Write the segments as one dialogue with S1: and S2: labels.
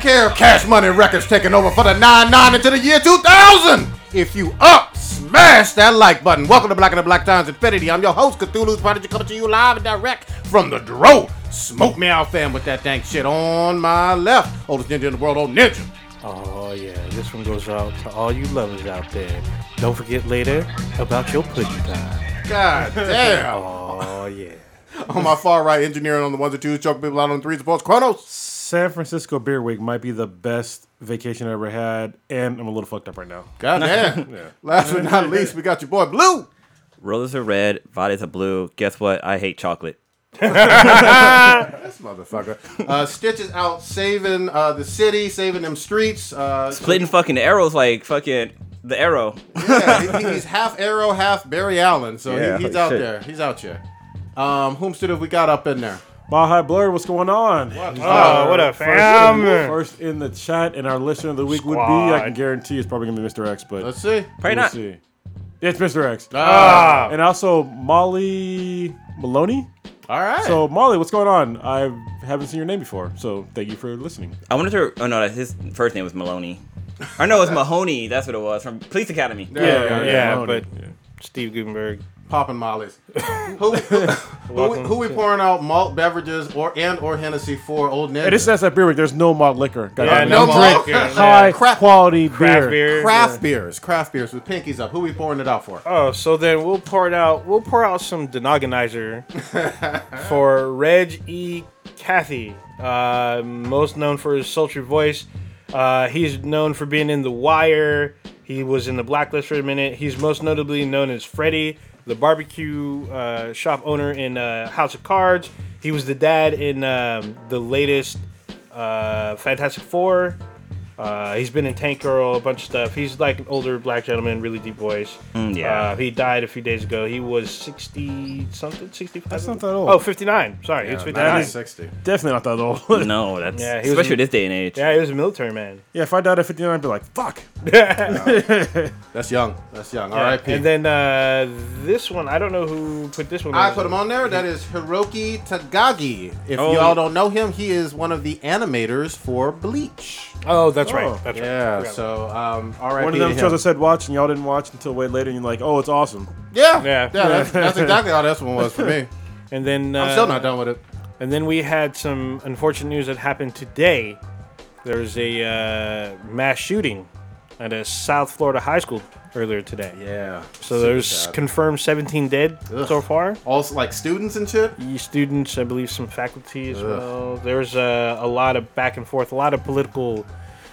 S1: care of Cash Money Records taking over for the 99 into the year 2000. If you up, smash that like button. Welcome to Black and the Black Times Infinity. I'm your host, Cthulhu's Prodigy, coming to you live and direct from the Dro. Smoke me out, fam, with that dang shit on my left. Oldest ninja in the world, old ninja.
S2: Oh yeah, this one goes out to all you lovers out there. Don't forget later about your pudding time.
S1: God damn.
S2: Oh yeah.
S1: on my far right, engineering on the ones and twos, choking people out on the threes and fours, Chronos.
S3: San Francisco Beer Week might be the best vacation I ever had, and I'm a little fucked up right now.
S1: God damn. Last but not least, we got your boy Blue.
S4: Roses are red, violets are blue. Guess what? I hate chocolate.
S1: This motherfucker. Uh, Stitch is out saving uh, the city, saving them streets. Uh,
S4: Splitting fucking arrows like fucking the arrow.
S1: yeah, he- he's half Arrow, half Barry Allen. So he-
S4: Yeah,
S1: he's
S4: holy
S1: out
S4: shit.
S1: there. He's out there. Um, whom stood have we got up in there?
S3: Mile High Blur, what's going on?
S5: Oh, what up,
S3: First in,
S5: fam?
S3: first in the chat, and our listener of the week would be, I
S5: Squad.
S3: can guarantee it's probably going to be Mr. X, but
S1: Let's see.
S4: Probably not.
S3: see. It's Mr. X.
S1: Ah,
S3: And also Molly Maloney.
S1: Uh, all right.
S3: So, Molly, what's going on? I haven't seen your name before, so thank you for listening.
S4: I wanted to. Oh no, that's- his first name was Maloney. Or no, it's Mahoney. That's what it was from Police Academy.
S5: Yeah, yeah,
S3: Maloney.
S5: but Steve Gutenberg.
S1: popping mollies. who, who, we- who we pouring out malt beverages or and or Hennessy for old Ninja?
S3: Hey, this is SF Beer Week. There's no malt liquor. God damn it.
S1: no
S5: malt.
S1: drink.
S3: High
S1: Crap-
S3: quality
S5: Craft beer.
S1: craft beers, craft beers with pinkies up. Who we pouring it out for?
S5: Oh, so then we'll pour it out. We'll pour out some denogonizer for Reg E. Cathy, uh, most known for his sultry voice. Uh, he's known for being in The Wire. He was in the Blacklist for a minute. He's most notably known as Freddy, the barbecue uh, shop owner in uh, House of Cards. He was the dad in um, the latest uh, Fantastic Four. Uh, he's been in Tank Girl, a bunch of stuff. He's like an older black gentleman, really deep voice.
S3: Mm,
S4: yeah.
S5: Uh, he died a few days ago. He was 60 something, 65.
S3: That's not that old.
S5: Oh, 59. Sorry, he was 59.
S3: is-
S1: Uh, sixty.
S3: Definitely not that old.
S4: No, that's
S5: Yeah, he was-
S4: especially this day and age.
S5: yeah, he was a military man.
S3: Yeah, if I died at 59, I'd be like, fuck.
S1: That's young. That's young.
S5: Yeah.
S1: R.I.P.
S5: And then uh, this one, I don't know who put this one
S1: I
S5: on.
S1: put him on there. That is Hiroki Tagagi. If
S4: Oh.
S1: y'all don't know him, he is one of the animators for Bleach.
S5: Oh, that's right.
S3: Oh.
S5: That's right.
S1: Yeah.
S5: Forgot
S1: So, um, all right.
S3: One of them shows I said watch, and y'all didn't watch until way later, and you're like, oh, it's awesome.
S1: Yeah. Yeah.
S5: Yeah.
S1: that's, that's exactly how this one was for me.
S5: And then uh,
S1: I'm still not done with it.
S5: And then we had some unfortunate news that happened today. There was a uh, mass shooting at a South Florida high school earlier today.
S1: Yeah.
S5: So there's confirmed 17 dead
S1: Ugh.
S5: so far.
S1: also like students and shit.
S5: You students, I believe, some faculty as well. There's a, a lot of back and forth, a lot of political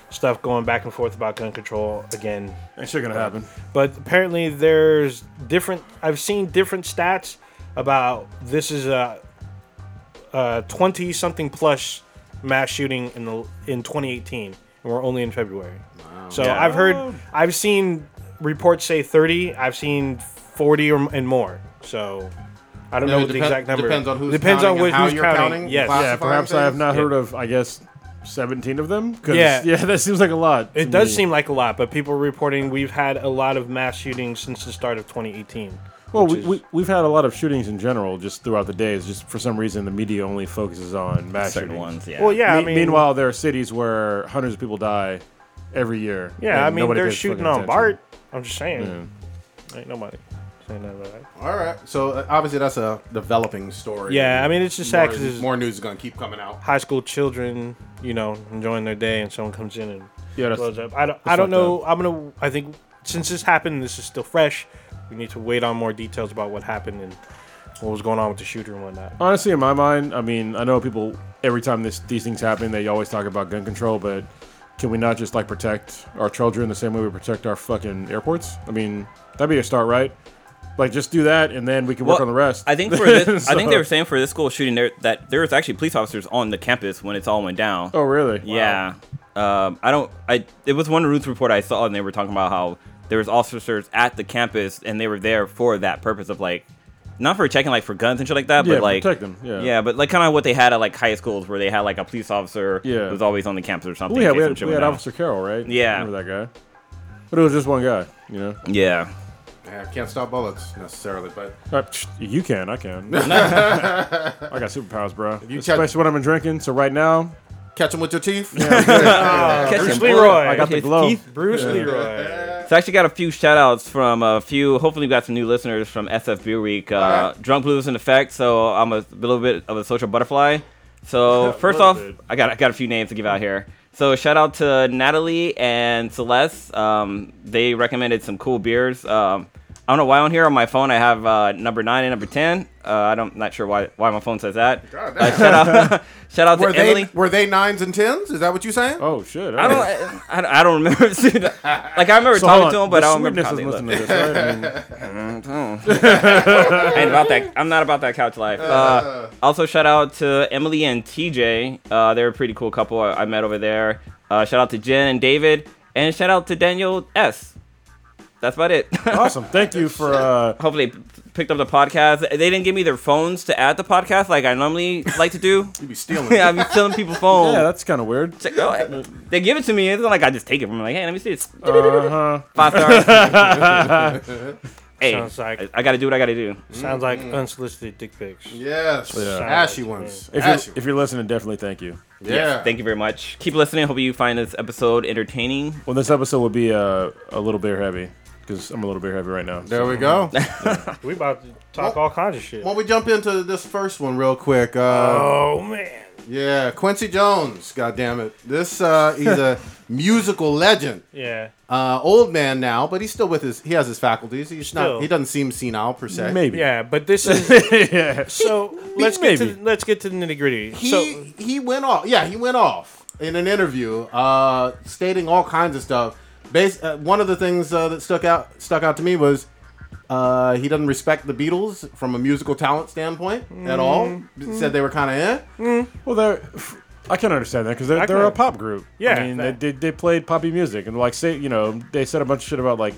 S5: stuff going back and forth about gun control again.
S3: Ain't shit gonna happen.
S5: But apparently, there's different. I've seen different stats about this is a twenty something plus mass shooting in the in 2018, and we're only in February. So
S4: Yeah.
S5: I've heard, I've seen reports say 30. I've seen 40 or, and more. So I don't
S1: It
S5: know
S1: would
S5: what the
S1: depen-
S5: exact number.
S1: depends on who's
S5: depends
S1: counting
S5: on
S1: and how
S5: who's
S1: you're
S5: counting.
S1: counting.
S5: Yes.
S1: Class-
S3: Yeah,
S1: Classifying
S3: perhaps I have
S1: things?
S3: not
S5: Yeah.
S3: heard of, I guess, 17 of them. 'Cause-
S5: Yeah.
S3: Yeah, that seems like a lot. to
S5: It does
S3: me.
S5: seem like a lot, but people are reporting we've had a lot of mass shootings since the start of 2018.
S3: Well,
S5: which
S3: we,
S5: is-
S3: we, we've had a lot of shootings in general just throughout the days. Just for some reason, the media only focuses on mass
S4: Certain
S3: shootings.
S4: ones. Yeah.
S5: well, yeah. I
S3: Me-
S5: mean,
S3: meanwhile, there are cities where hundreds of people die every year.
S5: Yeah, I
S3: and
S5: mean
S3: nobody
S5: they're
S3: pays
S5: shooting
S3: fucking
S5: on
S3: attention.
S5: Bart. I'm just saying. Ain't nobody saying that about that.
S1: All right. So uh, obviously that's a developing story.
S5: Yeah, I mean it's just sad
S1: More,
S5: because it's
S1: more news is gonna keep coming out.
S5: high school children, you know, enjoying their day, and someone comes in and
S3: Yeah, that's-
S5: blows up. I don't, I don't
S3: fucked
S5: know. I'm gonna. I think since this happened, this is still fresh. We need to wait on more details about what happened and what was going on with the shooter and whatnot.
S3: Honestly, in my mind, I mean, I know people every time this these things happen, they always talk about gun control, but can we not just like protect our children the same way we protect our fucking airports? I mean, that'd be a start, right? Like, just do that, and then we can work on
S4: Well,
S3: the rest.
S4: I think for this, I think they
S3: So-
S4: were saying for this school shooting there that there was actually police officers on the campus when it's all went down.
S3: Oh, really?
S4: Yeah. Um, I don't. I it was one news report I saw, and they were talking about how there was officers at the campus, and they were there for that purpose of like, not for checking like for guns and shit like that,
S3: Yeah,
S4: but like
S3: protect them, yeah.
S4: but like kind of what they had at like high schools where they had like a police officer
S3: Yeah.
S4: who was always on the campus or something.
S3: We had,
S4: in
S3: we
S4: case
S3: had,
S4: some shit
S3: we had
S4: went down.
S3: Officer Carroll, right?
S4: Yeah.
S3: Remember that guy? But it was just one guy, you know?
S4: Yeah.
S1: Yeah, can't stop bullets necessarily, but
S3: Uh, psh, You can, I can. I got superpowers, bro.
S1: you check-
S3: Especially when I'm drinking. So right now,
S1: Catch him with your teeth.
S4: Catch
S5: Uh, Bruce
S4: him.
S5: Leroy.
S4: I got the
S5: His
S4: glove.
S5: teeth. Bruce Leroy.
S4: So I actually got a few shout outs from a few, hopefully, we got some new listeners from SF Beer Week. Uh,
S1: Alright.
S4: Drunk Blues in effect, so I'm a little bit of a social butterfly. So, first off,
S3: bit.
S4: I got I got a few names to give out here. So, shout out to Natalie and Celeste. Um, they recommended some cool beers. Um, I don't know why on here on my phone I have uh, number nine and number 10. Uh, I don't, not sure why, why my phone says that.
S1: God
S4: Uh,
S1: Oh, damn.
S4: shout out, shout out to
S1: Were
S4: Emily.
S1: they were they nines and tens? Is that what you saying?
S3: Oh shit!
S4: I don't, I, I don't remember. like, I remember
S3: So hold
S4: talking
S3: on,
S4: to him, but
S3: the
S4: I don't remember
S3: sweetness
S4: how
S3: is
S4: they looked.
S3: listening to this, right? I mean,
S4: ain't about that. I'm not about that couch life. Uh, also, shout out to Emily and TJ. Uh, they're a pretty cool couple I, I met over there. Uh, shout out to Jen and David, and shout out to Daniel S. That's about it.
S3: awesome. Thank you for uh,
S4: Hopefully, they p- picked up the podcast. They didn't give me their phones to add the podcast like I normally like to do.
S1: You be stealing.
S4: I'm stealing people's phones.
S3: yeah. That's kind of weird.
S4: Check- oh, they give it to me. It's not like I just take it from them. Like, hey, let me see this.
S3: Uh-huh.
S4: Five stars. hey,
S5: Sounds like-
S4: I, I got to do what I got to do.
S5: Sounds like unsolicited dick pics.
S1: Yes. Ashy ones.
S3: If
S1: Ashy
S3: you're, if you're listening, definitely thank you.
S1: ones. yeah.
S4: Yes, thank you very much. Keep listening. Hope you find this episode entertaining.
S3: Well, this episode will be uh, a little beer heavy because I'm a little beer heavy right now.
S1: There we go.
S5: We about to talk all kinds of shit.
S1: Why don't we jump into this first one real quick? Uh,
S5: Oh man.
S1: yeah, Quincy Jones. God damn it. This uh, he's a musical legend.
S5: Yeah.
S1: Uh, old man now, but he's still with his. He has his faculties. He's
S5: Still.
S1: not. He doesn't seem senile per se.
S3: Maybe.
S5: Yeah, but this is
S3: yeah.
S5: so. Let's get to
S3: Maybe.
S5: the- let's get to the nitty gritty.
S1: He
S5: So
S1: he went off. Yeah, he went off in an interview, uh, stating all kinds of stuff. Bas- uh, one of the things uh, that stuck out stuck out to me was uh, he doesn't respect the Beatles from a musical talent standpoint at all.
S5: Mm-hmm.
S1: Said they were kind of eh.
S3: Well, they're. I can understand that because they're,
S5: I
S3: they're
S5: can-
S3: a pop group.
S5: Yeah,
S3: I mean,
S5: that-
S3: they, they, they played poppy music and like say you know they said a bunch of shit about like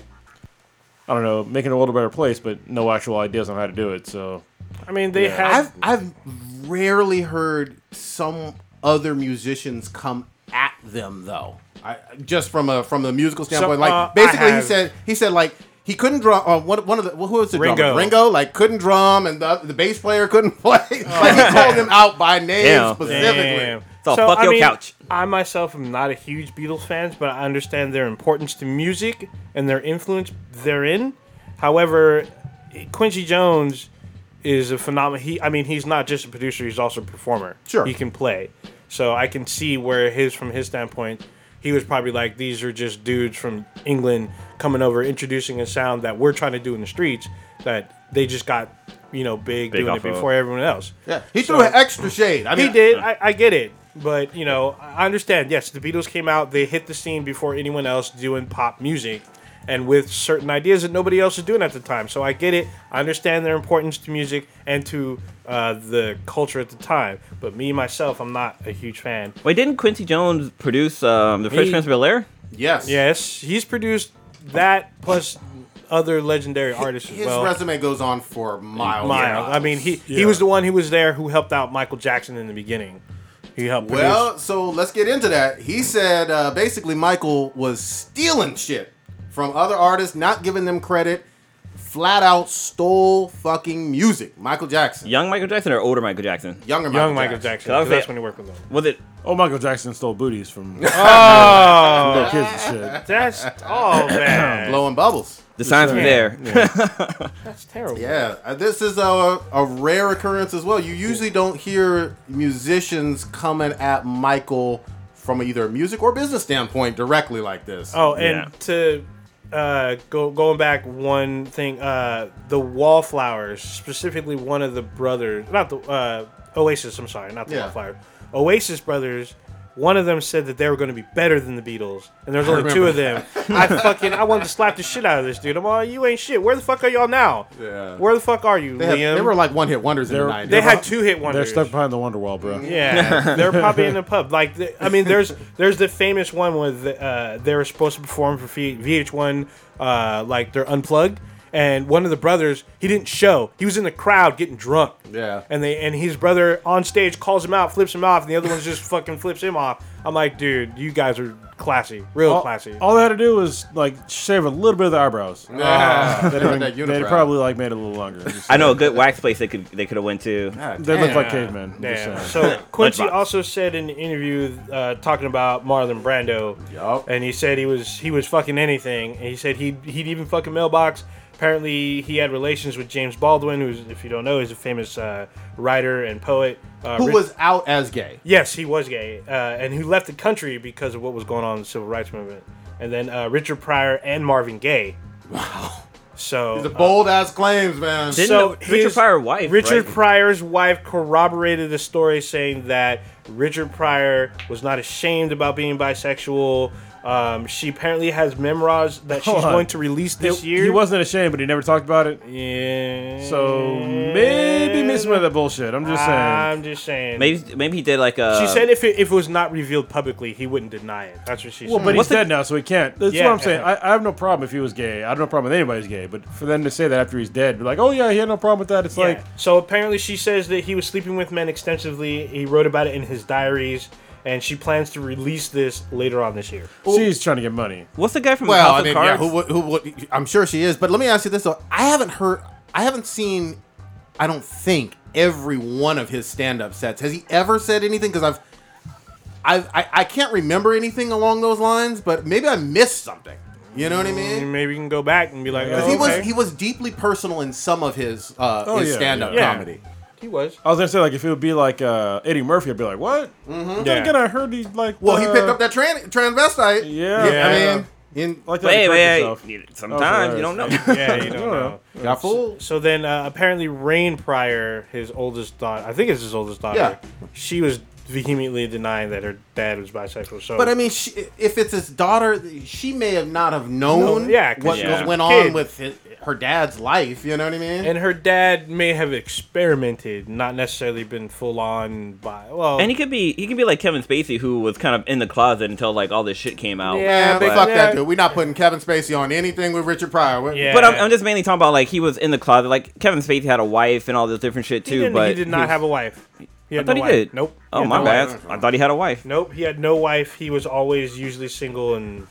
S3: I don't know making the world a better place, but no actual ideas on how to do it. So
S5: I mean, they
S3: Yeah.
S5: have
S1: I've I've rarely heard some other musicians come at them though. I just from a from the musical standpoint, like
S5: uh, I
S1: basically he
S5: have-
S1: said he said like he couldn't drum. Uh, one, one of the who was the
S5: Ringo. Oh,
S1: drummer? Ringo like couldn't drum, and the, the bass player couldn't play. like he called him out by name
S4: Damn.
S1: specifically.
S4: So, fuck your couch.
S5: I myself am not a huge Beatles fan, but I understand their importance to music and their influence therein. However, Quincy Jones is a phenomenon. He, I mean, he's not just a producer; he's also a performer.
S1: Sure.
S5: he can play. So I can see where his, from his standpoint, he was probably like, "These are just dudes from England coming over, introducing a sound that we're trying to do in the streets that they just got." You know, big,
S4: Big
S5: doing it
S4: off of.
S5: before everyone else.
S1: Yeah, he
S5: So-
S1: threw an extra shade. I mean,
S5: he did. I, I get it. But, you know, I understand. Yes, the Beatles came out. They hit the scene before anyone else doing pop music and with certain ideas that nobody else was doing at the time. So I get it. I understand their importance to music and to uh, the culture at the time. But me, myself, I'm not a huge fan.
S4: Wait, didn't Quincy Jones produce um, the Fresh
S5: He-
S4: Prince of Bel Air?
S1: Yes.
S5: Yes, he's produced that plus other legendary artists as
S1: His
S5: well.
S1: resume goes on for miles.
S5: Miles. I mean, he, he was the one who was there who helped out Michael Jackson in the beginning. He helped produce.
S1: Well, so let's get into that. He said uh, basically Michael was stealing shit from other artists, not giving them credit. Flat out stole fucking music. Michael Jackson,
S4: Young Michael Jackson or older Michael Jackson?
S1: younger Michael
S5: Young Michael
S1: Jackson.
S5: Jackson.
S4: I was
S5: 'cause that's
S4: saying-
S5: when he worked with him.
S4: Was it?
S3: oh, Michael Jackson stole booties from little
S5: Oh,
S3: kids and shit.
S5: that's oh man,
S1: blowing bubbles.
S4: The signs were there.
S5: that's terrible.
S1: Yeah, uh, this is a, a rare occurrence as well. You usually don't hear musicians coming at Michael from either a music or business standpoint directly like this.
S5: Oh, and
S4: Yeah.
S5: to uh, go going back one thing, uh, the Wallflowers, specifically one of the brothers, not the uh, Oasis. I'm sorry, not the
S1: Yeah.
S5: Wallflowers. Oasis brothers. One of them said that they were going to be better than the Beatles, and there's only two of them. I fucking I wanted to slap the shit out of this dude. I'm all, you ain't shit. Where the fuck are y'all now?
S1: Yeah.
S5: Where the fuck are you,
S1: they, had-
S5: Liam?
S1: they were like one hit wonders in
S3: They're-
S1: the Uh-huh. 90s.
S5: They had two hit
S3: They're
S5: wonders.
S3: stuck behind the wonder wall, bro.
S5: Yeah, they're probably in the pub. Like, the, I mean, there's there's the famous one where the, uh, they were supposed to perform for V- VH1, uh, like they're unplugged, and one of the brothers he didn't show. He was in the crowd getting drunk.
S1: Yeah.
S5: and they and his brother on stage calls him out, flips him off, and the other one's just fucking flips him off. I'm like, dude, you guys are classy, real
S3: all,
S5: classy.
S3: all they had to do was like shave a little bit of the eyebrows.
S1: Ah,
S3: They'd,
S1: that
S3: have been- they'd
S1: unibrow.
S3: probably like made it a little longer.
S4: I know a good wax place they could they could have went to.
S1: Ah,
S3: They look
S1: damn.
S3: like cavemen. I'm just
S5: Yeah.
S3: saying.
S5: So Quincy
S4: Lunchbox.
S5: also said in an interview uh, talking about Marlon Brando,
S1: Yup.
S5: and he said he was he was fucking anything, and he said he'd he'd even fuck a mailbox. Apparently, he had relations with James Baldwin, who's if you don't know, is a famous uh, writer and poet. Uh,
S1: Who
S5: Rich-
S1: was out as gay?
S5: Yes, he was gay, uh, and who left the country because of what was going on in the civil rights movement. And then uh, Richard Pryor and Marvin Gaye. Wow. So
S1: The bold ass claims, man.
S4: Didn't
S5: so
S4: the- Richard
S5: his-
S4: Pryor's wife,
S5: Richard
S4: right?
S5: Pryor's wife corroborated the story, saying that Richard Pryor was not ashamed about being bisexual. Um, she apparently has memoirs that she's
S3: Hold on.
S5: going to release this
S3: He-
S5: year.
S3: He wasn't ashamed, but he never talked about it.
S5: Yeah.
S3: So maybe miss some of that bullshit. I'm just saying. uh,
S5: I'm just saying.
S4: Maybe maybe he did like uh, a.
S5: she said if it, if it was not revealed publicly, he wouldn't deny it. That's what she
S3: well,
S5: said.
S3: but he's
S4: What's the-
S3: dead now, so he can't. That's
S5: Yeah.
S3: what I'm saying. I, I have no problem if he was gay. I have no problem with anybody's gay. But for them to say that after he's dead, be like, oh yeah, he had no problem with that. It's
S5: Yeah.
S3: like
S5: so apparently she says that he was sleeping with men extensively. He wrote about it in his diaries, and she plans to release this later on this year.
S3: she's trying to get money.
S4: "What's the guy from
S1: Well,
S4: House
S1: I
S4: of
S1: mean, yeah,
S4: Cards?"
S1: who would, who would, I'm sure she is, but let me ask you this though. I haven't heard, I haven't seen, I don't think every one of his stand-up sets. Has he ever said anything? Because I've, I've, I, I can't remember anything along those lines, but maybe I missed something. You know what I
S5: And
S1: mean?
S5: maybe you can go back and be like, oh,
S1: Because he
S5: Mm, okay.
S1: was, he was deeply personal in some of his, uh,
S3: Oh,
S1: his
S3: yeah,
S1: stand-up
S5: yeah. Yeah.
S1: comedy.
S5: He was.
S3: I was gonna say like if it would be like uh, Eddie Murphy, I'd be like, what? Mm-hmm.
S5: Yeah.
S3: Again, I heard he like.
S1: Well, he
S3: uh,
S1: picked up that tran- transvestite.
S3: Yeah.
S1: I
S5: Yeah.
S1: mean, in,
S3: Like that.
S4: Wait,
S3: he
S4: wait,
S3: corrected himself.
S4: you- Sometimes you don't know.
S5: Yeah, you don't know.
S1: got fooled.
S5: So then, uh, apparently, Rain Pryor, his oldest daughter, I think it's his oldest daughter,
S1: Yeah.
S5: she was vehemently denying that her dad was bisexual. So,
S1: But I mean, she, if it's his daughter, she may have not have known
S5: No, yeah, 'cause
S1: what,
S4: she's
S1: what
S4: a
S1: went
S5: kid.
S1: on with his, her dad's life. You know what I mean?
S5: and her dad may have experimented, not necessarily been full on bi. Well,
S4: And he could be he could be like Kevin Spacey, who was kind of in the closet until like all this shit came out.
S1: Man,
S5: Yeah. but-
S1: fuck
S5: yeah.
S1: that dude. We're not putting Kevin Spacey on anything with Richard Pryor. We're-
S5: Yeah.
S4: But I'm, I'm just mainly talking about like he was in the closet. Like Kevin Spacey had a wife and all this different shit
S5: he,
S4: too.
S5: didn't-
S4: but
S5: he did not
S4: was-
S5: have a wife. He
S4: I
S5: had
S4: thought
S5: no
S4: he
S5: wife.
S4: did.
S5: Nope. He
S4: Oh
S5: had
S4: my
S5: no
S4: bad.
S5: wife.
S4: I thought he had a wife.
S5: Nope. He had no wife. He was always usually single and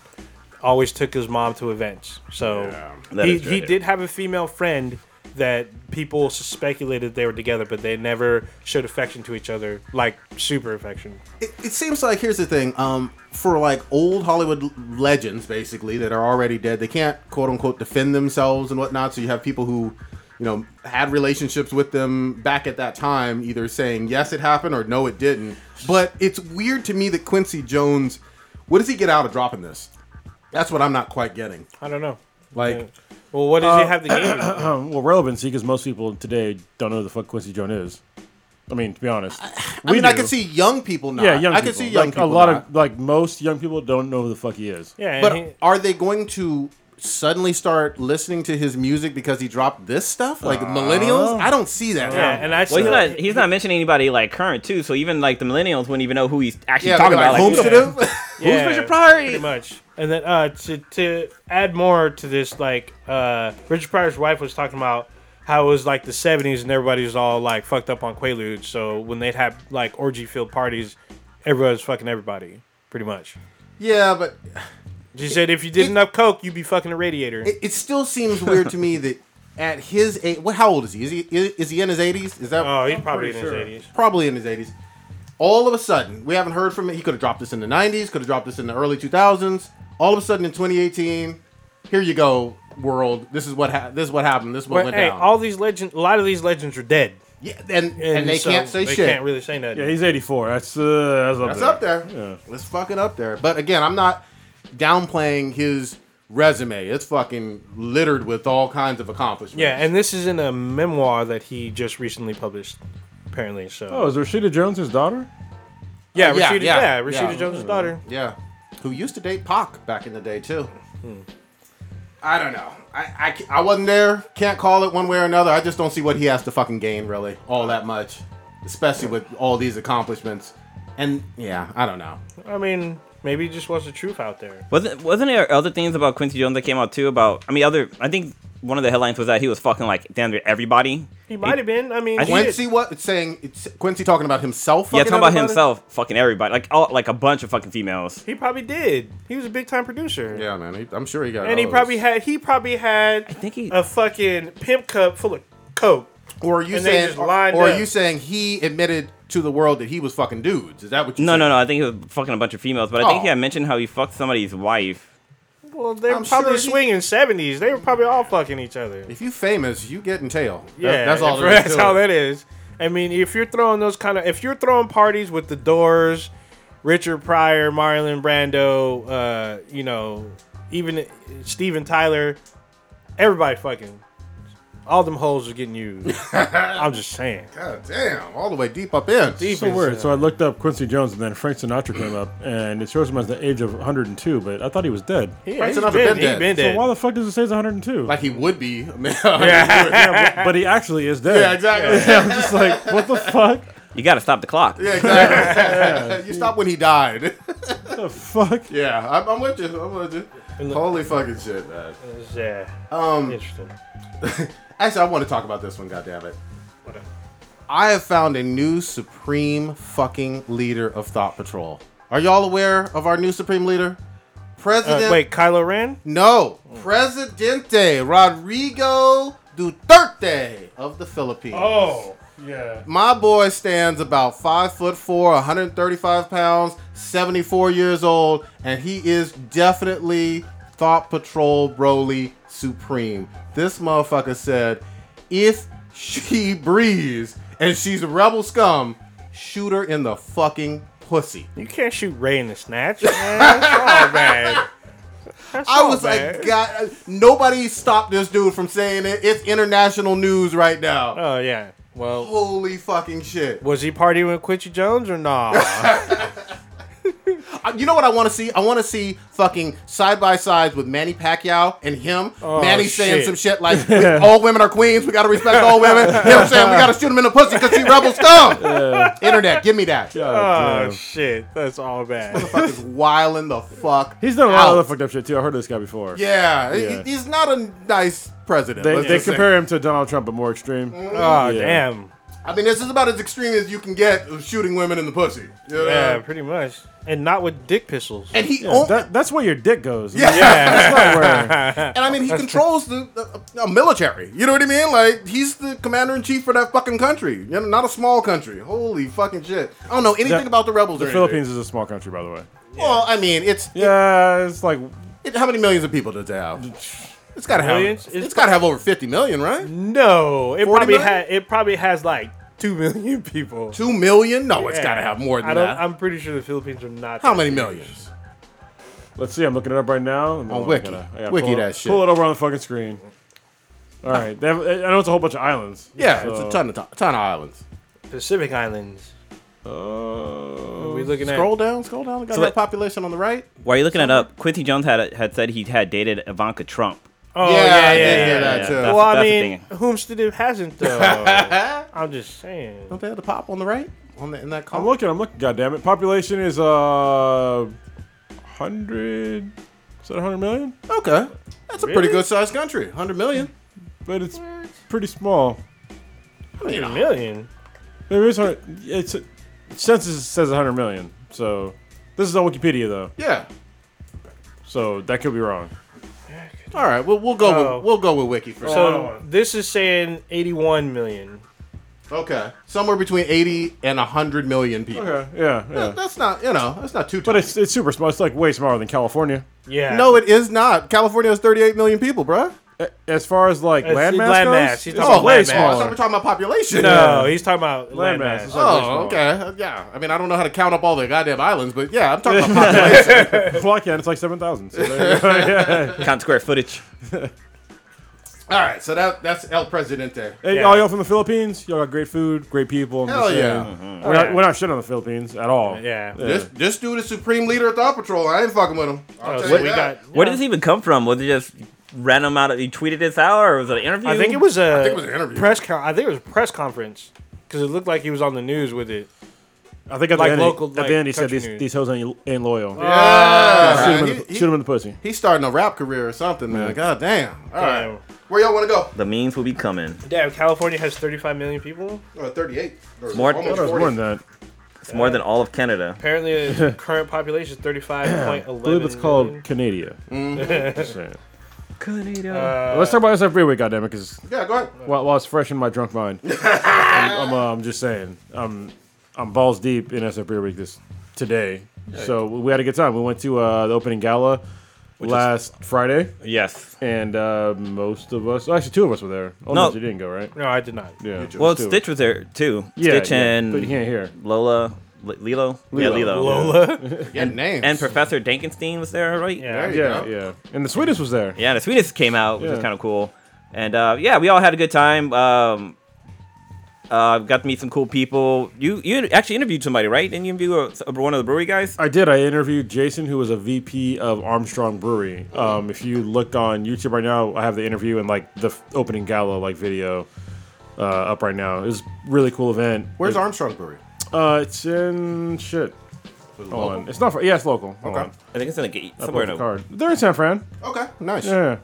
S5: always took his mom to events. So
S4: That
S5: he,
S4: is
S5: he
S4: right.
S5: did have a female friend that people speculated they were together, but they never showed affection to each other, like super affection.
S1: It, it seems like here's the thing. Um, for like old Hollywood l- legends, basically that are already dead, they can't quote unquote defend themselves and whatnot. So you have people who, you know, had relationships with them back at that time, either saying yes it happened or no it didn't. But it's weird to me that Quincy Jones, what does he get out of dropping this? That's what I'm not quite getting.
S5: I don't know.
S1: Like,
S5: Yeah. well, what does he have the game?
S3: Um, well, relevancy because most people today don't know who the fuck Quincy Jones is. I mean, to be honest,
S1: I mean, I
S3: do.
S1: can see young people not.
S3: Yeah, young.
S1: I can
S3: people.
S1: see young
S3: like,
S1: people.
S3: A lot
S1: not.
S3: of like most young people don't know who the fuck he is.
S5: yeah,
S1: But
S5: and he-
S1: are they going to suddenly start listening to his music because he dropped this stuff? Like millennials? I don't see that.
S5: Uh, yeah, and I
S4: Well,
S5: still,
S4: he's not he's not mentioning anybody like current too. So even like the millennials wouldn't even know who he's actually
S1: yeah,
S4: talking
S1: they're
S4: about.
S1: like,
S4: Like,
S1: whom's
S4: who-
S1: to do?
S5: Yeah,
S4: Who's Richard Pryor?
S5: Pretty much. And then uh, to to add more to this, like uh, Richard Pryor's wife was talking about how it was like the '70s and everybody was all like fucked up on Quaaludes. So when they'd have like orgy filled parties, everybody was fucking everybody, pretty much.
S1: yeah, but
S5: She said if you did
S1: it-
S5: enough coke, you'd be fucking a radiator.
S1: it, it still seems weird to me that at his age, what? How old is he? Is he is he in his eighties? Is that
S5: oh, he's probably in his
S3: sure.
S5: 80s.
S1: probably in his eighties? All of a sudden, we haven't heard from him. He could have dropped this in the nineties. Could have dropped this in the early two thousands. All of a sudden, in twenty eighteen, here you go, world. This is what ha- this is what happened. This is what
S5: But
S1: went
S5: hey,
S1: down.
S5: all these legends, a lot of these legends are dead,
S1: yeah, and, and they
S5: so
S1: can't say
S5: they
S1: shit.
S5: can't really say nothing.
S3: Yeah, he's 84. That's uh, that's up
S1: That's
S3: there.
S1: up there. It's fucking up there. But again, I'm not downplaying his resume. It's fucking littered with all kinds of accomplishments.
S5: yeah, and this is in a memoir that he just recently published, apparently. So
S3: Oh, is Rashida Jones his daughter?
S5: Yeah,
S1: Uh, yeah,
S5: Rashida,
S1: yeah,
S5: yeah,
S1: yeah.
S5: Rashida Jones' daughter.
S1: yeah. Who used to date Pac back in the day too? I don't know. I, I ca- I wasn't there. Can't call it one way or another. I just don't see what he has to fucking gain really all that much, especially with all these accomplishments. And yeah, I don't know.
S5: I mean, maybe he just wants the truth out there.
S4: Wasn't wasn't there other things about Quincy Jones that came out too? About I mean, other I think one of the headlines was that he was fucking like damn near everybody.
S5: He might have been. I mean, he
S4: I think-
S5: did.
S1: Quincy, what? It's saying it's Quincy talking about himself. fucking
S4: Yeah, talking about
S1: everybody?
S4: himself, fucking everybody, like all, like a bunch of fucking females.
S5: He probably did. He was a big time producer.
S1: Yeah, man. He, I'm sure he got.
S5: And he
S1: all
S5: probably
S1: this.
S5: had he probably had
S4: I think he-
S5: a fucking pimp cup full of coke.
S1: Or are you
S5: and they
S1: saying?
S5: just
S1: Or
S5: lined
S1: are
S5: up.
S1: you saying he admitted to the world that he was fucking dudes? Is that what you?
S4: No,
S1: said?
S4: no, no. I think he was fucking a bunch of females, but I think
S1: Oh.
S4: he had mentioned how he fucked somebody's wife.
S5: Well, they were
S1: I'm
S5: probably
S1: sure he-
S5: swinging seventies. They were probably all fucking each other.
S1: If you famous, you getting tail. That-
S5: Yeah,
S1: that's all. there is
S5: That's
S1: to
S5: how
S1: it.
S5: that is. I mean, if you're throwing those kind of, if you're throwing parties with the Doors, Richard Pryor, Marlon Brando, uh, you know, even Steven Tyler, everybody fucking, all them holes are getting used. I'm just saying.
S1: God damn! All the way deep up in.
S5: Deep
S3: So
S5: is,
S3: weird.
S5: uh,
S3: So I looked up Quincy Jones, and then Frank Sinatra came up, and it shows him as the age of 102. But I thought he was dead.
S5: Yeah,
S1: Frank
S5: he's
S1: Sinatra
S5: been,
S1: been
S5: he's
S1: dead.
S5: been
S3: So
S5: dead.
S3: why the fuck does it say he's 102?
S1: Like he would be. Man.
S3: Yeah, but, but he actually is dead.
S1: yeah, exactly.
S3: I'm just like, what the fuck?
S4: You got to stop the clock.
S1: Yeah, exactly. you stop when he died.
S3: What the fuck?
S1: yeah, I'm, I'm with you. I'm with you. Holy fucking shit, man.
S5: Yeah. Um, Interesting.
S1: Actually, I want to talk about this one. God damn it. I have found a new supreme fucking leader of Thought Patrol. Are y'all aware of our new supreme leader?
S5: Uh,
S1: President.
S5: wait, Kylo Ren?
S1: No, Presidente Rodrigo Duterte of the Philippines.
S3: Oh, yeah.
S1: My boy stands about five foot four, 135 pounds, 74 years old, and he is definitely Thought Patrol Broly Supreme. This motherfucker said, if she breathes and she's a rebel scum, shoot her in the fucking pussy.
S5: You can't shoot Ray in the snatch. Man. That's all bad. That's
S1: I
S5: all
S1: was
S5: bad.
S1: like, God, nobody stopped this dude from saying it. It's international news right now.
S5: Oh yeah. Well,
S1: Holy fucking shit.
S5: Was he partying with Quincy Jones or nah?
S1: Uh, You know what I want to see? I want to see fucking side by sides with Manny Pacquiao and him.
S3: Oh,
S1: Manny saying
S5: shit.
S1: some shit like, "We- "All women are queens. We gotta respect all women." him saying, "We gotta shoot them in the pussy because she rebel scum." Internet, give me that.
S5: oh shit, that's all bad.
S1: Fuck is wilding the fuck.
S3: He's done a lot of
S1: out.
S3: other fucked up shit too. I heard of this guy before.
S1: Yeah, he-
S3: Yeah.
S1: he's not a nice president.
S3: They,
S1: let's
S3: they
S1: just say. Mm. Uh,
S3: compare him to Donald Trump, but more extreme.
S5: Oh
S3: Yeah.
S5: damn.
S1: I mean, this is about as extreme as you can get of shooting women in the pussy. You know?
S5: Yeah, pretty much. And not with dick pistols.
S1: And he,
S3: Yeah,
S1: own-
S3: that, that's where your dick goes.
S1: oh. Yeah.
S3: That's not where-
S1: and I mean, he controls the, the, the military. You know what I mean? Like, he's the commander in chief for that fucking country. You know, not a small country. Holy fucking shit! I don't know anything
S3: The-
S1: about the rebels.
S3: the
S1: or
S3: Philippines is a small country, by the way.
S1: Anything. Well, I mean, it's
S3: Yeah, it's like
S1: it, how many millions of people does it have? It's got to have.
S5: Millions?
S1: It's, it's got to have over fifty million, right?
S5: no,
S1: 40
S5: it probably
S1: million?
S5: ha- it probably has like two million people.
S1: Two million? No, it's
S5: Yeah.
S1: got to have more than
S5: I don't,
S1: that.
S5: I'm pretty sure the Philippines are not.
S1: how many millions?
S3: Let's see. I'm looking it up right now. On
S1: Wiki. Wiki
S3: pull,
S1: that
S3: it-
S1: shit.
S3: Pull it over on the fucking screen. All right. They have, I know it's a whole bunch of islands.
S1: Yeah,
S3: So-
S1: it's a ton of ton of islands.
S5: Pacific Islands.
S3: Uh,
S5: Are we looking
S1: Scroll
S5: at
S1: down, scroll down. Got
S4: So
S1: that
S4: that-
S1: population on the right.
S4: While you're looking it up, Quincy Jones had had said he had dated Ivanka Trump.
S5: Oh
S1: Yeah,
S5: yeah, yeah,
S1: I did
S5: yeah,
S1: hear that
S5: yeah.
S1: too.
S5: Well, I
S4: That's the
S5: mean, whomst it hasn't though. I'm just saying.
S1: Don't they have the pop on the right? On the, in that
S3: I'm
S1: column.
S3: looking. I'm looking. God damn it. Population is uh, hundred. Is that hundred million?
S1: Okay, that's a pretty good sized country. Hundred million.
S3: But it's pretty small.
S1: I mean,
S5: A million.
S3: Maybe it's hundred. It's census says hundred million. So this is on Wikipedia though.
S1: Yeah.
S3: So that could be wrong.
S1: All right. Well, we'll go.
S5: Oh.
S1: With, we'll go with Wiki for sure.
S5: So this is saying 81 million.
S1: Okay. Somewhere between eighty and hundred million people.
S3: Okay. Yeah.
S1: That-
S3: Yeah.
S1: That's not. You know. That's not too.
S3: But
S1: tough.
S3: it's it's super small. It's like way smaller than California.
S5: Yeah.
S1: no, it is not. California has thirty-eight million people, bruh.
S3: A- As far as like
S5: It's-
S3: land
S5: it's
S3: mass
S5: land
S3: goes,
S5: mass. He's
S3: it's
S5: talking about
S3: way
S5: land mass.
S1: Oh, I
S3: smaller.
S1: thought we were talking about population.
S5: No, he's talking about
S3: Land
S5: landmass.
S3: mass.
S1: Oh, okay. Yeah. I mean, I don't know how to count up all the goddamn islands, but yeah, I'm talking about population.
S3: Well, I can. It's like seven thousand. So there you go. yeah.
S4: Count square footage.
S1: all right. So that that's El Presidente.
S3: Hey,
S5: Yeah.
S3: All y'all from the Philippines. Y'all got great food, great people. I'm just
S1: Hell
S3: saying.
S1: yeah.
S3: We're not, we're not shit on the Philippines at all.
S5: Yeah.
S1: This this dude is supreme leader of Thought Patrol. I ain't fucking with him. I'll
S5: Oh,
S3: Uh,
S1: tell
S5: so
S1: you
S5: we
S1: that.
S5: got.
S4: Where did this even come from? Was it just random out of he tweeted this out or was it an interview?
S5: I think it was a
S1: think it was an interview.
S5: press. Con- I think it was a press conference because it looked like he was on the news with it.
S3: I think at
S5: Like
S3: the end,
S5: local,
S3: at
S5: like,
S3: the end he said
S5: country
S3: these,
S5: news.
S3: these hoes ain't, ain't loyal.
S1: Yeah.
S3: shoot, him in
S1: He-
S3: the,
S1: Ah, he-
S3: shoot him in the pussy.
S1: He's starting a rap career or something, man. God damn. All right.
S5: Damn.
S1: Where y'all want to go?
S4: The memes will be coming.
S5: Um, Damn, California has 35 million people.
S1: Uh, 38. Or
S4: More-
S1: almost
S3: I thought it was
S1: 40.
S3: more than that.
S4: It's more than all of Canada.
S5: Apparently, the current population is
S3: I
S5: 35.11.
S3: believe it's called
S5: million.
S3: Canada. Just saying.
S4: Canada.
S3: Let's talk about SF Freeway, goddammit, because
S1: Yeah, go ahead.
S3: while, while it's fresh in my drunk mind, I'm, I'm, uh, I'm just saying, I'm I'm balls deep in SF Beer Week this today. So we had a good time. We went to uh, the opening gala last Friday,
S4: Yes.
S3: and uh, most of us, actually two of us, were there. Oh
S4: No.
S3: you didn't go, right?
S5: No, I did not.
S3: Yeah.
S4: Well,
S3: two of us.
S4: Stitch was there too.
S3: Yeah,
S4: Stitch
S3: yeah,
S4: and
S3: but you can't hear.
S4: Lola, L- Lilo? Yeah, Lilo.
S1: Yeah, names.
S4: And Professor Dankenstein was there, right?
S5: Yeah.
S1: There you
S3: Yeah,
S1: go.
S3: yeah. And the sweetest was there.
S4: Yeah, the Swedish came out, which was
S3: Yeah.
S4: kind of cool. And uh, yeah, we all had a good time. Um, uh, got to meet some cool people. You you actually interviewed somebody, right? Didn't you interview a, one of the brewery guys?
S3: I did. I interviewed Jason, who was a VP of Armstrong Brewery. Um, if you look on YouTube right now, I have the interview and like the f- opening gala like video uh, up right now. It was a really cool event.
S1: Where's
S3: It-
S1: Armstrong Brewery?
S3: Uh, it's in shit. Hold on. It's not. far- Yeah, it's local. Hold
S1: Okay.
S3: on.
S4: I think it's in a gate
S3: I
S4: somewhere.
S3: put
S4: In
S3: the
S4: a,
S3: card. They're in San Fran.
S1: Okay, nice.
S3: Yeah.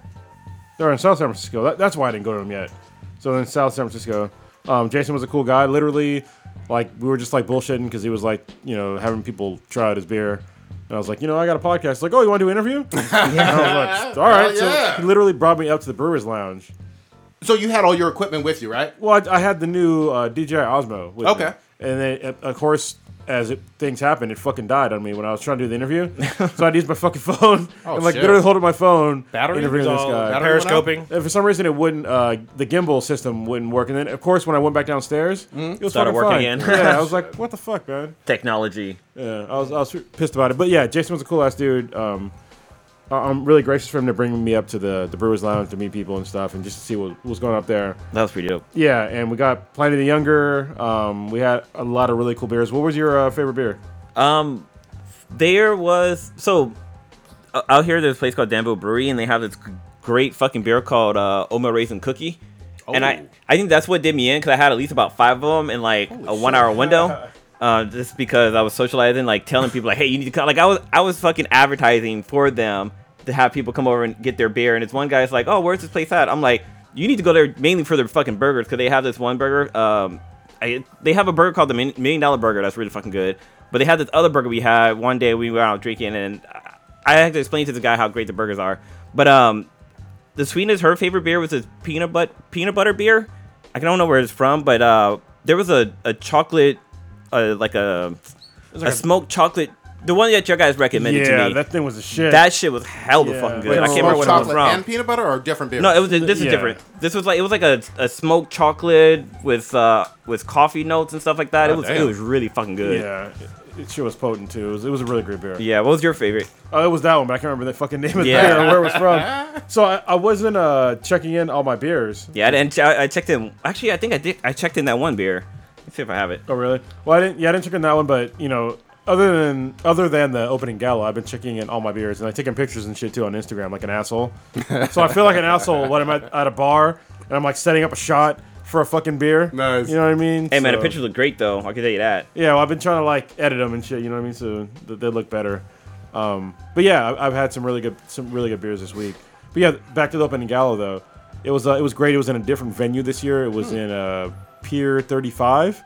S3: They're in South San Francisco. That, that's why I didn't go to them yet. So then South San Francisco. Um, Jason was a cool guy. Literally, like we were just like bullshitting because he was like, you know, having people try out his beer. And I was like, you know, I got a podcast. He's like, oh, you want to do an interview? And I was like, all right.
S1: Hell yeah.
S3: So he literally brought me up to the Brewers Lounge.
S1: So you had all your equipment with you, right?
S3: Well, I, I had the new uh, DJI Osmo. With me.
S1: Okay.
S3: And then, uh, of course, as it, things happened, it fucking died on me when I was trying to do the interview. so I'd use my fucking phone
S1: Oh,
S3: and like
S1: shit.
S3: literally holding my phone,
S5: Battery
S3: interviewing this
S5: all
S3: guy.
S1: Battery went out?
S5: Periscoping.
S3: And for some reason, it wouldn't. Uh, the gimbal system wouldn't work. And then, of course, when I went back downstairs, it was
S4: Mm-hmm. Started
S3: fucking
S4: working
S3: fine.
S4: again.
S3: yeah, I was like, "What the fuck, man?"
S4: technology.
S3: Yeah, I was, I was pissed about it. But yeah, Jason was a cool ass dude. Um, I- I'm really gracious for him to bring me up to the, the Brewers Lounge to meet people and stuff, and just to see what was going up there.
S4: That was pretty dope.
S3: Yeah, and we got Planet the Younger. Um, we had a lot of really cool beers. What was your uh, favorite beer?
S4: Um, there was so uh, out here. There's a place called Danville Brewery, and they have this g- great fucking beer called uh, Oma Raisin Cookie. And I, I think that's what did me in because I had at least about five of them in like a one hour window. Uh, just because I was socializing, like telling people, like, "Hey, you need to come." Like I was, I was fucking advertising for them to have people come over and get their beer. And it's one guy's like, "Oh, where's this place at?" I'm like, "You need to go there mainly for their fucking burgers because they have this one burger. Um, I, they have a burger called the Min- Million Dollar Burger that's really fucking good. But they had this other burger we had one day we were out drinking, and I- I had to explain to the guy how great the burgers are. But um, the sweetness her favorite beer was this peanut but peanut butter beer. I don't know where it's from, but uh, there was a a chocolate, uh, like a a smoked chocolate, the one that your guys recommended to
S3: yeah,
S4: me.
S3: that thing was a shit.
S4: that shit was hella
S3: Yeah.
S4: fucking
S3: Wait,
S4: good. I can't
S3: smoked
S4: remember
S1: Smoked
S4: what it was
S1: chocolate
S4: from.
S1: and peanut butter or different beer?
S4: No, it was this is
S3: Yeah.
S4: different. This was like it was like a, a smoked chocolate with uh with coffee notes and stuff like that. it was it
S1: damn.
S4: was really fucking good. Yeah.
S3: yeah, it, it sure was potent too. It was, it was a really great beer.
S4: what was your favorite?
S3: Oh, it was that one, but I can't remember the fucking name of the
S4: Yeah.
S3: beer or where it was from. so I, I wasn't uh, checking in all my beers.
S4: Yeah, and I, I checked in. Actually, I think I did. I checked in that one beer. Let's see if I have it.
S3: Oh, really? Well, I didn't. Yeah, I didn't check in that one, but you know, other than other than the opening gala, I've been checking in all my beers and I taking pictures and shit too on Instagram, like an asshole. so I feel like an asshole when I'm at, at a bar and I'm like setting up a shot for a fucking beer.
S1: Nice.
S3: You know what I mean?
S4: Hey man, the
S3: So-
S4: pictures look great though. I can tell you that.
S3: Yeah, well, I've been trying to like edit them and shit. You know what I mean? So th- they look better. Um, but yeah, I- I've had some really good some really good beers this week. But yeah, back to the opening gala though. It was uh, it was great. It was in a different venue this year. It
S1: Hmm.
S3: was in uh, Pier 35.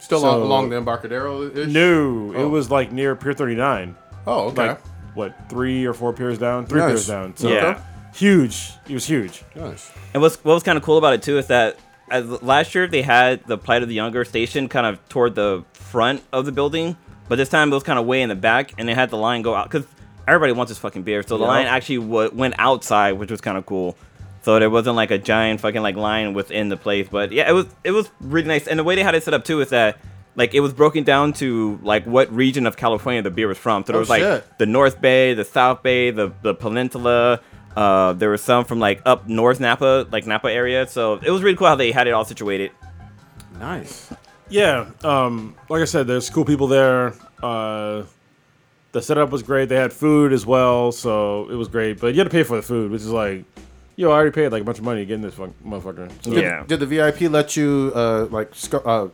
S1: Still
S3: So-
S1: on- along the Embarcadero ish?
S3: No, it
S1: Oh.
S3: was like near Pier 39.
S1: Oh, okay.
S3: Like what three or four piers down? Three
S1: Nice.
S3: piers down. So
S4: Yeah.
S3: huge. It was huge.
S1: nice.
S4: And what's what was kind of cool about it too is that as, last year they had the plight of the younger station kind of toward the front of the building, but this time it was kind of way in the back, and they had the line go out because everybody wants this fucking beer. So the line actually w- went outside, which was kind of cool. So there wasn't like a giant fucking like line within the place, but yeah, it was it was really nice. And the way they had it set up too is that like it was broken down to like what region of California the beer was from. So there
S1: Oh,
S4: was like
S1: shit.
S4: the North Bay, the South Bay, the the Peninsula. Uh, there was some from like up North Napa, like Napa area. So it was really cool how they had it all situated.
S1: Nice.
S3: Yeah, um, like I said, there's cool people there. Uh, the setup was great. They had food as well, so it was great. But you had to pay for the food, which is like, yo, I already paid like a bunch of money getting this fuck- motherfucker. So,
S1: Did,
S4: Yeah.
S1: did the VIP let you uh, like sc- uh,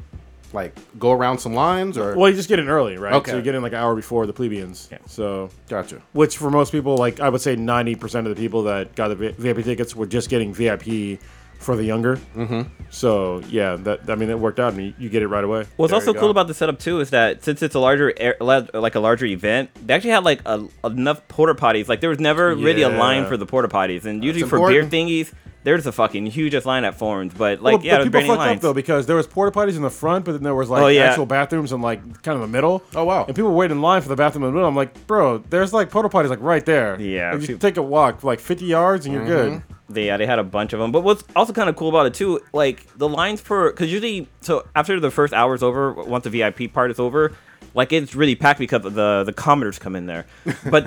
S1: like go around some lines or
S3: Well, you just get in early, right?
S1: Okay.
S3: So you get in like an hour before the plebeians. So,
S1: gotcha.
S3: which for most people, like I would say 90% of the people that got the V- VIP tickets were just getting VIP for the younger. Mm-hmm. So, yeah, that I mean, it worked out. I mean, you get it right away.
S4: What's
S5: There
S4: also
S5: you
S4: cool
S5: go.
S4: about the setup too is that since it's a larger, air- la- like a larger event, they actually had like a, enough porta potties. Like there was never really a line
S3: Yeah.
S4: for the porta potties, and usually for
S1: important.
S4: beer thingies, there's a fucking hugest line that forms. But like,
S3: Well,
S4: yeah, it
S3: but
S4: was
S3: people
S4: brand new
S3: fucked
S4: lines.
S3: up though because there was porta potties in the front, but then there was like
S4: Oh, yeah.
S3: actual bathrooms and like kind of the middle.
S1: Oh, wow.
S3: And people waited in line for the bathroom in the middle. I'm like, bro, there's like porta potties like right there.
S4: Yeah,
S3: Like, you
S4: people-
S3: take a walk like 50 yards and you're good.
S1: Mm-hmm.
S4: they yeah, they had a bunch of them. But what's also kind of cool about it too, like the lines for because usually so after the first hour's over, once the VIP part is over, like it's really packed because of the the commenters come in there. but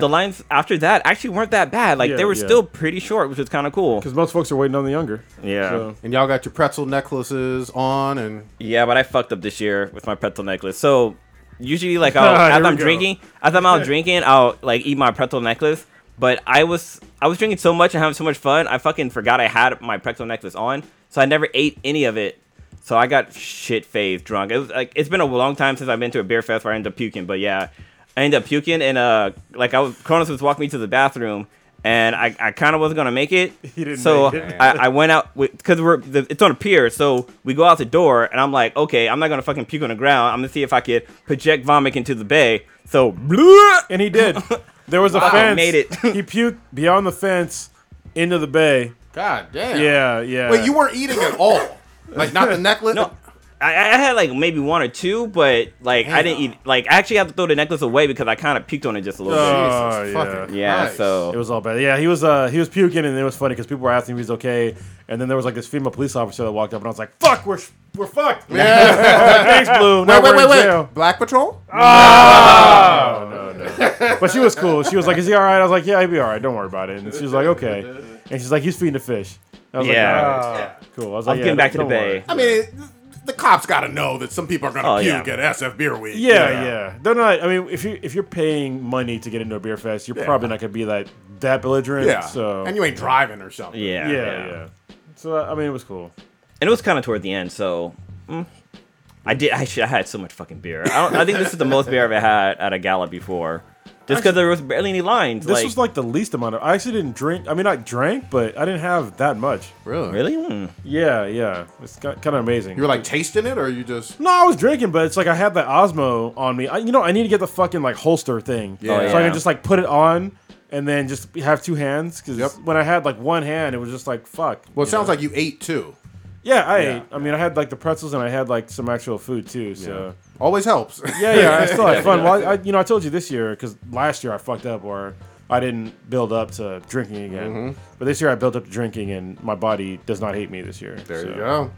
S4: the lines after that actually weren't that bad. Like they
S3: Yeah,
S4: were
S3: yeah.
S4: still pretty short, which is kind of cool.
S3: Because most folks are waiting on the younger.
S4: Yeah.
S3: So,
S1: And y'all got your pretzel necklaces on and
S4: Yeah, but I fucked up this year with my pretzel necklace. So usually, like, I'll,
S3: Here
S4: as
S3: we
S4: I'm
S3: go.
S4: drinking, as I'm out drinking, I'll like eat my pretzel necklace. But I was I was drinking so much and having so much fun, I fucking forgot I had my pretzel necklace on, so I never ate any of it. So I got shit faced drunk. It was like it's been a long time since I've been to a beer fest where I ended up puking. But yeah, I ended up puking and uh like I was Cronus was walking me to the bathroom. And I, I kind of wasn't gonna make it,
S3: He didn't
S4: so
S3: make it.
S4: I, I went out because we're the, it's on a pier, so we go out the door, and I'm like, okay, I'm not gonna fucking puke on the ground. I'm gonna see if I could project vomit into the bay. So blew
S3: and he did. There was a
S4: Wow,
S3: fence.
S4: made it.
S3: he puked beyond the fence into the bay.
S1: God damn.
S3: Yeah, yeah.
S1: Wait, you weren't eating at all. Like not the necklace.
S3: Oh,
S4: No, I, I had like maybe one or two, but like I didn't eat. Like I actually had to throw the necklace away because I kind of puked on it just a little
S3: Uh,
S4: bit.
S3: Oh,
S1: Jesus
S3: yeah.
S1: fucking
S4: Yeah,
S1: Christ.
S3: It
S4: so
S3: was all bad. Yeah, he was uh he was puking, and it was funny because people were asking if he's okay, and then there was like this female police officer that walked up, and I was like, "Fuck, we're we're fucked."
S1: Yeah.
S3: Thanks, Blue. Now
S1: wait, wait,
S3: we're in
S1: wait,
S3: jail.
S1: wait. Black Patrol?
S3: But she was cool. She was like, "Is he all right?" I was like, "Yeah, he'll be all right. Don't worry about it." And she was like, "Okay," and she's like, "He's feeding the fish." I was
S4: Yeah.
S3: like, all right,
S5: Uh,
S3: cool. I was
S4: I'm
S3: like, yeah,
S4: getting back to the
S3: don't- don't worry.
S4: bay.
S1: I mean, it- the cops got to know that some people are going to
S4: Oh, yeah.
S1: puke at SF Beer Week.
S3: Yeah, yeah, They're not. I mean, if you if you're paying money to get into a beer fest, you're probably not gonna be that that belligerent.
S1: Yeah.
S3: So
S1: And you ain't driving or something.
S4: Yeah,
S3: yeah, yeah, So I mean, it was cool.
S4: and it was kind of toward the end, so. mm. I did. I, should, I had so much fucking beer. I, don't, I think this is the most beer I've ever had at a gala before, just because there was barely any lines.
S3: This
S4: like,
S3: was like the least amount of. I actually didn't drink. I mean, I drank, but I didn't have that much.
S1: Really?
S4: really. Mm.
S3: Yeah, yeah. It's kind of amazing.
S1: You were like tasting it or you just.
S3: no, I was drinking, but it's like I had the Osmo on me. I, you know, I need to get the fucking like holster thing.
S1: Yeah.
S3: So I
S4: yeah.
S3: can just like put it on and then just have two hands. Because
S1: Yep.
S3: when I had like one hand, it was just like fuck.
S1: Well, it
S3: you
S1: sounds
S3: know?
S1: like you ate too.
S3: Yeah, I
S1: Yeah.
S3: ate. I mean, I had like the pretzels and I had like some actual food too. So
S1: Always helps.
S3: yeah, yeah, I still had fun. Well, I, I, you know, I told you this year because last year I fucked up or I didn't build up to drinking again.
S1: Mm-hmm.
S3: But this year I built up to drinking and my body does not hate me this year.
S1: there
S3: so.
S1: you go.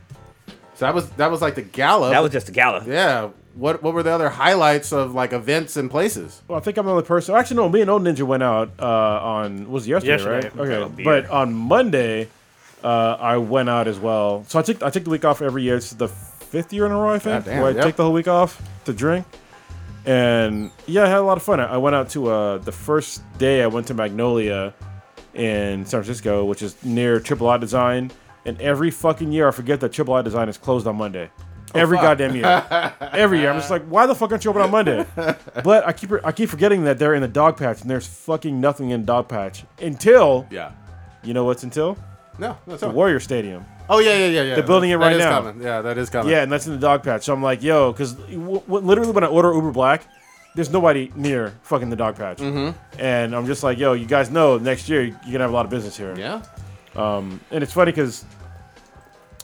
S1: So that was that was like the gallop.
S4: That was just a gala.
S1: yeah. What what were the other highlights of like events and places?
S3: Well, I think I'm the only person. Actually, no, me and Old Ninja went out uh, on was it yesterday,
S5: Yesterday.
S3: right?
S4: Oh,
S3: Okay,
S4: beer.
S3: but on Monday uh, I went out as well. So I took I take the week off every year. It's the fifth year in a row, I think,
S1: Goddamn,
S3: where I
S1: yep.
S3: take the whole week off to drink. And yeah, I had a lot of fun. I I went out to uh, the first day. I went to Magnolia in San Francisco, which is near Triple I Design. And every fucking year, I forget that Triple I Design is closed on Monday.
S1: Oh,
S3: every goddamn year. every year, I'm just like, why the fuck aren't you open on Monday? but I keep I keep forgetting that they're in the dog patch, and there's fucking nothing in the dog patch until
S1: Yeah.
S3: you know what's until
S1: No. That's
S3: the
S1: all.
S3: Warrior Stadium.
S1: Oh yeah, yeah, yeah, yeah.
S3: They're building it
S1: That
S3: right
S1: is
S3: now.
S1: Coming. Yeah, that is coming.
S3: Yeah, and that's in the dog patch. So I'm like, yo, because w- w- literally when I order Uber Black, there's nobody near fucking the dog patch.
S1: Mm-hmm.
S3: And I'm just like, yo, you guys know next year you're gonna have a lot of business here.
S1: Yeah.
S3: And it's funny because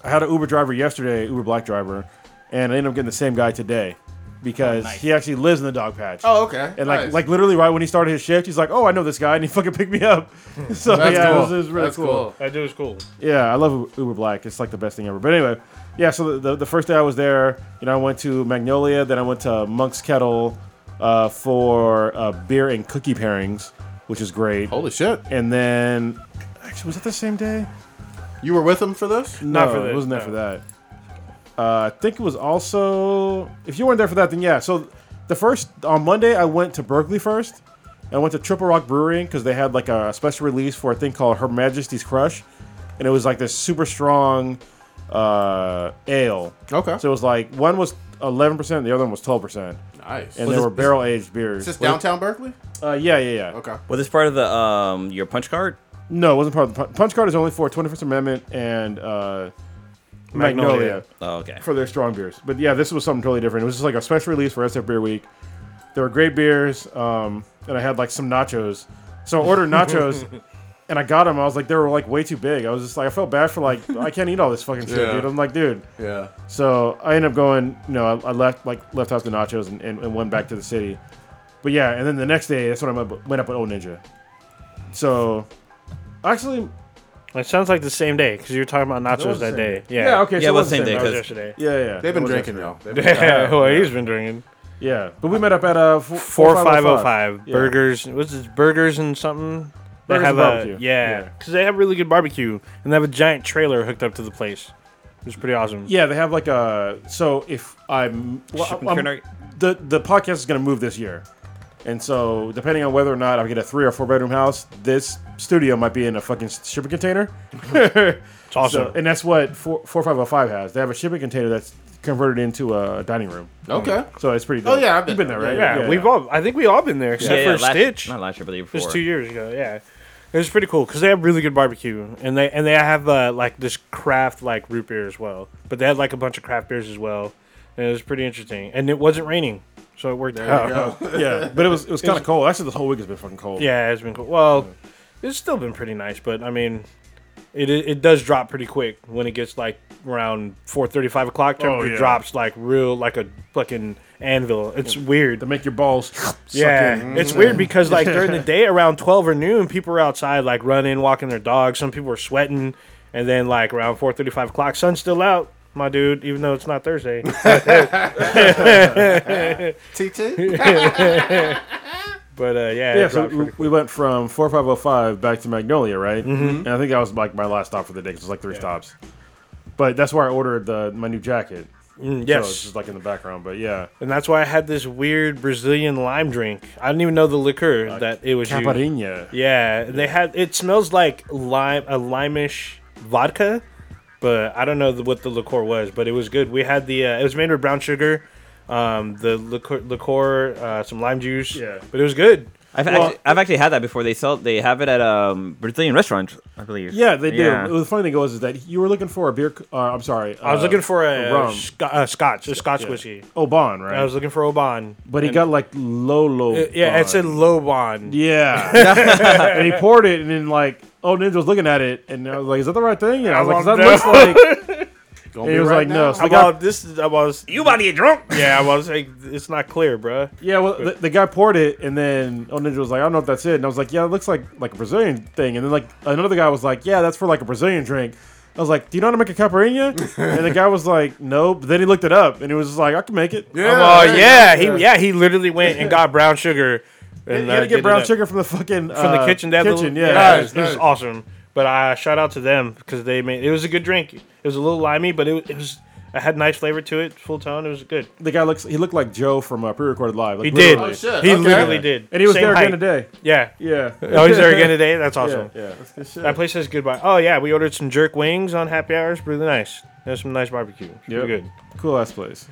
S3: I had an Uber driver yesterday, Uber Black driver, and I ended up getting the same guy today because he actually lives in the dog patch.
S1: Oh, okay.
S3: And like,
S1: Nice.
S3: like literally right when he started his shift, he's like, "Oh, I know this guy," and he fucking picked me up. so
S1: That's
S3: yeah,
S1: cool.
S3: it, was, it was really
S1: That's
S3: cool.
S5: That dude was cool.
S3: Yeah, I love U- Uber Black. It's like the best thing ever. But anyway, yeah. So the, the, the first day I was there, you know, I went to Magnolia, then I went to Monk's Kettle uh, for uh, beer and cookie pairings, which is great.
S1: Holy shit!
S3: And then, actually, was that the same day?
S1: You were with them for this?
S3: No,
S5: for
S3: it
S5: that,
S3: wasn't there
S5: no.
S3: for that. Uh, I think it was also. If you weren't there for that, then yeah. So the first on Monday, I went to Berkeley first. I went to Triple Rock Brewing because they had like a special release for a thing called Her Majesty's Crush, and it was like this super strong uh, ale.
S1: Okay.
S3: So it was like one was 11%, the other one was 12%.
S1: Nice.
S3: And
S1: Is
S3: they
S2: this-
S3: were barrel aged beers.
S1: this downtown Berkeley?
S3: Uh, yeah, yeah, yeah.
S1: Okay.
S4: Was this part of the um your punch card?
S3: No, it wasn't part of the punch. punch card is only for 21st Amendment and uh, Magnolia.
S5: Magnolia.
S4: Oh, okay.
S3: for their strong beers. But yeah, this was something totally different. It was just like a special release for SF Beer Week. There were great beers, um, and I had like some nachos. So I ordered nachos, and I got them. I was like, they were like way too big. I was just like, I felt bad for like I can't eat all this fucking shit,
S1: Yeah.
S3: dude. I'm like, dude.
S1: Yeah.
S3: So I ended up going. You know, I, I left like left off the nachos and, and, and went back to the city. But yeah, and then the next day, that's when I went up- went up with Old Ninja. So actually,
S5: It sounds like the same day because you were talking about nachos
S3: was the
S5: that
S3: same
S5: day.
S3: yeah,
S5: Yeah,
S3: okay,
S4: Yeah,
S3: so
S4: it was the same
S3: wasn't
S4: day.
S5: That was
S4: 'cause-
S5: yesterday.
S3: Yeah, yeah, yeah.
S1: They've been
S3: It wasn't
S1: drinking,
S3: yesterday.
S1: y'all. They've been-
S5: Yeah, well, he's been drinking.
S3: Yeah, but we met up at uh four
S5: Four five oh five
S3: Yeah.
S5: burgers. What's this? Burgers and something. They
S3: Burgers
S5: have
S3: and
S5: a
S3: barbecue.
S5: yeah,
S3: Yeah.
S5: because they have really good barbecue and they have a giant trailer hooked up to the place, which is pretty awesome.
S3: Yeah, they have like a. So if I'm, well,
S4: Chicken
S3: I'm-
S4: tender-
S3: the the podcast is going to move this year, and so depending on whether or not I get a three or four bedroom house, this studio might be in a fucking shipping container.
S5: it's awesome.
S3: So, and that's what four four five oh five has. They have a shipping container that's converted into a dining room.
S1: Okay.
S3: So it's pretty.
S1: Oh,
S3: Dope.
S1: yeah, I've been
S3: You've been
S1: there.
S3: there, right?
S5: yeah, we've all. I think we all been there except for
S4: last,
S5: Stitch.
S4: Not last year, but the year
S5: It was
S4: before.
S5: two years ago. Yeah, it was pretty cool because they have really good barbecue, and they and they have uh, like this craft like root beer as well. But they had like a bunch of craft beers as well, and it was pretty interesting. And it wasn't raining, so it worked out.
S3: Oh. yeah, but it was it was kind of cold. Actually, this whole week has been fucking cold.
S5: Yeah, it's been cool. Well, it's still been pretty nice, but I mean, it it it does drop pretty quick when it gets like around four thirty five o'clock. Temperature
S3: Oh, yeah.
S5: drops like real like a fucking anvil. It's weird.
S3: to make your balls. suck
S5: Yeah,
S3: in.
S5: it's weird because like during the day around twelve or noon, people are outside like running, walking their dogs. Some people are sweating, and then like around four thirty five o'clock, sun's still out. My dude, even though it's not Thursday,
S1: TT?
S5: but uh, yeah,
S3: Yeah,
S5: it
S3: so
S5: dropped
S3: we,
S5: pretty-
S3: we went from 4505 back to Magnolia, right?
S5: Mm-hmm.
S3: And I think that was like my last stop for the day 'cause it was like three stops. But that's where I ordered the my new jacket.
S5: Mm,
S3: So it's
S5: yes,
S3: just like in the background, but yeah.
S5: and that's why I had this weird Brazilian lime drink. I didn't even know the liquor
S4: Uh,
S5: that it was. used.
S3: Caparinha.
S5: Yeah, they had. It smells like lime, a limeish vodka, but I don't know the, what the liqueur was. But it was good. We had the. Uh, it was made with brown sugar, um, the liqueur, liqueur uh, some lime juice.
S3: Yeah.
S5: but it was good.
S4: I've,
S3: Well-
S4: actually, I've actually had that before. They sell. They have it at um Brazilian restaurant, I believe.
S3: Yeah, they do.
S4: Yeah.
S3: The funny thing was is that you were looking for a beer. c- Uh, I'm sorry.
S5: I was looking for a,
S3: rum.
S5: sc- uh, scotch, a scotch whiskey.
S3: Oban, right?
S5: I was looking for Oban.
S3: but he got like Lolo.
S5: Yeah, it said Loban.
S3: Yeah. and he poured it, and then like, oh, Ninja was looking at it, and I was like, is that the right thing? And I was like, 'Cause that looks like.
S1: Gonna
S3: He
S1: be
S3: was
S1: right
S3: like,
S1: now.
S3: no. So the guy
S5: Well, this is, I was.
S4: You about to get drunk?
S5: Yeah, I was like, it's not clear, bruh.
S3: Yeah, well, the, the guy poured it, and then Oh Ninja was like, "I don't know if that's it," and I was like, "Yeah, it looks like like a Brazilian thing." And then like another guy was like, "Yeah, that's for like a Brazilian drink." I was like, "Do you know how to make a caipirinha?" and the guy was like, "No." But then he looked it up, and he was just like, "I can make it."
S1: Yeah.
S5: Oh
S1: there you
S5: yeah,
S1: go.
S5: he yeah he literally went and got brown sugar.
S3: And
S5: And
S3: he had
S5: uh,
S3: to
S5: did
S3: get
S5: it
S3: brown
S5: up.
S3: sugar from the fucking
S5: from
S3: uh,
S5: the kitchen. They have the
S3: kitchen,
S5: little-
S3: yeah.
S5: it
S1: Nice,
S5: was- it was
S1: nice.
S5: awesome. But I shout out to them because they made it was a good drink. It was a little limey, but it, it was it had nice flavor to it, full tone. It was good.
S3: The guy looks. He looked like Joe from uh, pre-recorded live. Like,
S5: He did.
S1: Oh,
S3: literally.
S1: shit.
S5: He
S1: Okay.
S5: literally
S1: Yeah.
S5: did.
S3: and he was
S5: Same
S3: there
S5: height.
S3: again today.
S5: Yeah.
S3: Yeah.
S5: Oh, he's there again today. That's
S3: yeah.
S5: awesome.
S3: yeah.
S5: That place says goodbye. Oh yeah, we ordered some jerk wings on happy hours. Really nice. There's some nice barbecue. It's pretty
S3: Yep.
S5: good.
S3: Cool ass place.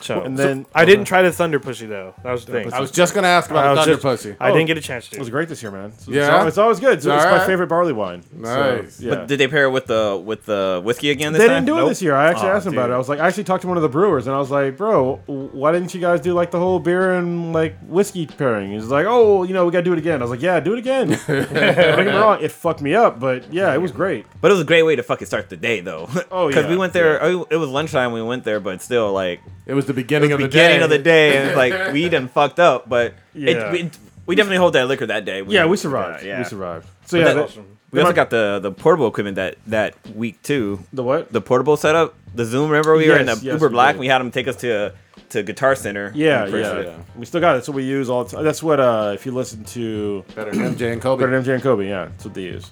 S5: So
S3: And
S5: so
S3: then-
S5: I didn't try the thunder pussy though. That was the thing.
S3: pussy. Oh.
S1: I was just gonna ask
S5: I
S1: about the
S5: was
S1: Thunder
S5: just-
S1: Pussy.
S5: I didn't get a chance to.
S3: It was great this year, man. So
S1: Yeah?
S3: It's always, it's always good. It's, it's my
S1: Alright.
S3: favorite barley wine. So,
S1: Nice.
S3: yeah.
S4: But did they pair it with the with the whiskey again? This Oh,
S3: They
S4: time?
S3: didn't do it this year. I actually
S2: Aw,
S3: asked him about
S2: dude.
S3: it. I was like, I actually talked to one of the brewers, and I was like, bro, why didn't you guys do like the whole beer and like whiskey pairing? He's like, oh, you know, we gotta do it again. I was like, yeah, do it again. Don't get me wrong, it fucked me up, but yeah, it was great.
S4: But it was a great way to fucking start the day, though.
S3: Oh,
S4: because
S3: yeah,
S4: we went there. oh, It was lunchtime. We went there, but still, like
S1: It was the beginning of the
S4: beginning
S1: day.
S4: of the day, and it's like we done fucked up. But
S3: Yeah.
S4: it, we, we definitely hold that liquor that day.
S3: Yeah, we survived.
S4: Yeah.
S3: We survived. So yeah,
S4: that-
S3: the,
S4: We also got the the portable equipment that that week too.
S3: the what?
S4: the portable setup, the Zoom. Remember we were in the
S3: Yes, yes,
S4: Uber
S3: we
S4: Black.
S3: did.
S4: We had them take us to to Guitar Center.
S3: yeah,
S4: in person.
S3: yeah, We still got it. So we use all the time. That's what uh, if you listen to
S1: Better than MJ and Kobe.
S3: Better than MJ and Kobe, yeah. That's what they use.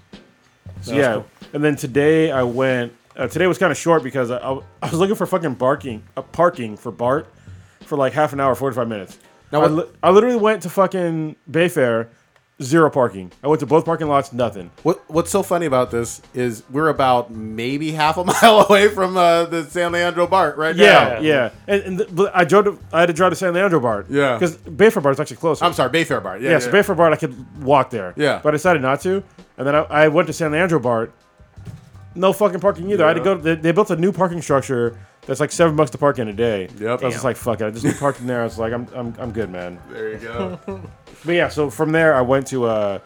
S3: So yeah. And then today I went. Uh, today was kind of short because I, I, w- I was looking for fucking barking, uh, parking for Bart for like half an hour, 45 minutes.
S1: Now
S3: I,
S1: what-
S3: li- I literally went to fucking Bayfair, Zero parking. I went to both parking lots. Nothing.
S1: What What's so funny about this is we're about maybe half a mile away from uh, the San Leandro Bar right
S3: Yeah, yeah.
S1: now.
S3: And, and the, but I drove. To, I had to drive to San Leandro Bar.
S1: Yeah.
S3: Because Bayfair Bar is actually closer.
S1: I'm sorry, Bayfair Bar. Yeah,
S3: yeah, so Bayfair Bart, I could walk there.
S1: Yeah.
S3: But I decided not to. And then I, I went to San Leandro Bart. No fucking parking either. I had to go. They, they built a new parking structure that's like seven bucks to park in a day. So I was just like, fuck it. I just parked in there. I was like, I'm, I'm, I'm good, man.
S1: There you go.
S3: But yeah, so from there, I went to uh,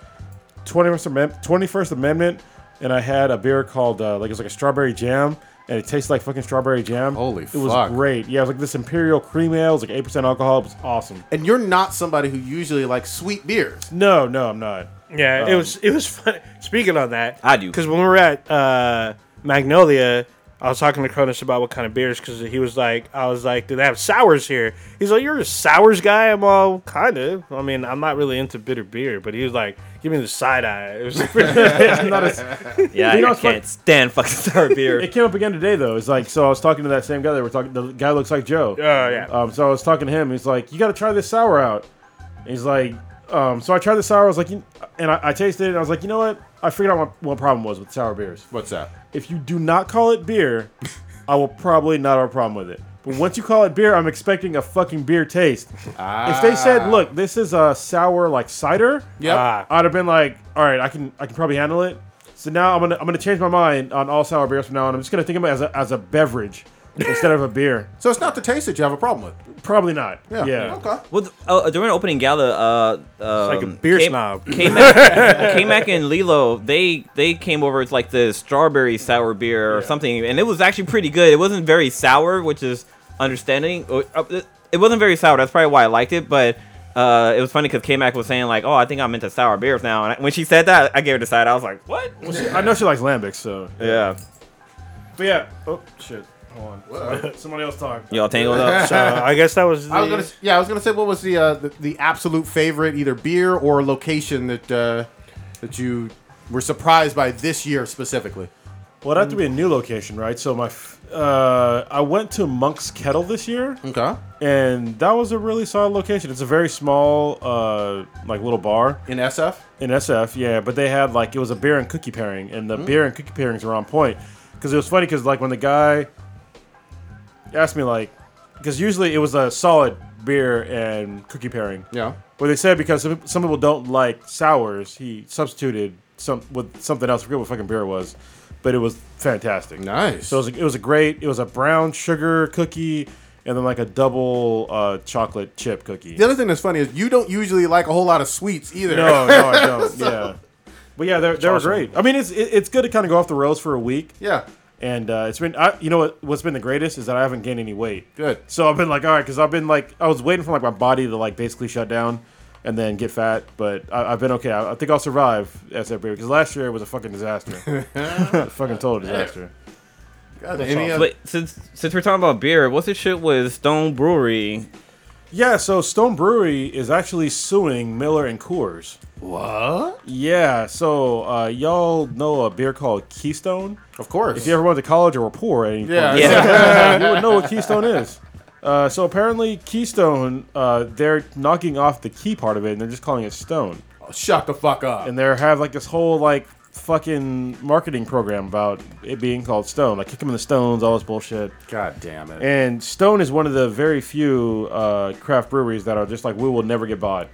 S3: 21st, Amendment, 21st Amendment, and I had a beer called, uh, like, it was like a strawberry jam, and it tasted like fucking strawberry jam.
S1: Holy
S3: It was
S1: fuck.
S3: great. Yeah, it was like this Imperial Cream Ale. It was like 8% alcohol. It was awesome.
S1: and you're not somebody who usually likes sweet beers.
S3: No, no, I'm not.
S5: Yeah, it was it was funny. Speaking on that,
S4: Um, I do.
S5: because when we were at uh, Magnolia, I was talking to Cronus about what kind of beers because he was like, I was like, do they have sours here? He's like, you're a sours guy. I'm all kind of. I mean, I'm not really into bitter beer, but he was like, give me the side eye. It was
S3: I'm not a-
S4: Yeah,
S3: You know
S4: I
S3: what's fun-
S4: can't stand fucking sour beer.
S3: It came up again today though. It's like so I was talking to that same guy that we're talking. The guy looks like Joe.
S5: Oh, yeah.
S3: Um, so I was talking to him. He's like, "You got to try this sour out." And he's like, um, "So I tried the sour. I was like, you, and I, I tasted it. and I was like, you know what? I figured out what what problem was with sour beers.
S1: What's that?
S3: If you do not call it beer, I will probably not have a problem with it." But once you call it beer, I'm expecting a fucking beer taste. If they said, "Look, this is a sour like cider,"
S1: Ah. Yep.
S5: Ah.
S3: I'd have been like, all right, I can I can probably handle it. So now I'm gonna I'm gonna change my mind on all sour beers from now on. I'm just gonna think of it as a as a beverage instead of a beer.
S1: So it's not the taste that you have a problem with.
S3: Probably not. Yeah.
S1: Okay.
S4: Well, th- uh, during the opening gala, uh, um,
S5: like a beer snob.
S4: K-Mac, K-Mac and Lilo, they they came over with like the strawberry sour beer or something, and it was actually pretty good. It wasn't very sour, which is understanding. Uh, uh, It it wasn't very sour. That's probably why I liked it, but. Uh, it was funny because K-Mac was saying like, "Oh, I think I'm into sour beers now." And I, when she said that, I gave her the side. I was like, "What?"
S3: I know she likes lambics, so
S4: Yeah,
S3: but yeah. Oh shit. Hold on. Somebody else talk.
S4: y'all tangled up.
S5: So I guess that was. The,
S1: I was gonna, s- yeah, I was gonna say, what was the uh, the, the absolute favorite, either beer or location that uh, that you were surprised by this year specifically?
S3: Well, it'd have to be a new location, right? So my f- uh, I went to Monk's Kettle this year.
S1: Okay,
S3: And that was a really solid location. It's a very small, uh, like little bar.
S1: in SF.
S3: in SF, yeah, but they had like it was a beer and cookie pairing, and the beer and cookie pairings were on point because it was funny because like when the guy asked me like because usually it was a solid beer and cookie pairing,
S1: Yeah.
S3: But they said because some some people don't like sours, he substituted some with something else. I forget what fucking beer it was, but it was fantastic.
S1: Nice.
S3: So it was a, it was a great. It was a brown sugar cookie. And then like a double uh, chocolate chip cookie.
S1: The other thing that's funny is you don't usually like a whole lot of sweets either.
S3: No, no, I don't. yeah, but yeah, they're, they were great. I mean, it's it, it's good to kind of go off the rails for a week,
S1: Yeah.
S3: and uh, it's been I, you know what what's been the greatest is that I haven't gained any weight.
S1: Good.
S3: So I've been like, all right, because I've been like I was waiting for like my body to like basically shut down and then get fat, but I, I've been okay. I, I think I'll survive SF beer because last year it was a fucking disaster, fucking total disaster.
S1: God, any other-
S4: But since since we're talking about beer, what's the shit with Stone Brewery?
S3: Yeah, so Stone Brewery is actually suing Miller and Coors.
S1: what?
S3: Yeah, so uh, y'all know a beer called Keystone.
S1: Of course.
S3: If you ever went to college or were poor, at any point,
S1: yeah.
S3: you would know what Keystone is. Uh, so apparently, Keystone, uh, they're knocking off the key part of it, and they're just calling it Stone.
S1: Shut the fuck up.
S3: And they have like this whole like fucking marketing program about it being called Stone, like kick 'em in the stones, all this bullshit.
S1: God damn it.
S3: And Stone is one of the very few uh, craft breweries that are just like we will never get bought.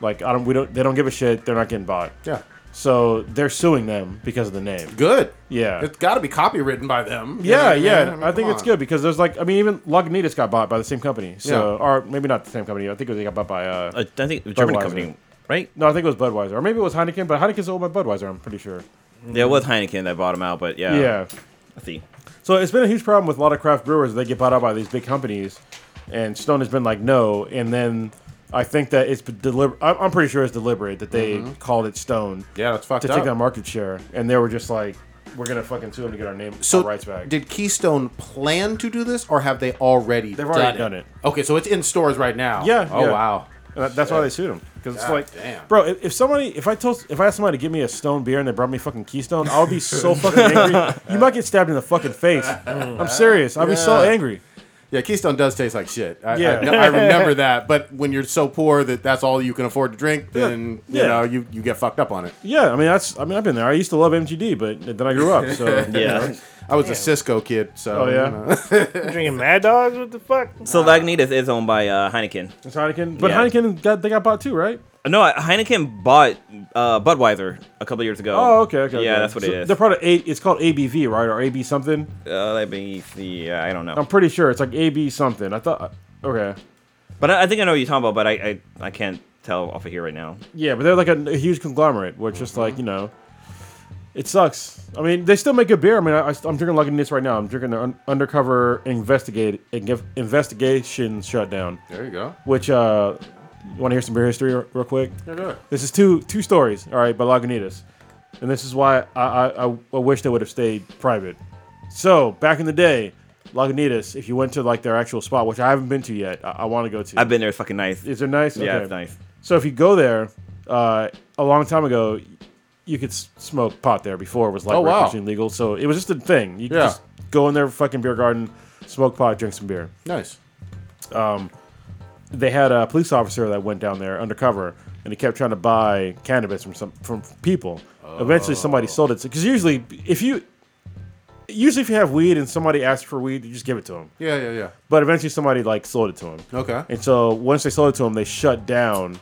S3: Like I don't, we don't, they don't give a shit. They're not getting bought.
S1: yeah.
S3: So they're suing them because of the name.
S1: Good.
S3: Yeah.
S1: It's got to be copywritten by them.
S3: Yeah,
S1: You know what I,
S3: yeah.
S1: mean?
S3: I think
S1: Come
S3: it's
S1: on.
S3: good because there's like, I mean, even Lagunitas got bought by the same company. So, or maybe not the same company. I think they got bought by. Uh,
S4: Uh, I think a German
S3: Budweiser.
S4: company, right?
S3: no, I think it was Budweiser, or maybe it was Heineken. But Heineken's owned by Budweiser. I'm pretty sure.
S4: Yeah, it was Heineken that bought them out, but yeah,
S3: yeah.
S4: I see.
S3: So it's been a huge problem with a lot of craft brewers. They get bought out by these big companies, and Stone has been like, no. And then I think that it's deliberate. I'm, I'm pretty sure it's deliberate that they called it Stone
S1: Mm-hmm. Yeah, that's fucked
S3: to
S1: up.
S3: take that market share, and they were just like, we're gonna fucking sue them to get our name
S1: so
S3: our rights back.
S1: did Keystone plan to do this, or have they already?
S3: They've
S1: done
S3: already
S1: it?
S3: done it.
S1: Okay, so it's in stores right now.
S3: Yeah,
S1: Oh
S3: yeah.
S1: wow.
S3: And that- that's why they sued him because it's
S1: God
S3: like,
S1: damn.
S3: bro, if, if somebody, if I told, if I asked somebody to give me a stone beer and they brought me fucking Keystone, I would be so fucking angry. You might get stabbed in the fucking face. I'm serious. I'd be so
S1: Yeah.
S3: angry.
S1: Yeah, Keystone does taste like shit. I,
S3: Yeah.
S1: I, no, I remember that. But when you're so poor that that's all you can afford to drink, then
S3: Yeah.
S1: you know you, you get fucked up on it.
S3: Yeah, I mean that's I mean I've been there. I used to love MTD, but then I grew up. So
S4: Yeah.
S1: I was a Cisco kid, so
S3: Oh, yeah?
S1: you know.
S5: Drinking Mad Dogs? What the fuck?
S4: So Lagnitas is owned by uh, Heineken.
S3: It's Heineken, but
S4: Yeah.
S3: Heineken got they got bought too, right?
S4: No, Heineken bought uh, Budweiser a couple years ago.
S3: Oh, okay, okay.
S4: Yeah,
S3: okay.
S4: that's what
S3: So
S4: it is.
S3: They're part of A. It's called ABV, right, or AB something.
S4: uh, let me see. Yeah, I don't know.
S3: I'm pretty sure it's like AB something. I thought. Okay.
S4: But I, I think I know what you're talking about, but I, I, I can't tell off of here right now.
S3: Yeah, but they're like a, a huge conglomerate, which just like you know, it sucks. I mean, they still make good beer. I mean, I, am drinking like this right now. I'm drinking the un- undercover investigate Inge- investigation shutdown,
S1: there you go.
S3: which uh, you want to hear some beer history r- real quick?
S1: You're good.
S3: This is two two stories, all right, by Lagunitas, and this is why I I, I, I wish they would have stayed private. So back in the day, Lagunitas, if you went to like their actual spot, which I haven't been to yet, I, I want to go to.
S4: I've been there. It's fucking nice.
S3: Is it nice?
S4: yeah,
S3: Okay.
S4: it's nice.
S3: So if you go there, uh, a long time ago, you could s- smoke pot there before it was like
S1: Oh, wow.
S3: recreationally legal. So it was just a thing. You could
S1: Yeah.
S3: just go in their fucking beer garden, smoke pot, drink some beer.
S1: Nice.
S3: They had a police officer that went down there undercover, and he kept trying to buy cannabis from some from people. Eventually, somebody sold it because usually, if you usually if you have weed and somebody asks for weed, you just give it to them.
S1: Yeah, yeah, yeah.
S3: But eventually, somebody like sold it to him.
S1: Okay.
S3: And so once they sold it to him, they shut down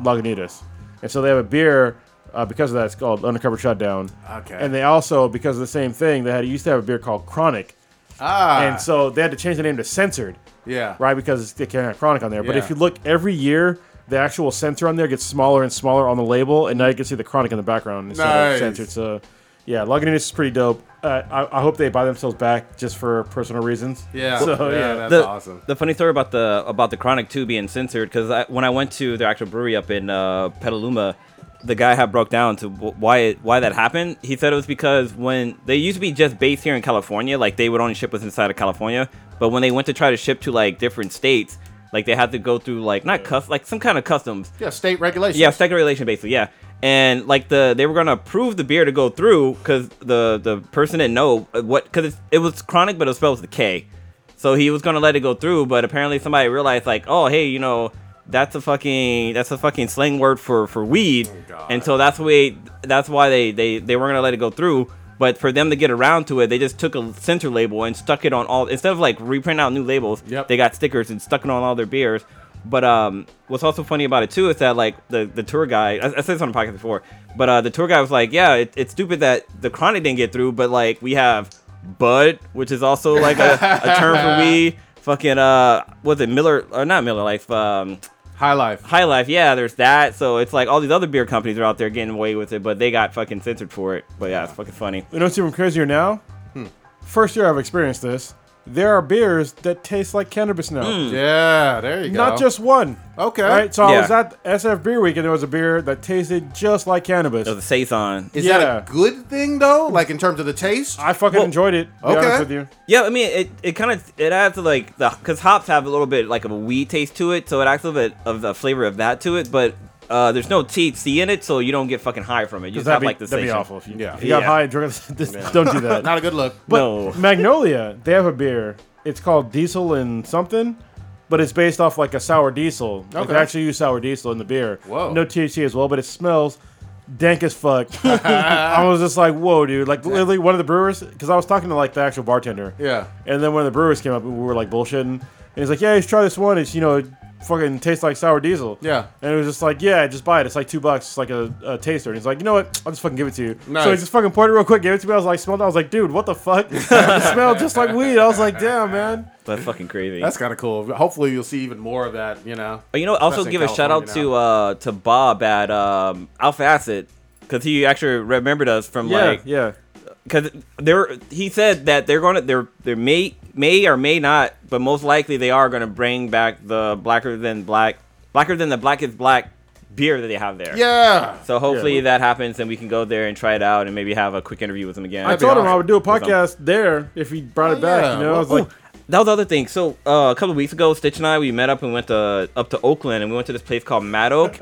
S3: Lagunitas. And so they have a beer uh, because of that. It's called Undercover Shutdown.
S1: Okay.
S3: And they also, because of the same thing, they had used to have a beer called Chronic.
S1: Ah.
S3: And so they had to change the name to Censored,
S1: yeah.
S3: right? Because they can't have Chronic on there. But
S1: Yeah.
S3: if you look every year, the actual censor on there gets smaller and smaller on the label, and now you can see the Chronic in the background instead
S1: Nice.
S3: of censored. So, yeah, Lagunitas is pretty dope. Uh, I, I hope they buy themselves back just for personal reasons.
S1: Yeah.
S3: So,
S1: yeah,
S3: yeah.
S1: That's
S4: the,
S1: awesome.
S4: The funny story about the about the Chronic too being censored because I, when I went to their actual brewery up in uh, Petaluma, the guy had broke down to wh- why it, why that happened. He said it was because when they used to be just based here in California, like they would only ship us inside of California, but when they went to try to ship to like different states, like they had to go through like not cus like some kind of customs.
S1: Yeah, state regulations.
S4: Yeah, second relation basically. Yeah, and like the they were gonna approve the beer to go through because the the person didn't know what because it was chronic, but it was spelled with a K, so he was gonna let it go through. But apparently somebody realized like, oh hey, you know that's a fucking that's a fucking slang word for for weed, and so that's way that's why they they they weren't gonna let it go through. But for them to get around to it, they just took a center label and stuck it on all instead of like reprinting out new labels.
S1: Yep.
S4: They got stickers and stuck it on all their beers. But um, what's also funny about it too is that like the, the tour guy, I, I said this on the podcast before, but uh, the tour guy was like, yeah, it, it's stupid that the chronic didn't get through, but like we have bud, which is also like a, a term for weed. Fucking uh, was it Miller or not Miller Life? Um,
S1: High life.
S4: High Life. Yeah, there's that. So it's like all these other beer companies are out there getting away with it, but they got fucking censored for it. But yeah, it's fucking funny.
S3: You know what's even crazier now?
S4: Hmm.
S3: First year I've experienced this. There are beers that taste like cannabis now.
S4: Hmm.
S1: Yeah. There you go.
S3: Not just one.
S1: Okay.
S3: Right? So I was
S4: Yeah.
S3: at SF Beer Week and there was a beer that tasted just like cannabis.
S4: It was a saison.
S1: Is
S3: Yeah.
S1: that a good thing though? Like in terms of the taste?
S3: I fucking
S4: Well,
S3: enjoyed it, to be
S1: okay.
S3: honest with you.
S4: Yeah, I mean, it, it kind of it adds to like the because hops have a little bit like of a weed taste to it, so it adds a little bit of the flavor of that to it. But uh, there's no THC in it, so you don't get fucking high from it. You just
S3: That'd
S4: have
S3: be,
S4: like the
S3: that'd be
S4: sensation.
S3: awful if you,
S1: Yeah.
S3: if you got
S4: Yeah.
S3: high and drunk. This, Don't do that.
S1: Not a good look.
S3: But
S4: No.
S3: Magnolia, they have a beer. It's called Diesel and something, but it's based off like a sour diesel. Like they
S1: Okay.
S3: actually use sour diesel in the beer.
S1: Whoa.
S3: No THC as well, but it smells dank as fuck. I was just like, whoa, dude. Like literally one of the brewers, because I was talking to like the actual bartender.
S1: Yeah.
S3: And then one of the brewers came up and we were like bullshitting. And he's like, yeah, just try this one. It's, you know, it fucking tastes like sour diesel.
S1: Yeah.
S3: And it was just like, yeah, just buy it. It's like two bucks. It's like a, a taster. And he's like, you know what? I'll just fucking give it to you.
S1: Nice.
S3: So he just fucking poured it real quick, gave it to me. I was like, smelled it. I was like, dude, what the fuck? it smelled just like weed. I was like, damn, man.
S4: That's fucking crazy.
S1: That's kind of cool. Hopefully you'll see even more of that. You know.
S5: Oh,
S4: But, you know, also
S1: Especially
S4: give
S1: in
S4: a shout out
S1: California
S4: to uh, to Bob at um, Alpha Acid because he actually remembered us from
S3: Yeah,
S4: like
S3: yeah.
S4: because they're he said that they're going to they're they may may or may not but most likely they are going to bring back the blacker than black blacker than the black is black beer that they have there
S5: uh,
S1: Yeah.
S4: so hopefully
S3: Yeah.
S4: that happens and we can go there and try it out and maybe have a quick interview with them again
S3: I
S1: be
S3: told him I
S1: awesome. Oh,
S3: would do a
S4: Cause I'm-
S3: podcast there if he brought it back.
S1: yeah.
S3: You know, I was
S1: Well,
S3: like,
S4: that was the other thing. So uh, a couple of weeks ago, Stitch and I we met up and went to up to Oakland and we went to this place called Mad Oak,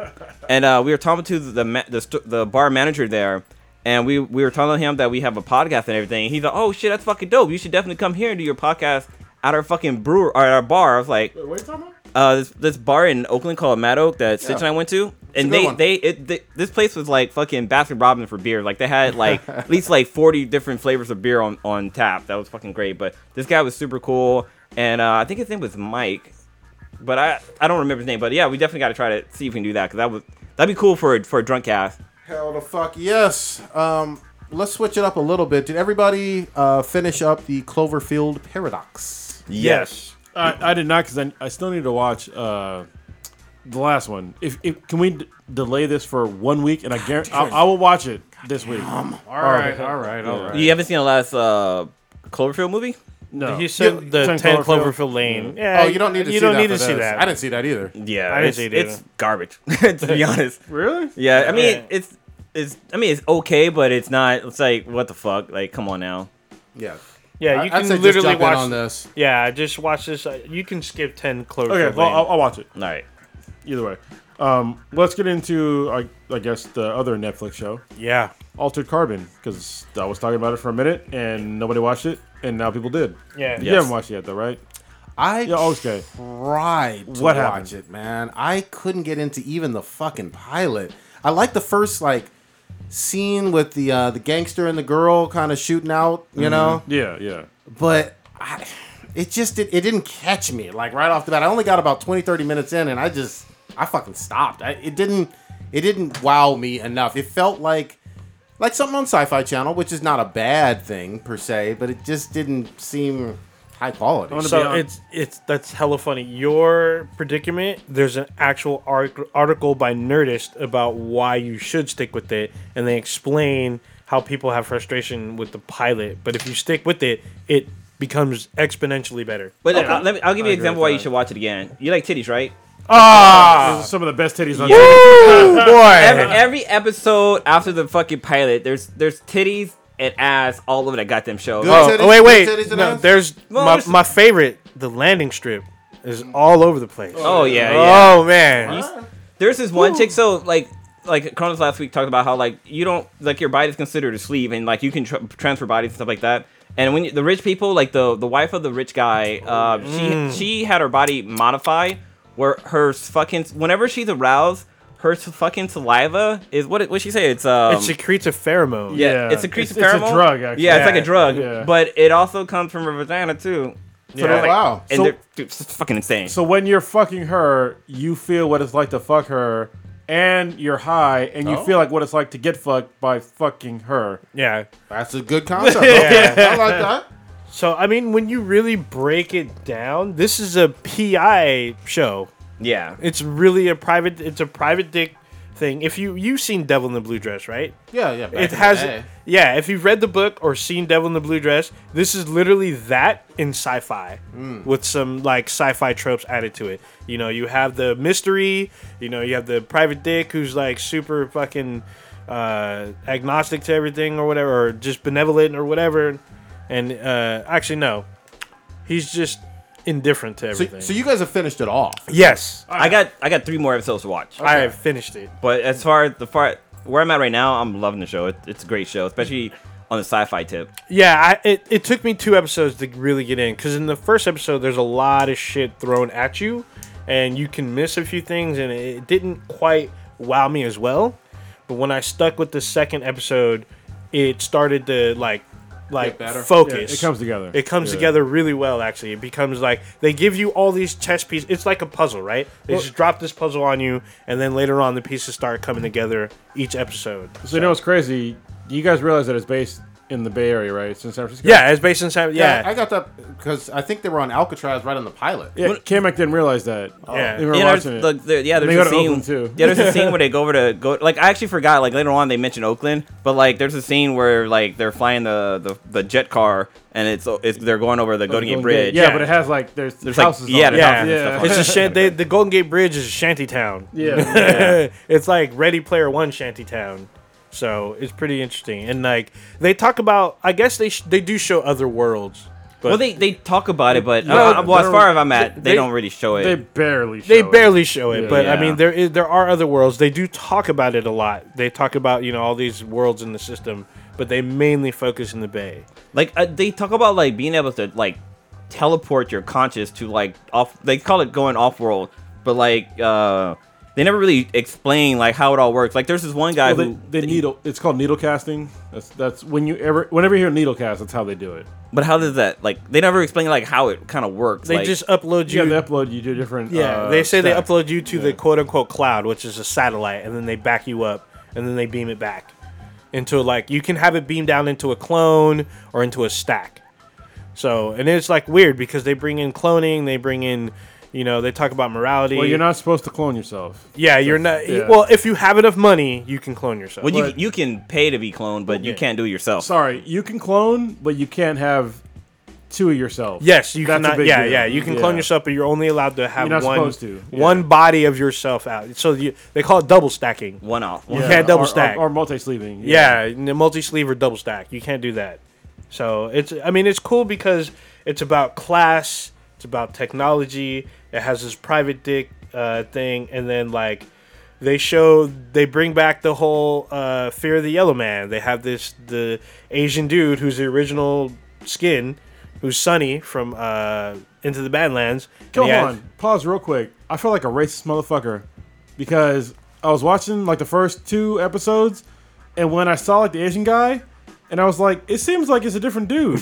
S4: and uh, we were talking to the ma- the, st- the bar manager there, and we we were telling him that we have a podcast and everything. He's like, "Oh shit, that's fucking dope. You should definitely come here and do your podcast at our fucking brewer or at our bar. I was like,
S3: Wait, what are you talking about?
S4: uh, this, this bar in Oakland called Mad Oak that Stitch and I went to,
S1: good
S4: and they
S1: one.
S4: they, it, they this place was like fucking Baskin Robbins for beer. Like they had like at least like forty different flavors of beer on on tap. That was fucking great. But this guy was super cool, and uh, I think his name was Mike, but I I don't remember his name. But yeah, we definitely got to try to see if we can do that because that was that'd be cool for a, for a drunk cast.
S1: Hell the fuck yes. Um, let's switch it up a little bit. Did everybody uh, finish up the Cloverfield Paradox?
S5: Yes.
S3: I, I did not because I, I still need to watch uh, the last one. If, if can we d- delay this for one week and I guarantee I, I will watch it this week.
S5: All
S1: Oh,
S5: right. All right. All right.
S4: You haven't seen the last uh, Cloverfield movie?
S3: No,
S5: He said the 10 Cloverfield, Lane. Yeah.
S1: oh, you don't need to
S5: you
S1: see
S5: don't
S1: that.
S5: need
S1: for
S5: to see
S1: this.
S5: that.
S1: I didn't see that either.
S4: Yeah,
S5: I didn't
S4: it's,
S5: see it either.
S4: it's garbage to be honest.
S3: really?
S4: Yeah, I mean
S5: Yeah.
S4: it's it's I mean it's okay, but it's not. It's like what the fuck? Like come on now.
S1: Yeah.
S5: yeah, you
S1: I- I'd say
S5: can
S1: just
S5: literally
S1: jump in
S5: watch
S1: on this.
S5: Yeah, just watch this. Uh, You can skip 10 Cloverfield
S3: Okay, well
S5: Lane.
S3: I'll, I'll watch it
S4: All right.
S3: either way. Um, let's get into I, I guess the other Netflix show,
S5: yeah.
S3: Altered Carbon, because I was talking about it for a minute and nobody watched it, and now people did.
S5: Yeah.
S3: You haven't watched it yet, though, right?
S1: I
S3: Yeah, okay.
S1: tried to watch
S3: What happened?
S1: it, man. I couldn't get into even the fucking pilot. I like the first like scene with the uh, the gangster and the girl kind of shooting out, you
S3: Mm-hmm.
S1: know,
S3: Yeah, yeah.
S1: but I, it just did, it didn't catch me like right off the bat. I only got about 20 30 minutes in and I just I fucking stopped. I, it didn't it didn't wow me enough. It felt like like something on Sci-Fi Channel, which is not a bad thing per se, but it just didn't seem high quality.
S3: wanna be
S5: So
S3: hon-
S5: it's it's that's hella funny. Your predicament. There's an actual artic- article by Nerdist about why you should stick with it, and they explain how people have frustration with the pilot. But if you stick with it, it becomes exponentially better.
S4: But uh, let me. I'll give you
S3: agree
S4: an example
S3: with
S4: why you
S3: that.
S4: should watch it again. You like titties, right?
S5: Uh,
S4: Ah!
S3: Those are some of the best titties on
S4: Every, every episode after the fucking pilot, there's there's titties and ass all over that goddamn show.
S1: Good.
S5: Oh,
S1: Titties,
S5: oh, wait,
S1: titties
S5: wait.
S1: and
S5: No,
S1: ass?
S5: there's
S4: Well,
S5: my,
S4: there's-
S5: my favorite. The landing strip is all over the place.
S4: Oh yeah, yeah.
S5: Oh man.
S4: There's this one chick. So like like Cronus last week talked about how like you don't like your body is considered a sleeve and like you can tr- transfer bodies and stuff like that. And when you, the rich people, like the the wife of the rich guy, uh,
S3: Mm.
S4: she she had her body modified where her fucking whenever she's aroused, her s- fucking saliva is what did- what she say? It's um.
S5: it secretes a pheromone.
S4: yeah,
S3: Yeah.
S4: it's a crease
S3: It's- it's a
S4: pheromone.
S3: drug, actually.
S4: Yeah, it's like
S5: Yeah.
S4: a drug,
S3: Yeah.
S4: but it also comes from her vagina too. So they're
S5: Yeah.
S4: like-
S1: Wow.
S4: and
S3: So-
S4: they're dude, it's fucking insane.
S3: So when you're fucking her, you feel what it's like to fuck her, and you're high, and you
S1: Oh.
S3: feel like what it's like to get fucked by fucking her.
S5: Yeah.
S1: That's a good concept.
S5: Yeah.
S1: I like that.
S5: So I mean, when you really break it down, this is a PI show.
S4: yeah,
S5: It's really a private. It's a private dick thing. If you you've seen Devil in the Blue Dress, right?
S1: Yeah, yeah. back
S5: it
S1: in
S5: has.
S1: the day.
S5: Yeah. If you've read the book or seen Devil in the Blue Dress, this is literally that in sci-fi
S1: Hmm.
S5: with some like sci-fi tropes added to it. You know, you have the mystery. You know, you have the private dick who's like super fucking uh, agnostic to everything or whatever, or just benevolent or whatever. And uh, actually, no, he's just indifferent to
S1: So,
S5: everything.
S1: so uh, you guys have finished it off.
S5: yes,
S4: I got I got three more episodes to watch.
S5: I have finished it.
S4: But as far as the far where I'm at right now, I'm loving the show. It, it's a great show, especially on the sci-fi tip.
S5: Yeah, I, it, it took me two episodes to really get in because in the first episode, there's a lot of shit thrown at you, and you can miss a few things, and it didn't quite wow me as well. But when I stuck with the second episode, it started to like, like
S1: better.
S5: focus.
S3: Yeah, it comes together.
S5: It comes
S3: Yeah.
S5: together really well, actually. It becomes like they give you all these chess pieces. It's like a puzzle, right? They just drop this puzzle on you, and then later on, the pieces start coming together each episode.
S3: So you know what's crazy? You guys realize that it's based in the Bay Area, right? It's in San Francisco.
S5: Yeah, it's based in San. Yeah,
S1: I got that because I think they were on Alcatraz right on the pilot.
S3: Yeah, Kamek didn't realize that.
S5: Yeah.
S3: They were
S4: Yeah, there's,
S3: watching it.
S4: like, there- yeah,
S3: They
S4: there's
S3: go
S4: a
S3: to
S4: scene.
S3: Oakland, too.
S4: Yeah, there's a scene where they go over to go. Like I actually forgot. Like later on, they mentioned Oakland, but like there's a scene where like they're flying the the, the jet car and it's, it's they're going over the Golden Gate Bridge.
S3: Oh, Yeah,
S5: Yeah.
S3: but it has like there's,
S4: There's, like,
S3: houses.
S4: yeah,
S3: on it.
S5: there's houses
S4: and
S3: yeah.
S4: stuff
S5: it's a shan- they, the Golden Gate Bridge is a shanty town.
S3: yeah.
S5: it's like Ready Player One shanty town. So it's pretty interesting. And like they talk about, I guess they sh- they do show other worlds. But
S4: Well, they they talk about it, but
S3: Yeah,
S4: uh, well, as
S3: they're-
S4: far as I'm at, they,
S5: they-
S4: don't really show it.
S3: They barely. Show
S5: they
S3: it.
S5: barely show it.
S3: Yeah.
S5: But I
S4: Yeah.
S5: mean, there is there are other worlds. They do talk about it a lot. They talk about you know all these worlds in the system, but they mainly focus in the Bay.
S4: like uh, they talk about like being able to like teleport your conscious to like off. They call it going off world, but like uh, they never really explain like how it all works. Like there's this one guy
S3: Well,
S4: who
S3: they, they needle. It's called needle casting. That's that's when you ever whenever you hear needle cast, that's how they do it.
S4: But how does that like? They never explain like how it kind of works.
S5: They
S4: like,
S5: just upload
S3: You
S5: you.
S3: have to upload. You do different.
S5: yeah,
S3: uh,
S5: they say they
S3: stats.
S5: upload you to the quote unquote cloud, which is a satellite, and then they back you up, and then they beam it back into like you can have it beamed down into a clone or into a stack. So and it's like weird because they bring in cloning, they bring in, you know, they talk about morality.
S3: Well, you're not supposed to clone yourself.
S5: Yeah, you're not.
S3: yeah.
S5: Well, if you have enough money, you can clone yourself.
S4: well, you
S3: but-
S4: you can pay to be cloned, but you can't do it yourself.
S3: Sorry, you can clone, but you can't have two of yourself.
S5: Yes, you
S3: That's a
S5: cannot.
S3: big
S5: Yeah,
S3: deal.
S5: yeah, you can clone
S3: Yeah.
S5: yourself, but you're only allowed to have
S3: You're not
S5: one
S3: supposed to, yeah.
S5: one body of yourself out. So you, they call it double stacking.
S4: One off.
S5: You can't double
S3: or- or-
S5: stack.
S3: or, multi-sleeving.
S5: Yeah, multi sleeve or double stack. You can't do that. So it's. I mean, it's cool because it's about class. It's about technology. It has this private dick uh, thing, and then like they show they bring back the whole uh, fear of the yellow man. They have this the Asian dude who's the original skin, who's Sunny from uh, Into the Badlands. and
S3: Go
S5: he had-
S3: on. Pause real quick. I feel like a racist motherfucker because I was watching like the first two episodes, and when I saw like the Asian guy, and I was like, it seems like it's a different dude.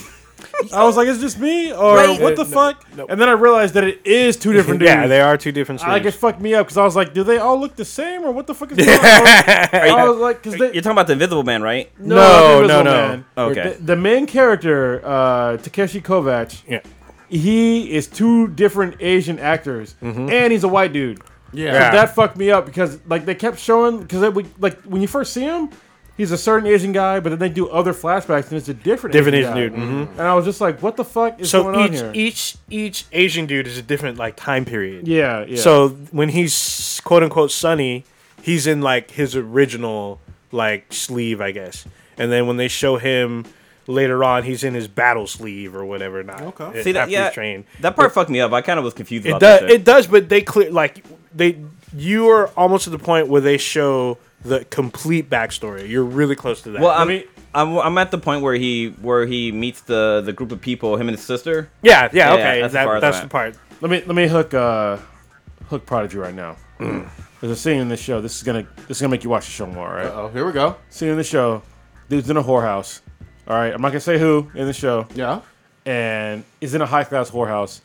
S3: I was like, it's just me, or
S4: Right.
S3: what the
S5: Uh, no,
S3: fuck?
S5: no.
S3: And then I realized that it is two different dudes.
S5: yeah, they are two different.
S3: I, like it
S5: sleeves.
S3: fucked me up because I was like, do they all look the same, or what the fuck is going on? I was like, because they
S4: You're talking about the Invisible Man, right?
S5: No,
S3: the
S5: no,
S3: Invisible
S5: no.
S3: Man.
S4: Okay.
S3: The, the main character, uh, Takeshi Kovacs,
S5: Yeah.
S3: he is two different Asian actors,
S5: Mm-hmm.
S3: and he's a white dude.
S1: Yeah.
S3: So that fucked me up because like they kept showing because like when you first see him, he's a certain Asian guy, but then they do other flashbacks and it's a different
S5: Different Asian
S3: guy.
S5: dude, mhm.
S3: And I was just like, what the fuck is going
S5: So
S3: on
S5: each
S3: here?
S5: each each Asian dude is a different like time period.
S3: yeah, yeah.
S5: So when he's quote unquote sunny, he's in like his original like sleeve, I guess. And then when they show him later on, he's in his battle sleeve or whatever. Not
S1: Okay.
S4: See that?
S5: after
S4: Yeah.
S5: he's trained.
S4: That part fucked me up. I kind of was confused
S5: It
S4: about
S5: does.
S4: that. shit.
S5: It does. But they clear like they. You are almost to the point where they show the complete backstory. You're really close to that.
S4: well, I
S3: mean-
S4: mean, I'm, I'm at the point where he where he meets the the group of people, him and his sister.
S5: yeah, yeah,
S4: yeah,
S5: okay.
S4: that's as far
S5: that,
S4: as
S5: that's
S4: I'm
S5: the
S4: at.
S5: part.
S3: let me let me hook uh hook Prodigy right now.
S5: Mm.
S3: There's a scene in this show. This is gonna this is gonna make you watch the show more, all right?
S1: Oh, here we go.
S3: Scene in the show. Dude's in a whorehouse. All right, I'm not gonna say who in the show.
S1: Yeah.
S3: and is in a high class whorehouse.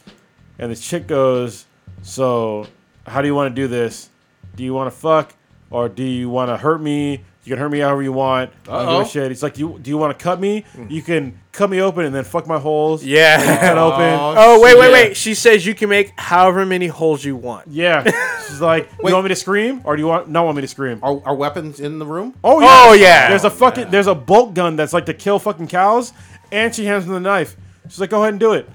S3: And this chick goes, So, how do you want to do this? Do you want to fuck or do you want to hurt me? You can hurt me however you want. I don't give
S1: Uh-oh.
S3: a shit. He's like, you, Do you want to cut me? You can cut me open and then fuck my holes.
S5: Yeah.
S3: Cut open.
S1: Oh,
S5: Oh wait, wait,
S1: shit.
S5: wait! She says you can make however many holes you want.
S3: Yeah. She's like,
S1: Wait.
S3: You want me to scream or do you want not want me to scream?
S1: Are, are weapons in the room?
S3: Oh yeah.
S5: Oh, yeah.
S3: There's a fucking there's a bolt gun that's like to kill fucking cows, and she hands him the knife. She's like, go ahead and do it.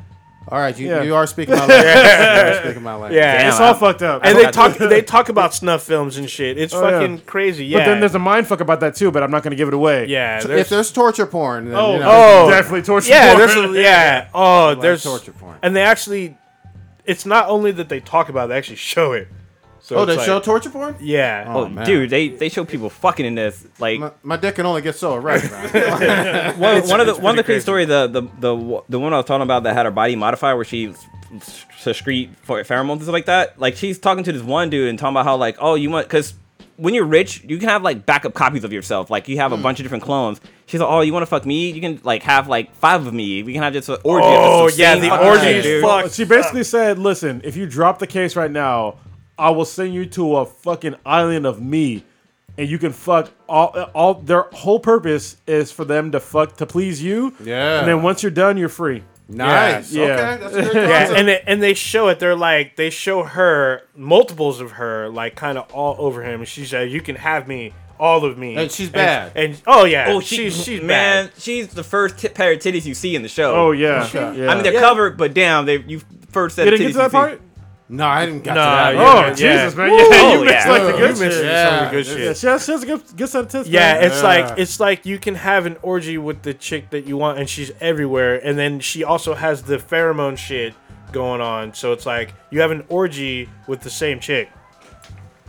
S1: All right, you,
S3: Yeah.
S1: you are speaking my language. You are speaking my language.
S5: Yeah,
S4: Damn,
S3: it's all
S4: I'm-
S3: fucked up.
S5: and they talk they talk about snuff films and shit.
S1: Oh,
S5: It's
S3: yeah.
S5: fucking crazy. Yeah.
S3: But then there's a mind fuck about that too, but I'm not gonna give it away.
S5: yeah.
S1: If
S5: There's,
S1: there's torture porn, then, you know,
S5: oh,
S3: definitely torture.
S5: yeah.
S3: porn.
S5: There's a, yeah. Oh, there's
S1: torture porn.
S5: And they actually, it's not only that they talk about, it, they actually show it. So
S1: oh,
S5: it's
S1: they
S5: like-
S1: show torture porn?
S5: Yeah.
S4: Oh,
S1: man.
S4: dude, they they show people fucking in this. Like
S1: My, my dick can only get so erect. man.
S4: one, one of the one of
S5: pretty
S4: the crazy story the the the the one I was talking about that had her body modified where she s- s- secrete pher- pheromones and stuff like that. Like she's talking to this one dude and talking about how like oh you want because when you're rich you can have like backup copies of yourself. Like you have a bunch of different clones. She's like oh you want to fuck me? You can like have like five of me. We can have just an orgy. of
S5: Oh,
S4: some
S5: yeah,
S4: same
S5: the
S4: fucking
S5: orgy
S4: shit,
S5: is
S4: dude.
S5: fucked.
S3: Well, she basically said, "Listen, if you drop the case right now, I will send you to a fucking island of me, and you can fuck all. All their whole purpose is for them to fuck to please you.
S1: Yeah.
S3: And then once you're done, you're free.
S1: nice.
S3: Yeah.
S1: Okay, that's a great
S5: Yeah,
S1: concept.
S5: and they, and they show it. They're like they show her multiples of her, like kind of all over him. And she said, "You can have me, all of me."
S1: And she's bad.
S5: And, oh yeah,
S4: Oh, she,
S5: she's she's
S4: man,
S5: bad.
S4: she's the first t- pair of titties you see in the show.
S3: Oh yeah, yeah.
S4: I mean they're covered, but damn, they you first said
S3: Did it get to that part?
S1: No, I didn't got
S5: Nah,
S1: to that.
S5: yeah. Oh,
S1: Oh,
S3: Oh Jesus, man! Yeah, you missed
S5: yeah.
S3: like the
S5: You
S3: good
S5: missed
S3: shit.
S1: Yeah.
S5: some of the good
S3: Yeah,
S5: shit.
S3: she has, she has a good, good set of tits.
S5: Yeah,
S3: man.
S5: it's like it's like you can have an orgy with the chick that you want, and she's everywhere. And then she also has the pheromone shit going on, so it's like you have an orgy with the same chick.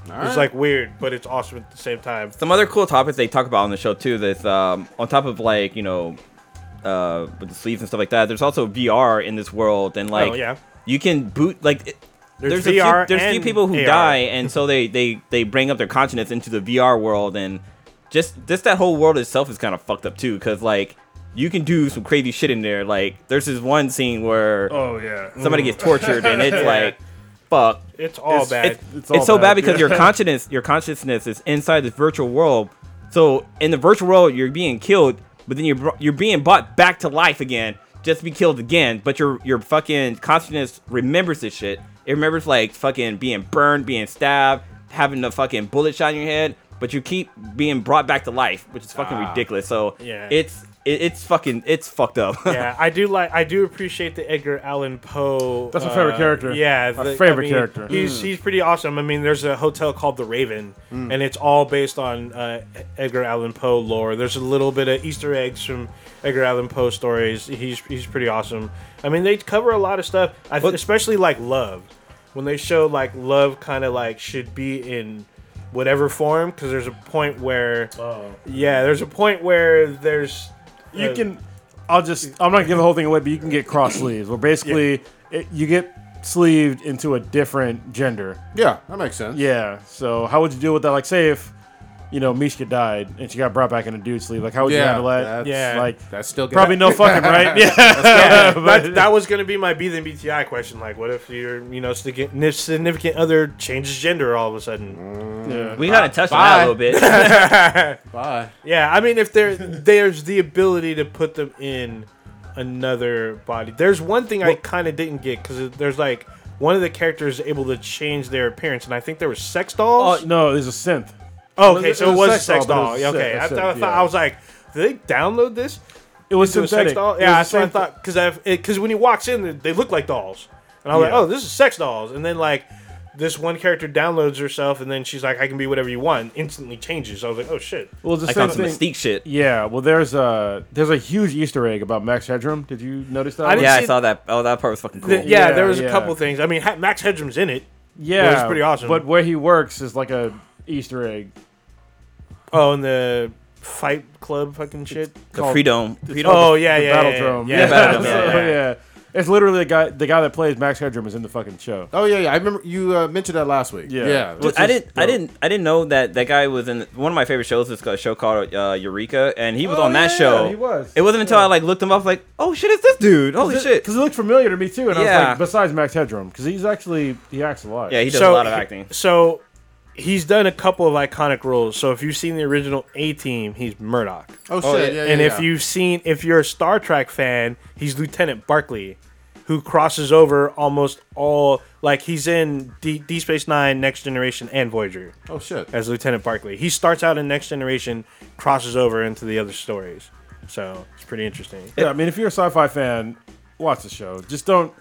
S5: It's like weird, but it's awesome at the same time.
S4: some other cool topics they talk about on the show too. That's um, on top of like you know, uh, with the sleeves and stuff like that. There's also VR in this world, and like
S5: Oh, yeah.
S4: you can boot like. It,
S5: There's
S4: there's, a few,
S5: VR
S4: there's a few
S5: and
S4: people who
S5: AR.
S4: die, and so they, they, they bring up their consciousness into the VR world, and just just that whole world itself is kind of fucked up too, because like you can do some crazy shit in there. Like there's this one scene where
S3: Oh yeah.
S4: somebody gets tortured, and it's like, fuck,
S5: It's all
S3: It's-
S5: bad.
S4: it's,
S3: It's
S4: it's,
S3: all
S4: so
S3: bad.
S4: bad because your consciousness your consciousness is inside this virtual world. So in the virtual world, you're being killed, but then you're br- you're being brought back to life again, just to be killed again. But your your fucking consciousness remembers this shit. It remembers like fucking being burned, being stabbed, having the fucking bullet shot in your head. But you keep being brought back to life, which is fucking ridiculous. So
S5: Yeah.
S4: it's it, it's fucking it's fucked up.
S5: yeah, I do like I do appreciate the Edgar Allan Poe. uh,
S3: That's my favorite character.
S5: Yeah,
S3: My
S5: the-
S3: favorite
S5: I mean,
S3: character.
S5: He's he's pretty awesome. I mean, there's a hotel called the Raven,
S3: Hmm.
S5: and it's all based on uh, Edgar Allan Poe lore. There's a little bit of Easter eggs from Edgar Allan Poe stories. He's he's pretty awesome. I mean, they cover a lot of stuff, I th-
S4: Well-
S5: especially like love. When they show like love, kind of like should be in whatever form, because there's a point where yeah, there's a point where there's
S3: you
S5: uh,
S3: can i'll just i'm not gonna give the whole thing away but you can get cross sleeves where basically it, you get sleeved into a different gender
S1: Yeah, that makes sense.
S3: yeah so how would you deal with that like say if you know mishka died and she got brought back in a dude's sleeve like how would you
S1: Yeah,
S3: handle that
S1: that's-
S5: Yeah.
S3: like
S1: That's still good.
S3: probably no fucking right yeah
S5: yeah, that,
S3: But-
S5: that was gonna be my be than BTI question. Like, what if your you know significant significant other changes gender all of a sudden?
S4: We gotta touch on that a little bit.
S1: Bye.
S5: Yeah, I mean, if there there's the ability to put them in another body. There's one thing I kind of didn't get because there's like one of the characters able to change their appearance, and I think there were sex dolls.
S3: oh, no there's a synth
S5: oh, okay,
S3: it was-
S5: so
S3: it
S5: it
S3: was
S5: was a
S3: sex
S5: sex
S3: doll, but
S5: doll.
S3: it was
S5: okay,
S3: a- a
S5: I, thought, I,
S3: synth,
S5: thought,
S3: yeah.
S5: I was like, did they download this?
S3: it was
S5: to a
S3: synthetic
S5: sex doll.
S3: It
S5: Yeah,
S3: was
S5: that's what I
S3: synth-
S5: thought. Because I because when he walks in, they- they look like dolls, and I'm like,
S3: Yeah.
S5: oh, this is sex dolls. And then like this one character downloads herself, and then she's like, I can be whatever you want. Instantly changes. I was like, oh shit.
S3: well, it's the
S4: I
S3: same
S4: found some
S3: thing.
S4: mystique shit.
S3: Yeah, well, there's a there's a huge Easter egg about Max Headroom. Did you notice that?
S5: I didn't
S4: Yeah, I
S5: see-
S4: saw that. Oh, that part was fucking cool.
S5: Th- yeah, there was
S3: yeah.
S5: a couple things. I mean, ha- Max Headroom's in it.
S3: yeah,
S5: it's pretty awesome.
S3: But where he works is like a Easter egg.
S5: Oh, and the Fight Club fucking shit.
S4: The
S3: called-
S4: freedom.
S5: Oh yeah,
S3: the
S5: yeah,
S3: Battle
S5: yeah,
S3: Drum.
S5: Yeah,
S4: Yeah, Battle
S5: yeah,
S4: Dome,
S3: So,
S5: yeah, yeah.
S3: yeah. It's literally the guy the guy that plays Max Headroom is in the fucking show.
S1: Oh yeah, yeah. I remember you uh, mentioned that last week.
S3: Yeah.
S1: yeah.
S4: I didn't, I didn't, I didn't know that that guy was in one of my favorite shows. Is a show called uh, Eureka, and he was
S3: Oh,
S4: on that
S3: yeah,
S4: show.
S3: he was.
S4: It wasn't until I like looked him up, like, oh shit, it's this dude. Holy shit.
S3: Because it looked familiar to me too, and I was
S4: Yeah.
S3: like, besides Max Headroom, because he's actually he acts a lot.
S4: Yeah, he does a lot of acting.
S5: So he's done a couple of iconic roles. So if you've seen the original A Team, he's Murdoch.
S1: Oh shit. yeah, yeah,
S5: and if
S1: yeah.
S5: you've seen, if you're a Star Trek fan, he's Lieutenant Barclay, who crosses over almost all. Like he's in D, D Space Nine, Next Generation, and Voyager
S1: oh shit.
S5: as Lieutenant Barclay. He starts out in Next Generation, crosses over into the other stories. So it's pretty interesting.
S3: Yeah, I mean, if you're a sci-fi fan, watch the show. Just don't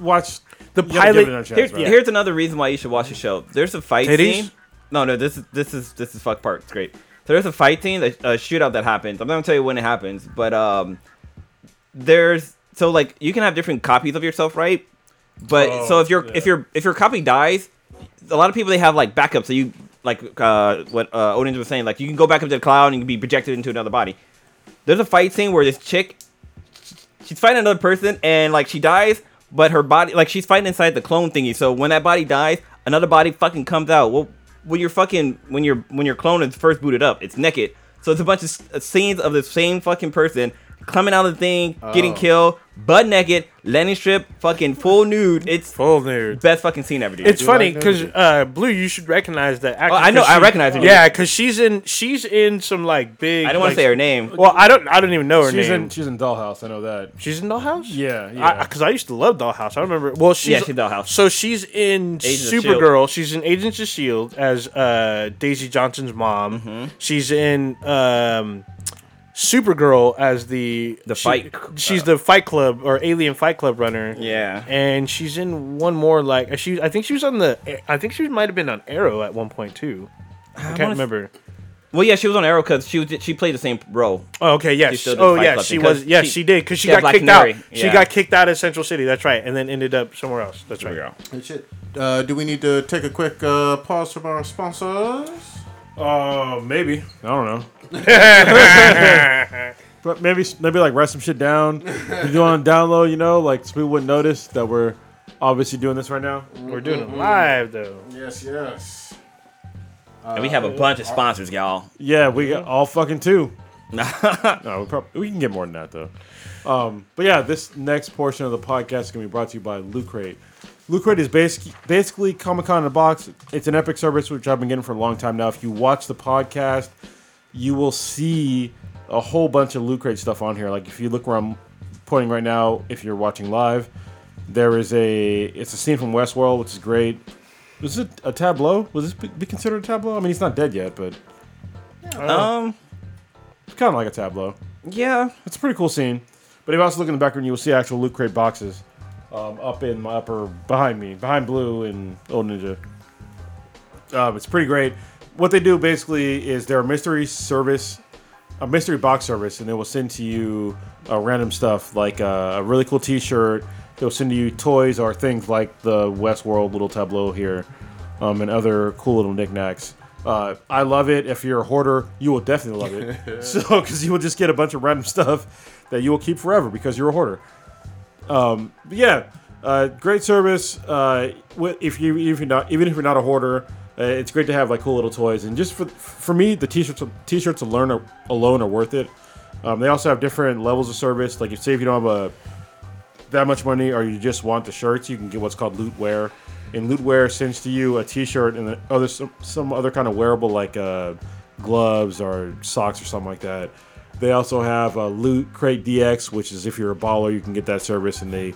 S3: watch
S5: The
S3: you gotta give
S5: pilot-
S3: it a chance,
S4: Here's,
S3: right?
S4: here's another reason why you should watch the show. There's a fight
S5: Titties?
S4: scene. No, no, this is this is this is fuck part. It's great. So there's a fight scene, a, a shootout that happens. I'm not gonna tell you when it happens, but um, there's so like you can have different copies of yourself, right? But
S3: Oh,
S4: so if your if your if your copy dies, a lot of people they have like backups. So you like uh, what uh, Odin was saying, like you can go back up to the cloud and you can be projected into another body. There's a fight scene where this chick she's fighting another person and like she dies, but her body like she's fighting inside the clone thingy. So when that body dies, another body fucking comes out. Well, when you're fucking when you're when your clone is first booted up, it's naked. So it's a bunch of s- uh, scenes of the same fucking person coming out of the thing, getting killed, butt naked, landing strip, fucking full nude. It's
S5: Full nerd.
S4: best fucking scene ever, dude.
S5: It's funny
S1: like
S5: because uh, Blue, you should recognize that. Actress,
S4: Oh, I know,
S5: 'cause
S4: I
S5: she-
S4: recognize her,
S5: Yeah, because she's in she's in some like big.
S4: I don't want
S5: like-
S4: to say her name.
S5: Well, I don't. I don't even know her
S3: she's
S5: name.
S3: in she's in Dollhouse. I know that.
S5: she's in Dollhouse.
S3: Yeah, yeah.
S5: because I, used to love Dollhouse. I remember. Well, she's,
S4: Yeah, she's Dollhouse.
S5: So she's in
S4: Agents of
S5: Supergirl. She's in Agents of Shield E as uh, Daisy Johnson's mom.
S4: Mm-hmm.
S5: She's in um, Supergirl as the
S4: The
S5: she-
S4: Fight-
S5: She's the Fight Club or Alien Fight Club runner.
S4: Yeah.
S5: and she's in one more like she. I think she was on the. I think she might have been on Arrow at one point too. I, can't
S4: wanna-
S5: remember.
S4: Well, yeah, she was on Arrow because she was she played the same role.
S5: Oh, okay,
S4: She
S5: yes.
S4: still did
S5: oh,
S4: Fight
S5: yeah,
S4: Club
S5: she
S4: because
S5: was. Yes,
S4: she-
S5: she, did because she
S4: yeah,
S5: got
S4: Black
S5: kicked
S4: Canary,
S5: out. She
S4: yeah.
S5: got kicked out of Central City. That's right, and then ended up somewhere else. That's right.
S1: Hey, shit. Uh, do we need to take a quick uh, pause from our sponsors?
S3: Oh, maybe I don't know. But maybe maybe like write some shit down. You do on download, you know, like so people wouldn't notice that we're obviously doing this right now.
S5: We're doing it live though.
S1: Mm-hmm. Yes, yes.
S4: and we have a bunch of sponsors, y'all.
S3: Yeah, we got all fucking two. no, we, prob- we can get more than that though. Um, but yeah, this next portion of the podcast is gonna be brought to you by Loot Crate. Loot Crate is basically basically Comic Con in a box. It's an epic service which I've been getting for a long time now. If you watch the podcast, you will see a whole bunch of Loot Crate stuff on here. Like if you look where I'm pointing right now, if you're watching live, there is a it's a scene from Westworld, which is great. Was it a tableau? Was this be be considered a tableau? I mean, he's not dead yet, but
S4: Um,
S3: it's kind of like a tableau.
S4: yeah.
S3: It's a pretty cool scene. But if you also look in the background, you'll see actual loot crate boxes um, up in my upper behind me, behind Blue and Old Ninja. Um, it's pretty great. What they do basically is they're a mystery service, a mystery box service, and they will send to you uh, random stuff like uh, a really cool T-shirt. They'll send you toys or things like the Westworld little tableau here, um, and other cool little knickknacks. Uh, I love it. If you're a hoarder, you will definitely love it. so, because you will just get a bunch of random stuff that you will keep forever because you're a hoarder. But yeah, uh, great service. Uh, wi- if you if you're not even if you're not a hoarder, uh, it's great to have like cool little toys. And just for for me, the t-shirts t-shirts alone are, alone are worth it. Um, they also have different levels of service. Like if say if you don't have a that much money, or you just want the shirts, you can get what's called loot wear. And loot wear sends to you a t-shirt and the other some, some other kind of wearable like uh, gloves or socks or something like that. They also have uh, loot crate DX, which is if you're a baller, you can get that service, and they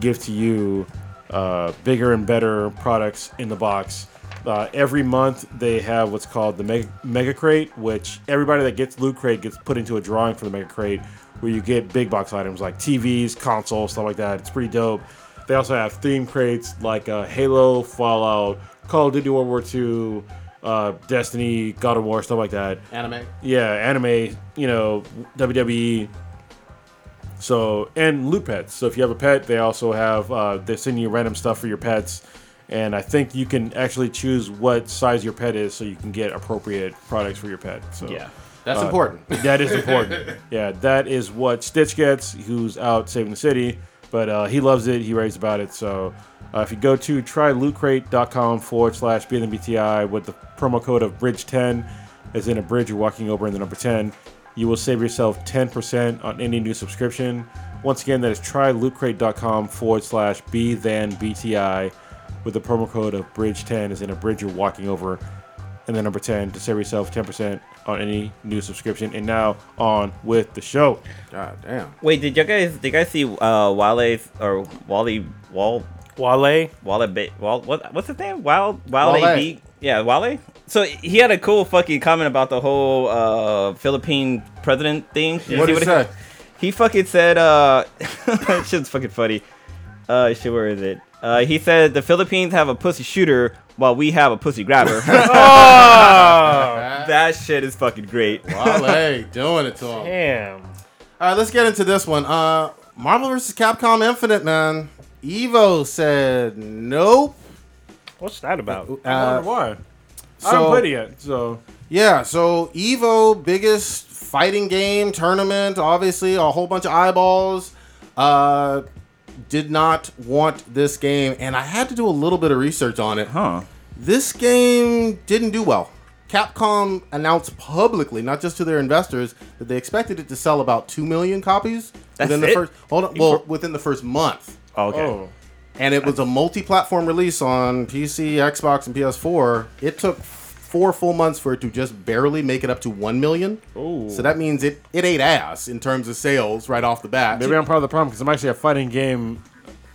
S3: give to you uh, bigger and better products in the box. Uh, every month they have what's called the mega, mega crate, which everybody that gets loot crate gets put into a drawing for the mega crate, where you get big box items like TVs, consoles, stuff like that. It's pretty dope. They also have theme crates like uh, Halo, Fallout, Call of Duty World War II, uh, Destiny, God of War, stuff like that
S1: Anime.
S3: yeah, anime, you know, WWE. So and loot pets. So if you have a pet, they also have uh, they send you random stuff for your pets, and I think you can actually choose what size your pet is, so you can get appropriate products for your pet. So
S4: Yeah.
S1: That's important.
S3: that is important. yeah, that is what Stitch gets, who's out saving the city. But uh, he loves it. He raves about it. So uh, if you go to trylootcrate.com forward slash BNBTI with the promo code of Bridge10, as in a bridge you're walking over in the number 10, you will save yourself 10% on any new subscription. Once again, that is trylootcrate.com forward slash B then BTI with the promo code of Bridge10, as in a bridge you're walking over and then number 10 to save yourself 10% on any new subscription and now on with the show
S1: God damn.
S4: Wait, did you guys did you guys see uh Wale's or Wally Wall
S5: Wale.
S4: Wale ba- Wal what what's his name? Wild Wale,
S1: Wale.
S4: B. Yeah, Wale. So he had a cool fucking comment about the whole uh Philippine president thing. Did you
S1: What
S4: see
S1: is
S4: he-
S1: that?
S4: He fucking said uh that shit's fucking funny. Uh shit, where is it? Uh he said the Philippines have a pussy shooter while we have a pussy grabber. that shit is fucking great.
S1: Wale doing it to him.
S5: Damn.
S1: All right, let's get into this one. Uh, Marvel vs. Capcom Infinite, man. Evo said nope.
S5: What's that about?
S3: i
S1: Uh,
S3: wonder why i
S1: so-
S3: haven't played it yet so
S1: yeah, so Evo, biggest fighting game tournament, obviously, a whole bunch of eyeballs. Uh, did not want this game, and I had to do a little bit of research on it.
S4: Huh.
S1: This game didn't do well. Capcom announced publicly, not just to their investors, that they expected it to sell about two million copies
S4: That's
S1: within the
S4: it?
S1: first. Hold on, well, within the first month,
S4: Okay.
S3: oh
S1: and it was a multi-platform release on PC, Xbox, and PS4. It took four full months for it to just barely make it up to one million.
S3: Ooh.
S1: So that means it it ate ass in terms of sales right off the bat.
S3: maybe i'm part of the problem because i'm actually a fighting game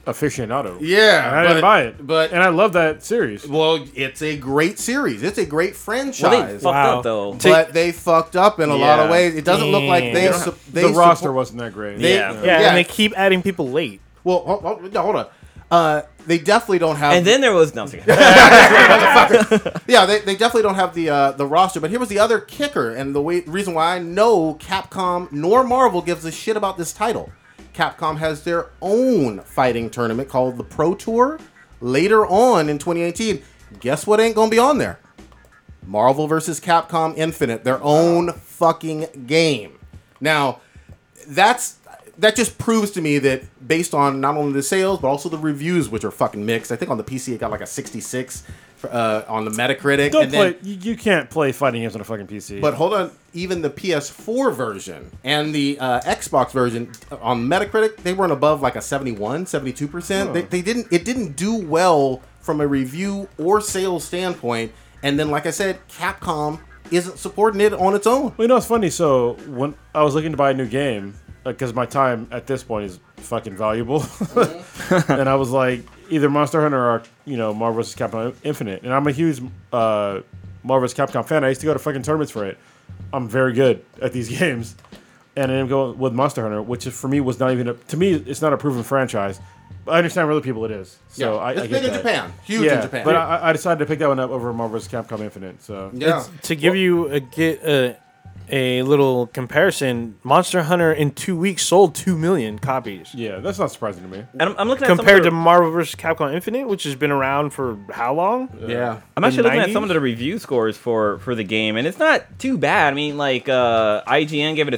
S3: aficionado
S1: yeah,
S3: and i didn't
S1: but-
S3: buy it
S1: but
S3: and i love that series
S1: well, it's a great series. It's a great franchise.
S4: Well, they fucked
S5: Wow.
S4: up though.
S1: but they fucked up in a lot of
S4: Yeah.
S1: ways. It doesn't look like they,
S5: Damn.
S1: su- they
S3: the roster
S1: suppo-
S3: wasn't that great
S1: They,
S4: Yeah.
S1: yeah.
S5: Yeah, and they keep adding people late.
S1: well, hold, hold- no, hold on. Uh, they definitely don't have.
S4: And then there was nothing.
S1: yeah, they, they definitely don't have the uh, the roster. But here was the other kicker, and the way, reason why I know Capcom nor Marvel gives a shit about this title. Capcom has their own fighting tournament called the Pro Tour later on in 2018. Guess what ain't gonna be on there? Marvel versus Capcom Infinite, their own fucking game. Now, that's that just proves to me that based on not only the sales but also the reviews, which are fucking mixed. I think on the PC it got like a 66 uh, on the Metacritic.
S3: Don't
S1: and
S3: play.
S1: then-
S3: you, you can't play fighting games on a fucking PC.
S1: but hold on, even the PS4 version and the uh, Xbox version uh, on Metacritic, they weren't above like a 71, 72 percent. They, they didn't. It didn't do well from a review or sales standpoint. And then, like I said, Capcom isn't supporting it on its own.
S3: Well, you know, it's funny. So when I was looking to buy a new game, because my time at this point is fucking valuable,
S1: Mm-hmm.
S3: and I was like, either Monster Hunter or you know Marvel vs. Capcom Infinite. And I'm a huge uh, Marvel vs. Capcom fan. I used to go to fucking tournaments for it. I'm very good at these games, and I ended up going with Monster Hunter, which is, for me was not even a, to me it's not a proven franchise. But I understand for other people it is. So I,
S1: it's
S3: I get
S1: big in
S3: that.
S1: Japan, huge
S3: Yeah,
S1: in Japan.
S3: but I, I decided to pick that one up over Marvel vs. Capcom Infinite. So
S1: yeah.
S5: to give you a get a, a little comparison, Monster Hunter in two weeks sold two million copies.
S3: yeah, that's not surprising to me.
S4: And I'm, I'm looking at some of
S5: Compared
S4: the-
S5: to Marvel vs. Capcom Infinite, which has been around for how long?
S1: yeah.
S4: I'm
S5: the
S4: actually looking at some
S5: 90s?
S4: of the review scores for for the game, and it's not too bad. I mean, like uh, IGN gave it a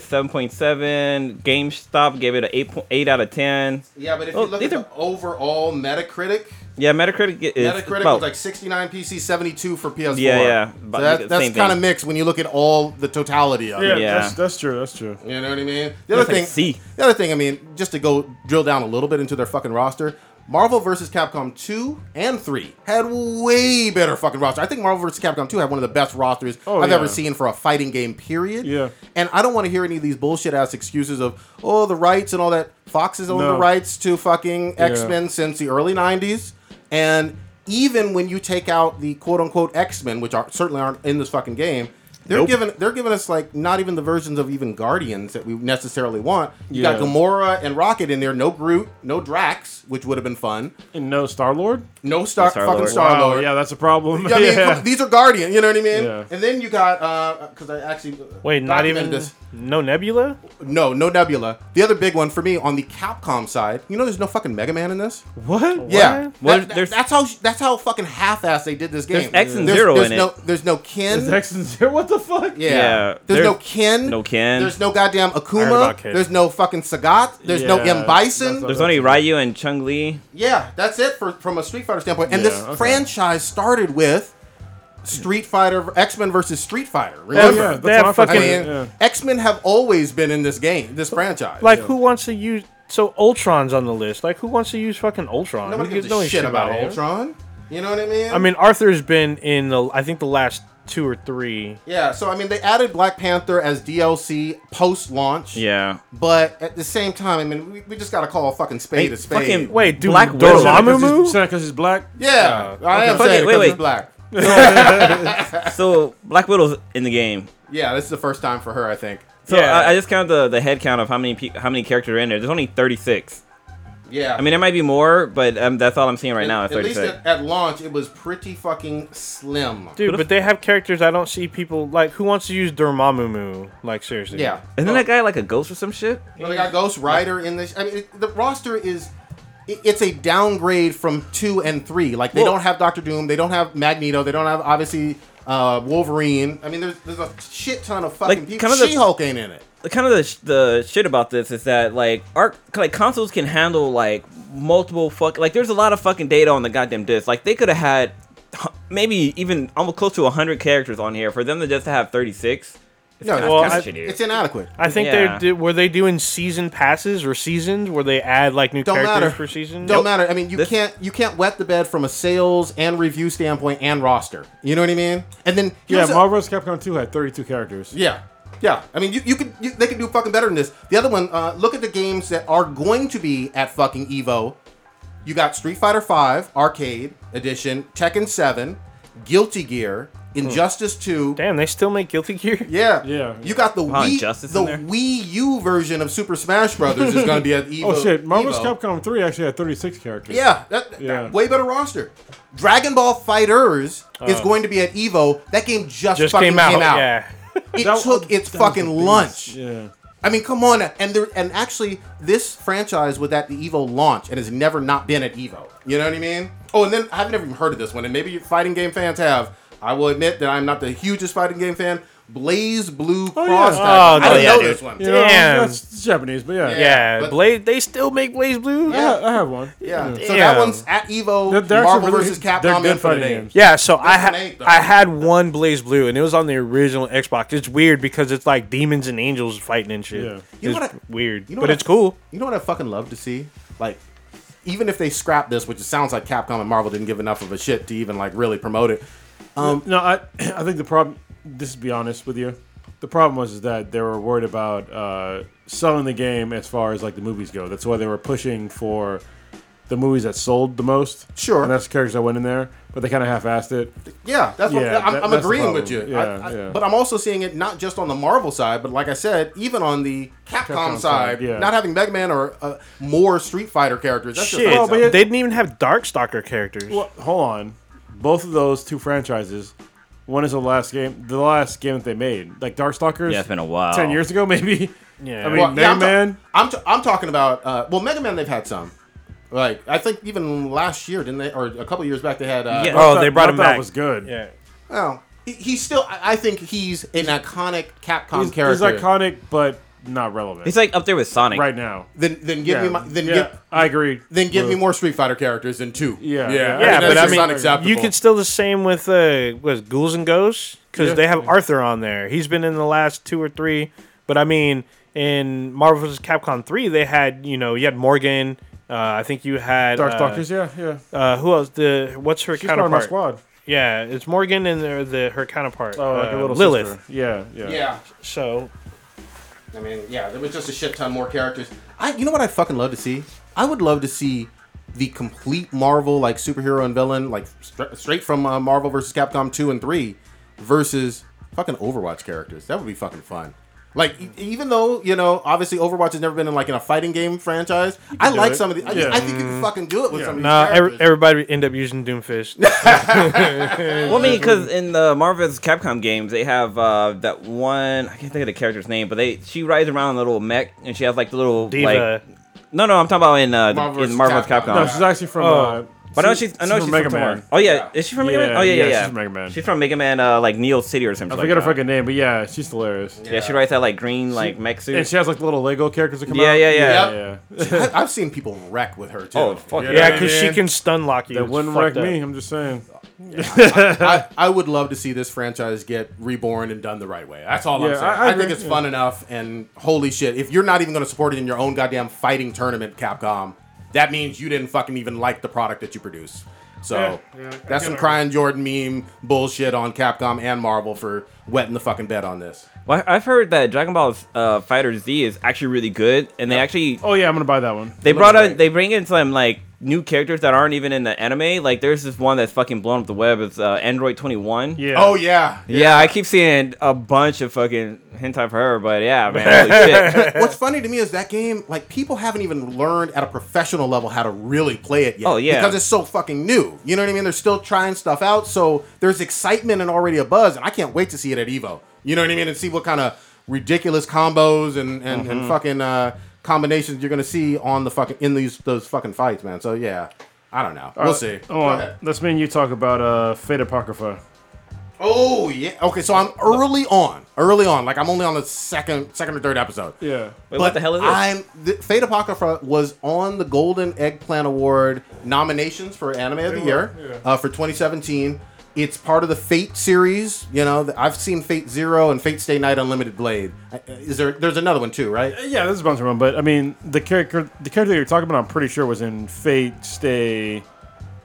S4: 7.7, GameStop gave it a 8, po- 8 out of 10.
S1: Yeah, but if
S4: Well,
S1: you look
S4: these are-
S1: at the overall Metacritic,
S4: Yeah, Metacritic is
S1: Metacritic
S4: about-
S1: was like 69 PC, 72 for PS4.
S4: Yeah, yeah, but
S1: So that,
S4: same
S1: that's
S4: thing.
S1: kind of mixed when you look at all the totality of
S3: Yeah,
S1: it.
S4: Yeah.
S3: That's, that's true. That's true.
S1: You know what I mean? The other
S4: That's like
S1: thing,
S4: C.
S1: the other thing, I mean, just to go drill down a little bit into their fucking roster, Marvel versus Capcom 2 and 3 had way better fucking roster. I think Marvel versus Capcom 2 had one of the best rosters
S3: Oh,
S1: I've
S3: yeah.
S1: ever seen for a fighting game, period.
S3: Yeah.
S1: And I don't want to hear any of these bullshit ass excuses of, oh, the rights and all that. Fox has owned
S3: No.
S1: the rights to fucking X Men since the early 90s. And even when you take out the quote unquote X Men, which are certainly aren't in this fucking game, they're
S3: Nope.
S1: giving they're giving us like not even the versions of even Guardians that we necessarily want. You got
S3: Yeah.
S1: Gamora and Rocket in there, no Groot, no Drax, which would have been fun.
S3: And no Star Lord.
S1: No Star
S4: Star-Lord.
S1: fucking
S4: Wow,
S1: Star Lord.
S3: yeah, that's a problem.
S1: I mean,
S3: yeah.
S1: come- these are Guardian. You know what I mean?
S3: Yeah.
S1: And then you got because I actually uh,
S5: Wait, not even
S1: documented this.
S5: no Nebula.
S1: No, no Nebula. The other big one for me on the Capcom side, you know, there's no fucking Mega Man in this.
S3: what?
S1: Yeah,
S4: Well,
S1: That-
S4: there's-
S1: that's how that's how fucking half-ass they did this game.
S4: X and Zero
S1: there's
S4: in
S1: no,
S4: it.
S1: There's no Ken.
S3: Is X and Zero? What the fuck?
S1: Yeah.
S4: Yeah,
S1: There's
S4: there's
S1: no Ken.
S4: no Ken.
S1: There's no goddamn
S5: heard
S1: Akuma.
S5: about Ken.
S1: There's no fucking Sagat. There's no
S3: Yeah,
S1: M Bison.
S3: that's
S4: There's only Ryu and Chung Li.
S1: yeah, that's it for, from a Street Fighter standpoint. And this
S3: Yeah, okay.
S1: franchise started with Street Fighter, X Men versus Street Fighter.
S3: Oh,
S1: Remember?
S3: yeah,
S5: They have
S3: that's what I
S1: I
S3: fucking.
S5: fucking-
S1: mean,
S3: Yeah.
S1: X Men have always been in this game, this franchise.
S5: Like, who wants to use? So Ultron's on the list. Like, who wants to use fucking Ultron?
S1: nobody
S5: Who
S1: gives
S5: no
S1: a shit about
S5: it.
S1: Ultron. You know what I mean?
S5: I mean, Arthur's been in the. I think the last two or three.
S1: yeah. So I mean, they added Black Panther as DLC post launch.
S4: Yeah.
S1: But at the same time, I mean, we, we just gotta call a fucking spade
S4: Hey,
S1: a spade.
S4: fucking-
S5: Wait, dude,
S4: Black Widow.
S5: Dormammu?
S3: It's not because he's black.
S1: Yeah, I am
S4: Fuck
S1: saying
S4: it,
S1: wait,
S4: wait,
S1: wait.
S4: wait.
S1: black.
S4: So Black Widow's in the game.
S1: Yeah, this is the first time for her, I think.
S4: So uh,
S5: Yeah.
S4: I, I just count the, the head count of how many pe- how many characters are in there. There's only 36.
S1: Yeah,
S4: I mean, there might be more, but um, that's all I'm seeing right now. Is
S1: at least
S4: 36.
S1: at, at launch, it was pretty fucking slim.
S5: Dude, but they have characters I don't see people like. Who wants to use Dormammu? Like seriously.
S1: Yeah,
S4: Isn't that guy like a ghost or some shit?
S1: You know, they got Ghost Rider in this. I mean, it, the roster is. it- It's a downgrade from two and three. Like they
S4: Well-
S1: don't have Doctor Doom, they don't have Magneto, they don't have obviously uh, Wolverine. I mean, there's there's a shit ton of fucking
S4: Like,
S1: people.
S4: kind of the-
S1: She Hulk ain't in it.
S4: kind of the, sh- the shit about this is that like our like consoles can handle like multiple fuck like there's a lot of fucking data on the goddamn disc. Like they could have had h- maybe even almost close to 100 characters on here for them to just have 36.
S1: No, it's,
S5: Well,
S1: it's-
S5: I- uh,
S1: it's inadequate.
S5: I think
S4: Yeah.
S5: they did. Were they doing season passes or seasons? Where they add like new
S1: don't
S5: characters
S1: matter
S5: per season?
S1: Don't matter. I mean, you
S4: This-
S1: can't you can't wet the bed from a sales and review standpoint and roster. You know what I mean? And then
S3: Yeah,
S1: here's a-
S3: Marvel vs. Capcom 2 had 32 characters.
S1: yeah, yeah. I mean, you, you could you, they could do fucking better than this. The other one, uh, look at the games that are going to be at fucking Evo. You got Street Fighter Five Arcade Edition, Tekken Seven, Guilty Gear, Injustice Two.
S5: Damn, they still make Guilty Gear.
S1: Yeah,
S3: Hmm. Yeah.
S1: You got the
S4: Wow,
S1: Wii,
S4: Injustice
S1: the
S4: in there?
S1: Wii U version of Super Smash Brothers is going to be at Evo.
S3: Oh shit, Marvel vs.
S1: Evo.
S3: Capcom 3 actually had 36 characters.
S1: Yeah, that, that-
S3: Yeah.
S1: way better roster. Dragon Ball Fighters
S3: Oh.
S1: is going to be at Evo. That game just,
S5: Just
S1: fucking
S5: came out. Yeah.
S1: It
S3: That-
S1: took its
S3: that was
S1: fucking
S3: the beast.
S1: lunch.
S3: Yeah.
S1: I mean, come on, and there, and actually, this franchise was at the Evo launch and has never not been at Evo. You know what I mean? Oh, and then I've never even heard of this one, and maybe you fighting game fans have. I will admit that I'm not the hugest fighting game fan, Blaze Blue
S3: Oh, yeah.
S1: Cross.
S3: Oh,
S1: Diamond. I
S5: no,
S1: didn't
S5: yeah,
S1: know
S5: dude.
S1: this one.
S3: You know,
S5: Damn.
S3: that's Japanese, but yeah,
S1: Yeah.
S5: Yeah,
S1: but-
S5: Blaze. They still make Blaze Blue.
S3: I, ha- I have one.
S1: Yeah. So
S5: Damn.
S1: that one's at Evo.
S3: They're- they're
S1: Marvel
S3: actually really-
S1: versus
S3: they're
S1: Capcom
S3: good
S1: in for
S3: fighting
S1: today.
S3: games.
S5: Yeah, so I
S1: This one
S5: ha-
S1: ain't, though.
S5: I had one Blaze Blue, and it was on the original Xbox. It's weird because it's like demons and angels fighting and shit.
S3: Yeah.
S1: You
S5: It's
S1: know what I-
S5: weird,
S1: you know
S5: but
S1: what I-
S5: it's cool.
S1: You know what I fucking love to see? Like, even if they scrap this, which it sounds like Capcom and Marvel didn't give enough of a shit to even like really promote it.
S3: No, I I think the problem. This is be honest with you. The problem was is that they were worried about uh, selling the game as far as like the movies go. That's why they were pushing for the movies that sold the most.
S1: Sure.
S3: and that's the characters that went in there, but they kind of half-assed it.
S1: Yeah, that's what
S3: Yeah,
S1: I'm,
S3: that-
S1: I'm
S3: that's the
S1: agreeing with you.
S3: problem.
S1: I-
S3: Yeah,
S1: I-
S3: yeah.
S1: But I'm also seeing it not just on the Marvel side, but like I said, even on the Capcom,
S3: Capcom
S1: side,
S3: side, yeah.
S1: not having Mega Man or uh, more Street Fighter characters. That's
S5: Shit,
S1: just
S3: Well, but yeah-
S5: they didn't even have Darkstalker characters.
S3: Well, hold on. Both of those two franchises. One is the last game, the last game that they made, like Darkstalkers.
S4: Yeah, it's been a while.
S3: Ten years ago, maybe.
S5: Yeah.
S3: I mean,
S1: Well,
S3: Mega
S1: yeah, I'm ta-
S3: Man.
S1: I'm, ta- I'm talking about uh, well, Mega Man. They've had some. Like I think even last year, didn't they, or a couple years back, they had. Uh,
S4: Yeah.
S5: oh,
S3: I
S5: they
S3: thought-
S5: brought
S3: I
S5: him
S3: thought it
S5: back.
S3: Was good.
S5: Yeah,
S1: Well, he- he's still. I I think he's an iconic Capcom
S3: he's, he's
S1: character.
S3: iconic, but not relevant
S4: He's like up there with Sonic.
S3: right now.
S1: Then then give
S3: yeah.
S1: me my, then
S3: yeah,
S1: give
S3: I agree.
S1: then give
S3: Blue.
S1: me more Street Fighter characters than two.
S3: Yeah.
S1: yeah,
S3: Yeah,
S5: yeah,
S1: that's
S5: but I
S1: just
S5: mean,
S1: unacceptable.
S5: you could still the same with uh, was Ghouls and Ghosts because
S3: Yeah.
S5: they have Arthur on there. He's been in the last two or three, but I mean, in Marvel vs. Capcom three, they had you know you had Morgan. Uh, I think you had
S3: Dark
S5: uh,
S3: Stalkers, yeah, yeah.
S5: Uh, who else? The what's her
S3: She's part of my
S5: counterpart?
S3: squad.
S5: Yeah, it's Morgan and the, the her counterpart.
S3: Oh, like a
S5: uh,
S3: little
S5: Lilith.
S3: sister. Yeah, yeah.
S1: yeah.
S5: So
S1: I mean, yeah, there was just a shit ton more characters. I, you know what I fucking love to see? I would love to see the complete Marvel like superhero and villain like stra straight from uh, Marvel versus Capcom two and three versus fucking Overwatch characters. That would be fucking fun. Like e- even though you know obviously Overwatch has never been in like in a fighting game franchise, I
S3: do
S1: like
S3: it.
S1: some of the. I,
S3: Yeah.
S1: I think you can fucking do it with some of these
S5: no, every,
S1: characters.
S5: everybody end up using Doomfist.
S4: Well, I mean, because in the Marvel's Capcom games, they have uh, that one. I can't think of the character's name, but they she rides around in a little mech, and she has like the little
S5: Diva.
S4: like. No, no, I'm talking about in uh,
S1: Marvel
S4: in
S1: vs.
S4: Marvel's
S1: Capcom.
S4: Capcom.
S3: No, she's actually from.
S5: Oh.
S3: Uh,
S4: but I know she's. I know she's
S3: from
S4: from
S3: Mega Man.
S4: somewhere. Oh yeah. is she from Mega
S3: Yeah,
S4: Man? Oh yeah, yeah,
S3: yeah,
S4: yeah.
S3: she's from Mega Man.
S4: She's from Mega Man, uh, like Neo City or something.
S3: I forget her
S4: like uh, that.
S3: fucking name, but yeah, she's hilarious.
S4: Yeah, she rides that like green like mech suit.
S3: And she has like the little Lego characters that come
S4: Yeah,
S3: out.
S4: yeah, yeah.
S3: yeah.
S1: I, I've seen people wreck with her too.
S4: Oh, fuck
S1: You know
S4: yeah.
S5: yeah,
S1: what I
S5: because she
S1: mean?
S5: can stun lock you.
S3: That
S5: It's
S3: wouldn't
S5: fucked
S3: wreck
S5: up.
S3: me. I'm just saying.
S1: I, I would love to see this franchise get reborn and done the right way. That's all I'm
S3: Yeah,
S1: saying.
S3: I- I
S1: I, think
S3: agree,
S1: it's
S3: yeah.
S1: fun enough, and holy shit, if you're not even going to support it in your own goddamn fighting tournament, Capcom, that means you didn't fucking even like the product that you produce. So
S3: yeah, I
S1: that's some crying Jordan meme bullshit on Capcom and Marvel for wetting the fucking bed on this.
S4: well, I've heard that Dragon Ball uh, Fighter Z is actually really good, and they actually
S3: Oh yeah, I'm gonna buy that one.
S4: They brought out, they bring in some like new characters that aren't even in the anime. Like there's this one that's fucking blown up the web. It's uh, Android 21.
S3: Yeah.
S1: Oh yeah.
S4: Yeah, I keep seeing a bunch of fucking hentai for her, but yeah, man, holy shit.
S1: What's funny to me is that game, like people haven't even learned at a professional level how to really play it yet.
S4: Oh, yeah.
S1: because it's so fucking new. You know what I mean? They're still trying stuff out, so there's excitement and already a buzz, and I can't wait to see it at Evo. You know what I mean? And see what kind of ridiculous combos and and, and
S4: Mm-hmm.
S1: fucking uh, combinations you're gonna see on the fucking in these those fucking fights, man. So yeah, I don't know. we'll see.
S3: Hold on. Let's me and you talk about uh, Fate Apocrypha.
S1: Oh yeah. Okay, so I'm early on, early on. Like I'm only on the second second or third episode.
S3: Yeah.
S4: Wait, what the hell is this?
S1: I'm the, Fate Apocrypha was on the Golden Eggplant Award nominations for Anime of the Year uh, for 2017. It's part of the Fate series. You know, the, I've seen Fate Zero and Fate Stay Night Unlimited Blade. I- uh, Is there? There's another one too, right?
S3: Uh, Yeah, there's a bunch of them, but I mean the character the character that you're talking about, I'm pretty sure was in Fate Stay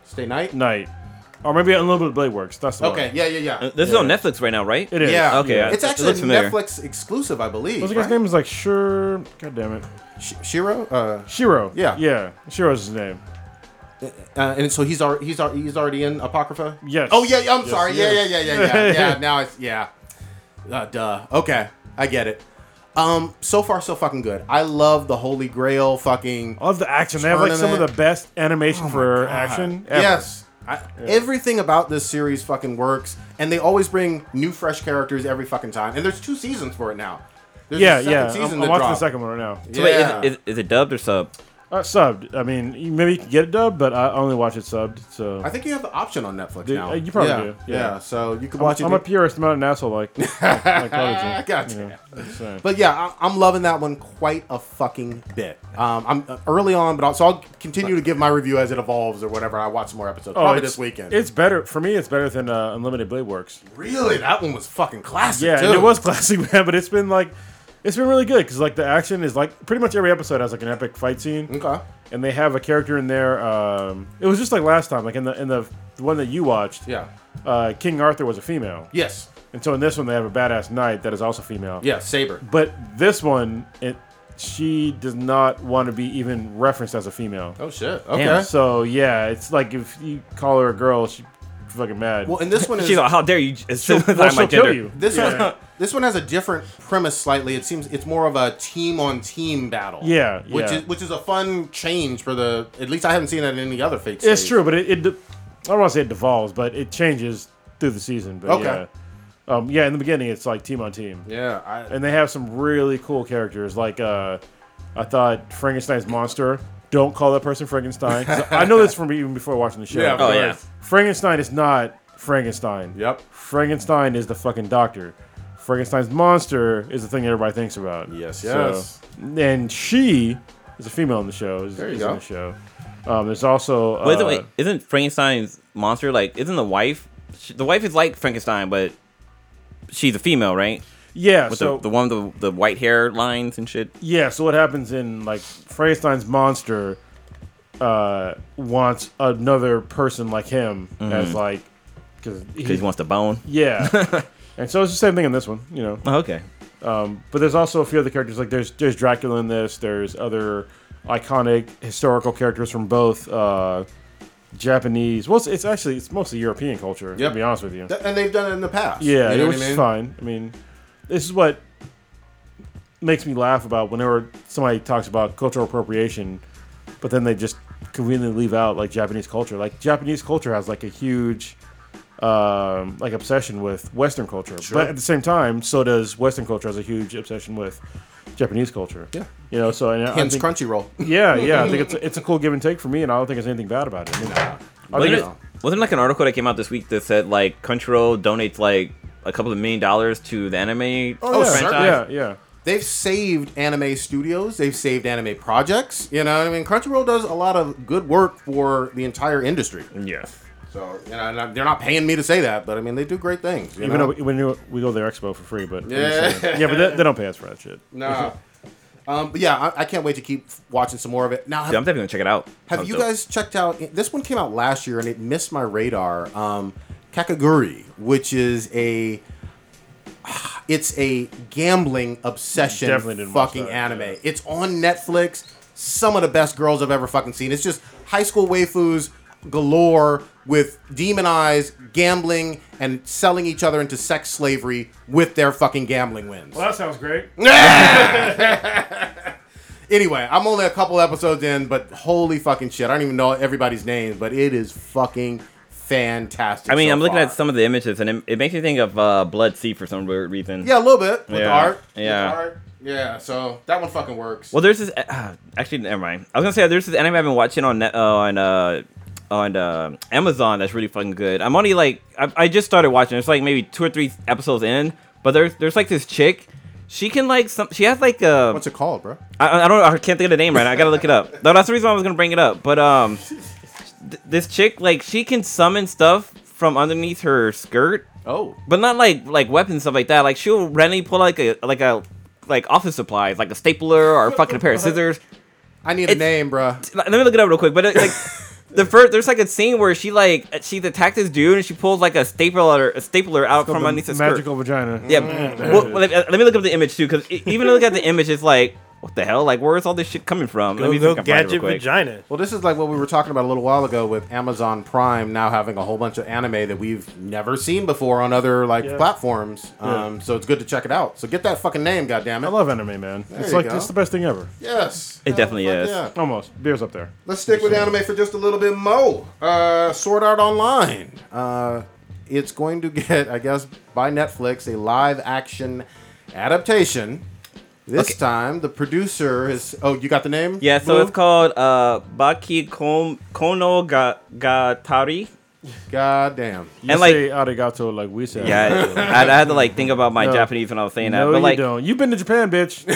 S1: Stay Night.
S3: Night, or maybe Unlimited Blade Works. That's the one.
S1: Okay. Yeah. Yeah. Yeah.
S4: Uh, This is on Netflix right now, right?
S3: It is.
S1: yeah.
S4: Okay,
S1: It's
S4: it
S1: actually
S4: looks familiar.
S1: Netflix exclusive, I believe.
S3: What's the guy's
S1: right?
S3: name? Is like sure. God damn it.
S1: Sh- Shiro. Uh,
S3: Shiro.
S1: Yeah.
S3: Yeah. Shiro's his name.
S1: uh, and so he's already he's already, he's already in Apocrypha.
S3: Yes.
S1: Oh yeah, yeah, I'm sorry.
S3: he
S1: Yeah, yeah,
S3: is.
S1: yeah, yeah, yeah, yeah. Now it's yeah. Uh, duh. Okay, I get it. Um, so far so fucking good. I love the Holy Grail fucking.
S3: I love the action. They have like some of the
S1: Tournament.
S3: best animation for action. Ever.
S1: Oh Yes. I, Everything about this series fucking works, and they always bring new, fresh characters every fucking time. And there's two seasons for it now. There's
S3: Yeah,
S1: a
S3: yeah. I'm,
S1: Season
S3: I'm
S1: that
S3: watching the
S1: dropped.
S3: second one right now.
S4: So wait,
S1: Yeah.
S4: is, is, is it dubbed or sub?
S3: Uh, subbed. I mean, you- maybe you can get it dubbed, but I only watch it subbed. So
S1: I think you have the option on Netflix
S3: Do-
S1: now.
S3: uh, you probably
S1: yeah,
S3: do,
S1: Yeah.
S3: yeah.
S1: so you can
S3: I'm,
S1: watch
S3: I'm
S1: it.
S3: a purist. I'm not an asshole like like, like
S1: I
S3: Prodigy.
S1: got you.
S3: Yeah, that's, uh,
S1: But yeah, I, I'm loving that one quite a fucking bit. Um, I'm uh, early on, but I'll, so I'll continue to give my review as it evolves or whatever. I watch some more episodes probably
S3: Oh, it's-
S1: this weekend.
S3: It's better for me. It's better than uh, Unlimited Blade Works.
S1: really that one was fucking classic.
S3: Yeah,
S1: too.
S3: and it was classic, man. But it's been like, it's been really good because like the action is like pretty much every episode has like an epic fight scene,
S1: Okay.
S3: and they have a character in there. Um, it was just like last time, like in the in the one that you watched.
S1: Yeah.
S3: Uh, King Arthur was a female,
S1: Yes.
S3: and so in this one they have a badass knight that is also female.
S1: Yeah. Saber.
S3: But this one, it she does not want to be even referenced as a female.
S1: Oh shit. Okay.
S3: So yeah, it's like if you call her a girl, she fucking mad.
S1: Well, and this one is
S4: She's like, how dare you assume
S3: Well,
S4: that I'm my
S3: she'll kill
S4: gender?
S3: you.
S1: this one this one has a different premise slightly. It seems it's more of a team on team battle.
S3: Yeah,
S1: Which
S3: yeah.
S1: is which is a fun change for the at least I haven't seen that in any other fake.
S3: It's
S1: series.
S3: true, but it, it de- I don't want to say it devolves, but it changes through the season. But
S1: Okay.
S3: yeah, um, yeah. In the beginning, it's like team on team,
S1: Yeah. I,
S3: and they have some really cool characters. Like uh, I thought Frankenstein's monster. Don't call that person Frankenstein. 'cause I know this from even before watching the show.
S1: Yeah, of
S4: Oh, yeah.
S1: course.
S3: Frankenstein is not Frankenstein.
S1: Yep.
S3: Frankenstein is the fucking doctor. Frankenstein's monster is the thing everybody thinks about.
S1: Yes, yes.
S3: So- and she is a female in the show. Is,
S1: There you
S3: is
S1: go.
S3: In the show. Um, there's also. Uh,
S4: Wait, wait, isn't Frankenstein's monster like? Isn't the wife? She, the wife is like Frankenstein, but she's a female, right?
S3: Yeah.
S4: With
S3: So
S4: the, the one with the, the white hair lines and shit.
S3: yeah. So what happens in like Frankenstein's monster uh, wants another person like him as like because
S4: Because he wants to bone.
S3: yeah. And so it's the same thing in this one, you know.
S4: Oh, okay.
S3: But there's also a few other characters like there's there's Dracula in this. There's other iconic historical characters from both uh, Japanese. Well, it's, it's actually it's mostly European culture.
S1: Yep.
S3: To be honest with you.
S1: Th- and they've done it in the past.
S3: yeah,
S1: You know
S3: which
S1: what I
S3: is
S1: mean?
S3: fine. I mean, this is what makes me laugh about whenever somebody talks about cultural appropriation, but then they just conveniently leave out like Japanese culture. Like Japanese culture has like a huge um, like obsession with Western culture, but at the same time, so does Western culture has a huge obsession with Japanese culture.
S1: Yeah.
S3: you know. So and I
S1: Hence
S3: think-
S1: Crunchyroll.
S3: yeah, yeah. I think it's a, it's a cool give and take for me, and I don't think there's anything bad about it. I mean, I think
S4: Wasn't,
S3: it's-
S4: it, wasn't like an article that came out this week that said like Crunchyroll donates like a couple of million dollars to the anime
S1: Oh, yeah.
S3: yeah,
S4: franchise?
S3: yeah.
S1: They've saved anime studios. They've saved anime projects. You know what I mean? Crunchyroll does a lot of good work for the entire industry.
S4: Yes.
S1: So you know, and I- they're not paying me to say that, but I mean, they do great things. You
S3: Even
S1: know?
S3: though we, when you- we go to their expo for free, but
S1: Yeah.
S3: yeah, but they, they don't pay us for that shit.
S1: Nah. Um, but yeah, I, I can't wait to keep watching some more of it. Now,
S4: Dude, I'm
S1: have,
S4: definitely gonna check it out.
S1: have
S3: Oh,
S4: Sounds
S1: you
S4: dope.
S1: guys checked out? This one came out last year and it missed my radar. Um, Kakaguri, which is a it's a gambling obsession
S3: Definitely didn't watch
S1: fucking
S3: that,
S1: anime.
S3: yeah.
S1: It's on Netflix. Some of the best girls I've ever fucking seen. It's just high school waifus galore with demon eyes, gambling, and selling each other into sex slavery with their fucking gambling wins.
S3: that sounds great.
S1: Anyway, I'm only a couple episodes in, but holy fucking shit. I don't even know everybody's name, but it is fucking fantastic.
S4: I mean,
S1: so
S4: I'm looking
S1: far.
S4: at some of the images and it, it makes me think of uh, Blood Sea for some weird reason.
S1: Yeah, a little bit. With
S4: Yeah,
S1: art.
S4: yeah.
S1: With art. Yeah, so that one fucking works.
S4: Well, there's this. Uh, actually, never mind. I was gonna say there's this anime I've been watching on net, uh, on uh, on uh, Amazon that's really fucking good. I'm only like I, I just started watching. It's like maybe two or three episodes in, but there's there's like this chick. She can like some. She has like a.
S1: What's it called, bro?
S4: I, I don't. I can't think of the name right now. I gotta look it up. No, that's the reason why I was gonna bring it up. But um, th- this chick like she can summon stuff from underneath her skirt,
S1: Oh.
S4: but not like like weapons stuff like that. Like she'll randomly pull like a like a like office supplies, like a stapler or fucking a pair of scissors.
S1: I need a
S4: It's-
S1: name, bro.
S4: Let let me look it up real quick. But it, like the first, there's like a scene where she like she attacked this dude and she pulls like a stapler a stapler out from underneath his skirt.
S3: magical vagina.
S4: Yeah.
S5: Oh,
S4: well, well, let, let me look up the image too, because even look at the image, it's like, what the hell? Like, where's all this shit coming from?
S5: Go,
S4: let me
S5: go
S4: see if I can find it
S5: gadget
S4: real quick.
S5: vagina.
S1: Well, this is like what we were talking about a little while ago with Amazon Prime now having a whole bunch of anime that we've never seen before on other like
S3: Yeah.
S1: platforms. Um, So it's good to check it out. So get that fucking name, goddammit.
S3: I love anime, man. it's
S1: you
S3: like
S1: go.
S3: it's the best thing ever.
S1: yes.
S4: It definitely
S1: Fuck
S4: is.
S1: Yeah.
S3: Almost beer's up there.
S1: Let's stick with anime for just a little bit more. Uh, Sword Art Online. Uh, it's going to get, I guess, by Netflix, a live action adaptation This
S4: Okay.
S1: time, the producer is. Oh, you got the name?
S4: Yeah, so
S1: Blue?
S4: it's called uh, Baki Kon- Kono Ga- Gatari.
S1: Goddamn.
S3: You
S4: And, like-
S3: say arigato like we say.
S4: Yeah,
S3: arigato.
S4: I, I had to like think about my
S3: No.
S4: Japanese when I was saying that.
S3: No,
S4: but
S3: you
S4: like,
S3: don't. You've been to Japan, bitch.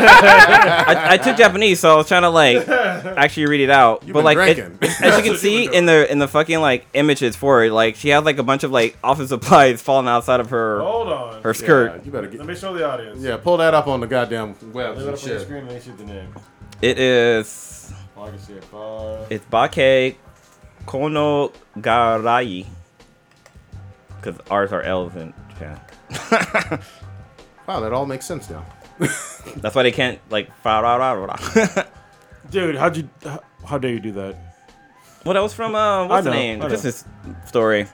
S4: I, I took Japanese, so I was trying to like actually read it out. but
S1: been
S4: like, it-
S1: drinking.
S4: as you can see in the in the fucking like images for it, like she had like a bunch of like office supplies falling outside of her
S3: Hold on.
S4: her skirt.
S1: Yeah, you better get.
S3: Let me show the audience.
S1: Yeah, pull that up on the goddamn web. and
S3: Leave it up on the
S1: shit.
S3: screen and they see the name.
S4: It is
S3: Oh, I can see it. Fuck.
S4: it's Bake Kono Garai because ours are L's in Japan.
S1: Wow, that all makes sense now.
S4: That's why they can't like fa ra ra ra.
S3: Dude, how'd you? How, how dare you do that?
S4: Well, that was from uh, what's the
S3: know,
S4: name?
S3: I know.
S4: Christmas story.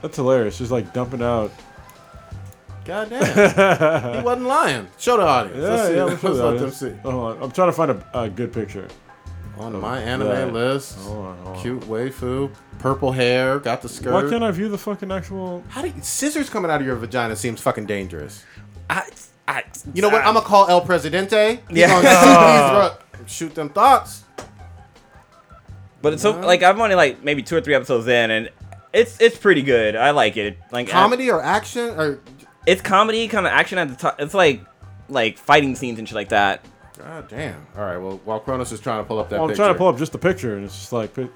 S3: That's hilarious. Just like dumping out.
S1: Goddamn. he wasn't lying. Show the audience.
S3: Yeah,
S1: Let's see.
S3: yeah.
S1: Let's
S3: we'll show
S1: let them
S3: the audience.
S1: see.
S3: Hold on. I'm trying to find a, a good picture.
S1: On my anime
S3: God.
S1: list.
S3: Hold on, hold on.
S1: Cute waifu, purple hair, got the skirt.
S3: Why can't I view the fucking actual?
S1: How do you, scissors coming out of your vagina seems fucking dangerous.
S4: I, I,
S1: You know what? I'm gonna call El Presidente. He
S4: Yeah.
S1: gonna shoot, these ru- shoot them thoughts.
S4: But it's so like I'm only like maybe two or three episodes in, and it's it's pretty good. I like it. Like I-
S1: Comedy or action or
S4: it's comedy, kind of action at the top. It's like like fighting scenes and shit like that.
S1: God damn. All right. Well, while Kronos is trying to pull up that
S3: Well, I'm
S1: picture,
S3: trying to pull up just the picture, and it's just like, pic-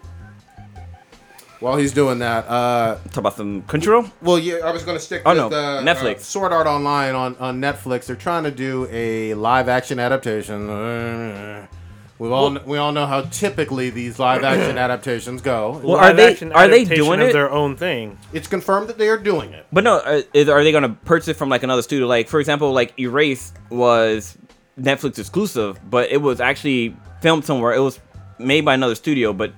S1: while he's doing that, uh,
S4: Talk about some control.
S1: well, yeah, I was going to stick
S4: Oh,
S1: with
S4: no.
S1: uh,
S4: Netflix.
S1: uh, Sword Art Online on on Netflix. They're trying to do a live action adaptation. We all we all know how typically these live action adaptations go.
S4: Well, are they
S5: Live-action
S4: are they
S5: adaptation
S4: doing
S5: of
S4: it?
S5: their own thing?
S1: It's confirmed that they are doing it.
S4: but no, are, is, are they gonna purchase it from like another studio? Like for example, like Erase was Netflix exclusive, but it was actually filmed somewhere. It was made by another studio, but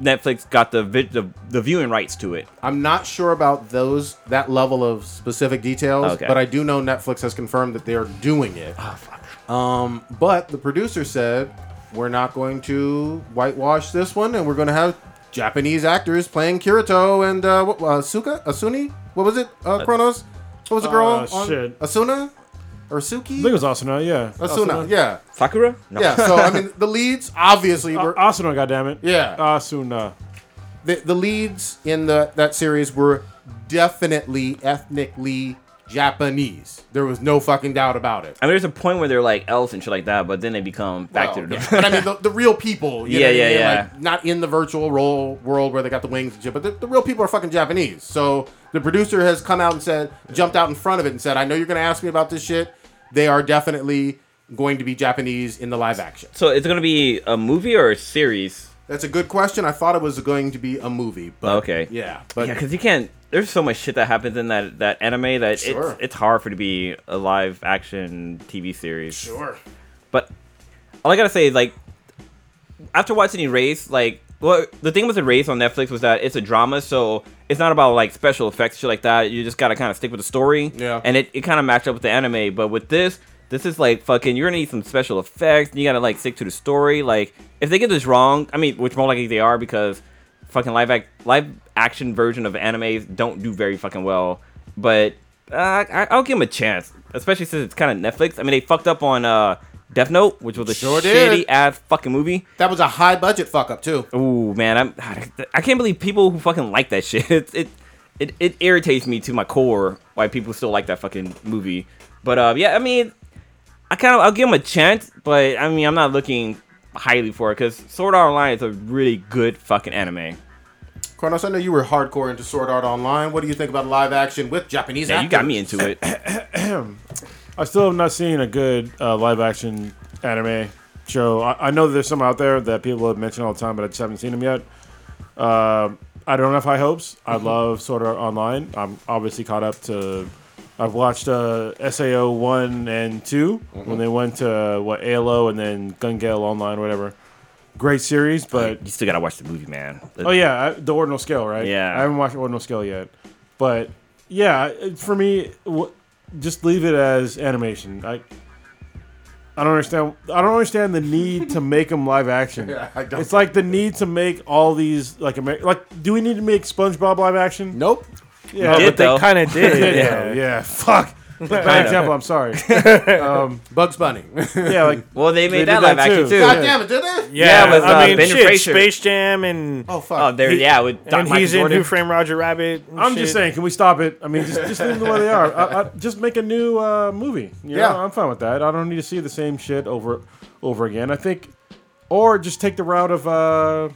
S4: Netflix got the vi- the, the viewing rights to it.
S1: I'm not sure about those that level of specific details,
S4: Okay.
S1: but I do know Netflix has confirmed that they are doing it. Um, but the producer said we're not going to whitewash this one, and we're going to have Japanese actors playing Kirito and uh, what, uh, Suka Asuni. What was it? Uh, Kronos. What was the girl?
S3: Oh, shit.
S1: Asuna or
S3: I think it
S1: Suki?
S3: was Asuna. Yeah.
S1: Asuna. Yeah,
S4: Sakura? No.
S1: yeah. So I mean, the leads obviously
S3: A-
S1: were
S3: Asuna. Goddammit.
S1: Yeah.
S3: Asuna.
S1: the, the leads in the that series were definitely ethnically Japanese. There was no fucking doubt about it.
S4: I mean, there's a point where they're like elves and shit like that, but then they become back to
S1: Well,
S4: the
S1: yeah. but I mean, the, the real people. You know
S4: Yeah,
S1: what I
S4: yeah,
S1: mean?
S4: yeah.
S1: Like, not in the virtual role world where they got the wings and shit, but the, the real people are fucking Japanese. So the producer has come out and said, jumped out in front of it and said, I know you're going to ask me about this shit. They are definitely going to be Japanese in the live action.
S4: So it's gonna be a movie or a series?
S1: That's a good question. I thought it was going to be a movie, but
S4: Okay.
S1: yeah, but
S4: Yeah, because you can't. There's so much shit that happens in that that anime that
S1: Sure.
S4: it's it's hard for it to be a live action TV series.
S1: sure.
S4: But all I gotta say is like, after watching Erase, like, well, the thing with Erase on Netflix was that it's a drama, so it's not about like special effects shit like that. You just gotta kind of stick with the story.
S1: Yeah.
S4: And it, it kind of matched up with the anime, but with this. This is like fucking. You're gonna need some special effects. You gotta like stick to the story. Like, if they get this wrong, I mean, which more likely they are because fucking live act live action version of animes don't do very fucking well. But uh, I, I'll give them a chance, especially since it's kind of Netflix. I mean, they fucked up on uh, Death Note, which was a
S1: Sure did.
S4: shitty ass fucking movie.
S1: That was a high budget fuck up too.
S4: Ooh man, I'm I can't believe people who fucking like that shit. It it it, it irritates me to my core why people still like that fucking movie. But uh, yeah, I mean, I kind of I'll give them a chance, but I mean, I'm not looking highly for it because Sword Art Online is a really good fucking anime.
S1: Kronos, I know you were hardcore into Sword Art Online. What do you think about live action with Japanese
S4: Yeah,
S1: actors?
S4: you got me into it.
S3: I still have not seen a good uh, live action anime show. I, I know there's some out there that people have mentioned all the time, but I just haven't seen them yet. Uh, I don't have high hopes. I
S1: Mm-hmm.
S3: love Sword Art Online. I'm obviously caught up to. I've watched uh, SAO one and 2
S1: Mm-hmm.
S3: when they went to what ALO and then Gun Gale Online, whatever. Great series, but
S4: you still gotta watch the movie, man.
S3: Oh yeah, I- the ordinal scale, right?
S4: Yeah.
S3: I haven't watched ordinal scale yet, but yeah, it- for me, w- just leave it as animation. I, I don't understand. I don't understand the need to make them live action.
S1: Yeah, I don't.
S3: It's like the need to make all these like Amer- like. Do we need to make SpongeBob live action?
S1: Nope.
S3: Yeah,
S4: Did
S5: But they
S4: though.
S5: kind of did.
S3: yeah, yeah, Fuck. Bad example. I'm sorry.
S1: Bugs Bunny.
S3: Yeah, like
S4: Well, they made
S3: did
S4: that
S3: that
S4: live action
S3: too.
S4: too.
S1: God damn it, did they?
S4: Yeah, with, uh,
S5: I mean,
S4: Brendan
S5: shit,
S4: Fraser.
S5: Space Jam and
S1: Oh fuck.
S4: Oh, there, yeah, with Doc
S5: and
S4: Michael
S5: he's in
S4: Jordan.
S5: Who Framed Roger Rabbit. and
S3: I'm just
S5: shit.
S3: saying, can we stop it? I mean, just, just leave them where they are. I, I, just make a new uh, movie. yeah,
S1: Yeah.
S3: I'm fine with that. I don't need to see the same shit over over again. I think, or just take the route of uh,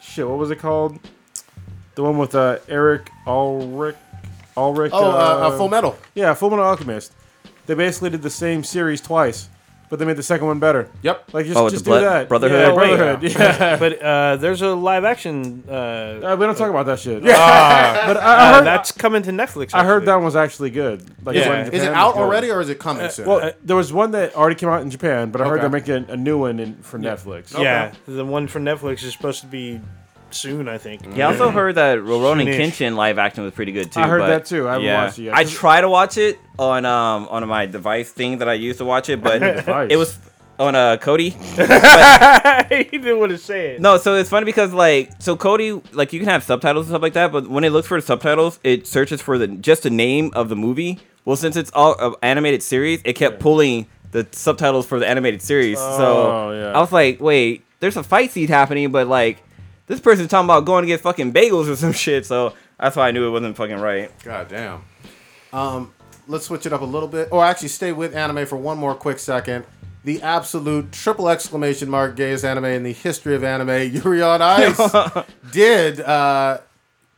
S3: shit. What was it called? The one with uh, Eric Ulrich. Ulrich.
S1: oh, uh, uh, Full Metal.
S3: Yeah, Full Metal Alchemist. They basically did the same series twice, but they made the second one better.
S1: Yep.
S3: Like just,
S4: Oh, with
S3: just
S4: the
S3: do
S4: Bla-
S3: that.
S4: Brotherhood?
S3: Yeah,
S4: Oh, wait.
S3: Brotherhood. Yeah.
S5: But uh, there's a live action. Uh,
S3: Uh, we don't talk about that shit. Yeah.
S1: Ah.
S3: but I, I
S5: uh,
S3: heard
S5: that's coming to Netflix.
S3: I heard
S5: actually.
S3: that one was actually good. Like
S5: Yeah.
S3: the one in
S1: Is it
S3: Japan
S1: out
S3: was good.
S1: already or is it coming soon?
S3: Well, uh, there was one that already came out in Japan, but I heard
S1: Okay.
S3: they're making a new one in, for Netflix.
S5: Yeah, the one for Netflix is supposed to be soon. I think.
S4: Yeah, I also heard that Rurouni
S5: Soonish.
S4: Kenshin live action was pretty good too.
S3: I heard
S4: but-
S3: that, too. I haven't watched it yet.
S4: I try to watch it on um on my device thing that I use to watch it, but
S3: device?
S4: it was on uh Cody.
S5: he didn't want to say it.
S4: No, so it's funny because like so Cody like you can have subtitles and stuff like that, but when it looks for the subtitles, it searches for the just the name of the movie. Well, since it's all an animated series, it kept pulling the subtitles for the animated series. so
S3: Oh, yeah.
S4: I was like, wait, there's a fight scene happening, but like this person's talking about going to get fucking bagels or some shit. So that's why I knew it wasn't fucking right.
S1: God damn. Um, let's switch it up a little bit, or actually stay with anime for one more quick second. The absolute triple exclamation mark gayest anime in the history of anime, Yuri on Ice, did uh,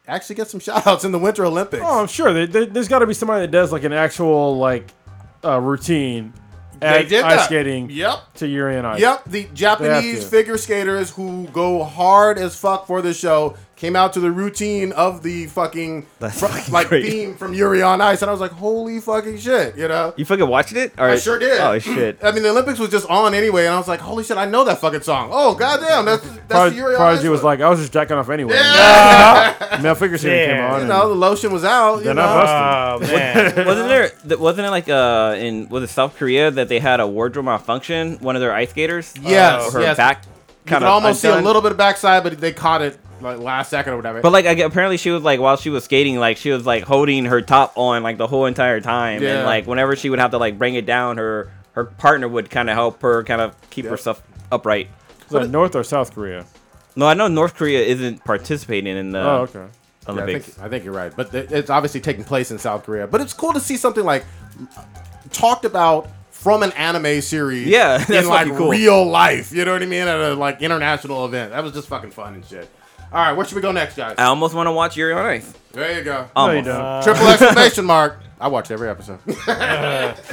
S1: actually get some shout outs in the Winter Olympics.
S3: Oh, I'm sure. There, there, there's got to be somebody that does like an actual like uh, routine at
S1: did
S3: ice
S1: that.
S3: skating
S1: Yep.
S3: to Yuri and Ice.
S1: Yep, the Japanese
S3: to.
S1: figure skaters who go hard as fuck for the show came out to the routine of the fucking, fr- like theme from Yuri on Ice, and I was like, holy fucking shit, you know?
S4: You fucking watched it? Or
S1: I sure did.
S4: Oh shit.
S1: I mean, the Olympics was just on anyway, and I was like, "Holy shit, I know that fucking song." Oh goddamn, that's that's
S3: Prod-
S1: the Yuri on
S3: Prodigy
S1: Ice
S3: was
S1: one.
S3: like, I was just jacking off anyway. Mel Figure Skating came
S5: Yeah.
S3: on.
S1: you
S3: and
S1: know, the lotion was out. You
S3: then
S1: know?
S3: I busted.
S5: Oh man.
S4: wasn't there th- wasn't it like uh in was it South Korea that they had a wardrobe malfunction one of their ice skaters
S1: Yes,
S4: Uh, her
S1: yes.
S4: back
S1: you
S4: kind
S1: could
S4: of
S1: almost see a
S4: undone?
S1: little bit of backside, but they caught it like last second or whatever.
S4: but like I, gue- apparently she was like while she was skating like she was like holding her top on like the whole entire time
S1: Yeah.
S4: and like whenever she would have to like bring it down her her partner would kind of help her kind of keep herself upright
S3: Was that North or South Korea?
S4: no I know North Korea isn't participating in the
S3: Oh, okay.
S1: Yeah, I
S4: Olympics
S1: think I think you're right, but th- it's obviously taking place in South Korea. But it's cool to see something like talked about from an anime series.
S4: Yeah, that's
S1: in like
S4: fucking cool.
S1: real life. You know what I mean? At a like international event, that was just fucking fun and shit. All right, where should we go next, guys?
S4: I almost want to watch Yuri on Ice
S1: There you go.
S3: No, you
S4: almost
S3: don't.
S1: Triple exclamation mark. I watched every episode.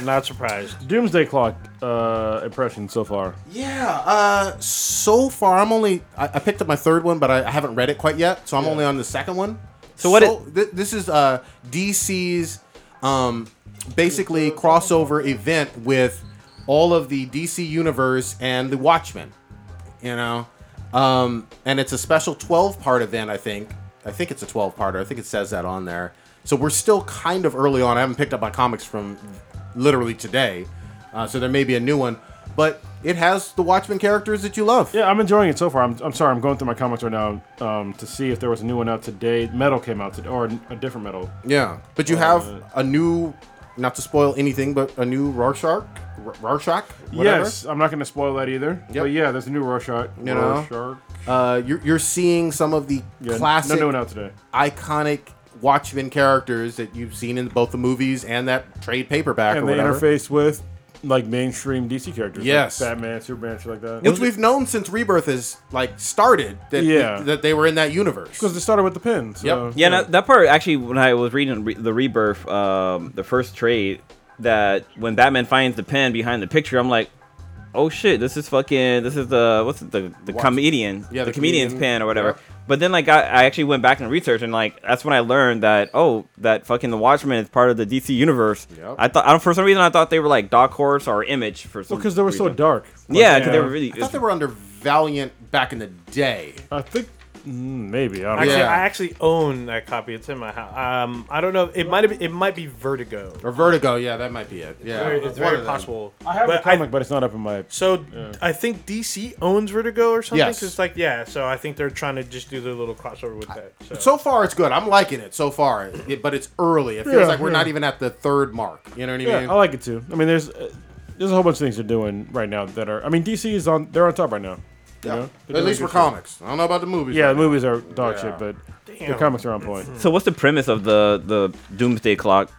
S5: Not surprised.
S3: Doomsday Clock uh, impression so far.
S1: Yeah. Uh, so far, I'm only I, I picked up my third one, but I, I haven't read it quite yet, so I'm only on the second one. So
S4: what
S1: thi- this is uh, DC's um, basically crossover event with all of the DC universe and the Watchmen. You know, um, and it's a special 12 part event. I think. I think it's a 12 parter. I think it says that on there. So we're still kind of early on. I haven't picked up my comics from literally today, uh, so there may be a new one. But it has the Watchmen characters that you love.
S3: Yeah, I'm enjoying it so far. I'm, I'm sorry, I'm going through my comments right now um, to see if there was a new one out today. Metal came out today, or a, a different metal.
S1: Yeah, but you
S3: Uh,
S1: have a new, not to spoil anything, but a new Rorschach, R- Rorschach, whatever.
S3: Yes, I'm not going to spoil that either.
S1: Yep.
S3: But yeah, there's a new Rorschach.
S1: You know?
S3: Rorschach.
S1: Uh, you're, you're seeing some of the
S3: Yeah,
S1: classic,
S3: No new one out today.
S1: iconic Watchmen characters that you've seen in both the movies and that trade paperback
S3: And
S1: or
S3: they
S1: whatever.
S3: interface with like mainstream DC characters. like
S1: Yes.
S3: Batman, Superman, shit like that.
S1: Which we've known since Rebirth has like started that
S3: Yeah.
S1: that they were in that universe.
S3: Because they started with the pin. So,
S1: Yep.
S4: Yeah, no, that part actually, when I was reading re- the rebirth, um, the first trade, that when Batman finds the pen behind the picture, I'm like, oh shit, this is fucking, this is the what's it, the the
S1: What?
S4: comedian,
S1: Yeah,
S4: the,
S1: the
S4: comedian's
S1: comedian,
S4: pen or whatever.
S1: yeah.
S4: But then like I, I actually went back and researched, and like that's when I learned that oh that fucking the Watchmen is part of the DC universe.
S1: Yep.
S4: I thought I don't, for some reason I thought they were like Dark Horse or Image for some.
S3: Because they were so
S4: reason.
S3: dark. Like,
S4: Yeah, because they were really.
S1: I thought they were under Valiant back in the day.
S3: I think Mm, Maybe I don't
S5: Actually,
S3: know.
S1: Yeah.
S5: I actually own that copy. It's in my house. Um, I don't know. It might have. It might be Vertigo.
S1: Or Vertigo, yeah, that might be it. Yeah,
S5: Very- it's
S1: one
S5: very
S1: of them.
S5: possible.
S3: I have
S5: but
S3: a comic, but it's not up in my.
S5: So I think DC owns Vertigo or something.
S1: Yes.
S5: 'cause it's like yeah. So I think they're trying to just do their little crossover with that. So,
S1: So far, it's good. I'm liking it so far, It- but it's early. It feels
S3: Yeah,
S1: like we're
S3: yeah.
S1: not even at the third mark. You know what I mean?
S3: Yeah, I like it too. I mean, there's uh, there's a whole bunch of things they're doing right now that are. I mean, DC is on. They're on top right now. You
S1: Yeah.
S3: know? They're
S1: At
S3: doing
S1: least
S3: good
S1: for
S3: shit.
S1: comics. I don't know about the movies.
S3: Yeah,
S1: right
S3: the
S1: now.
S3: movies are dog
S1: Yeah.
S3: shit, but the
S5: Damn.
S3: comics are on point.
S4: So what's the premise of the the Doomsday Clock?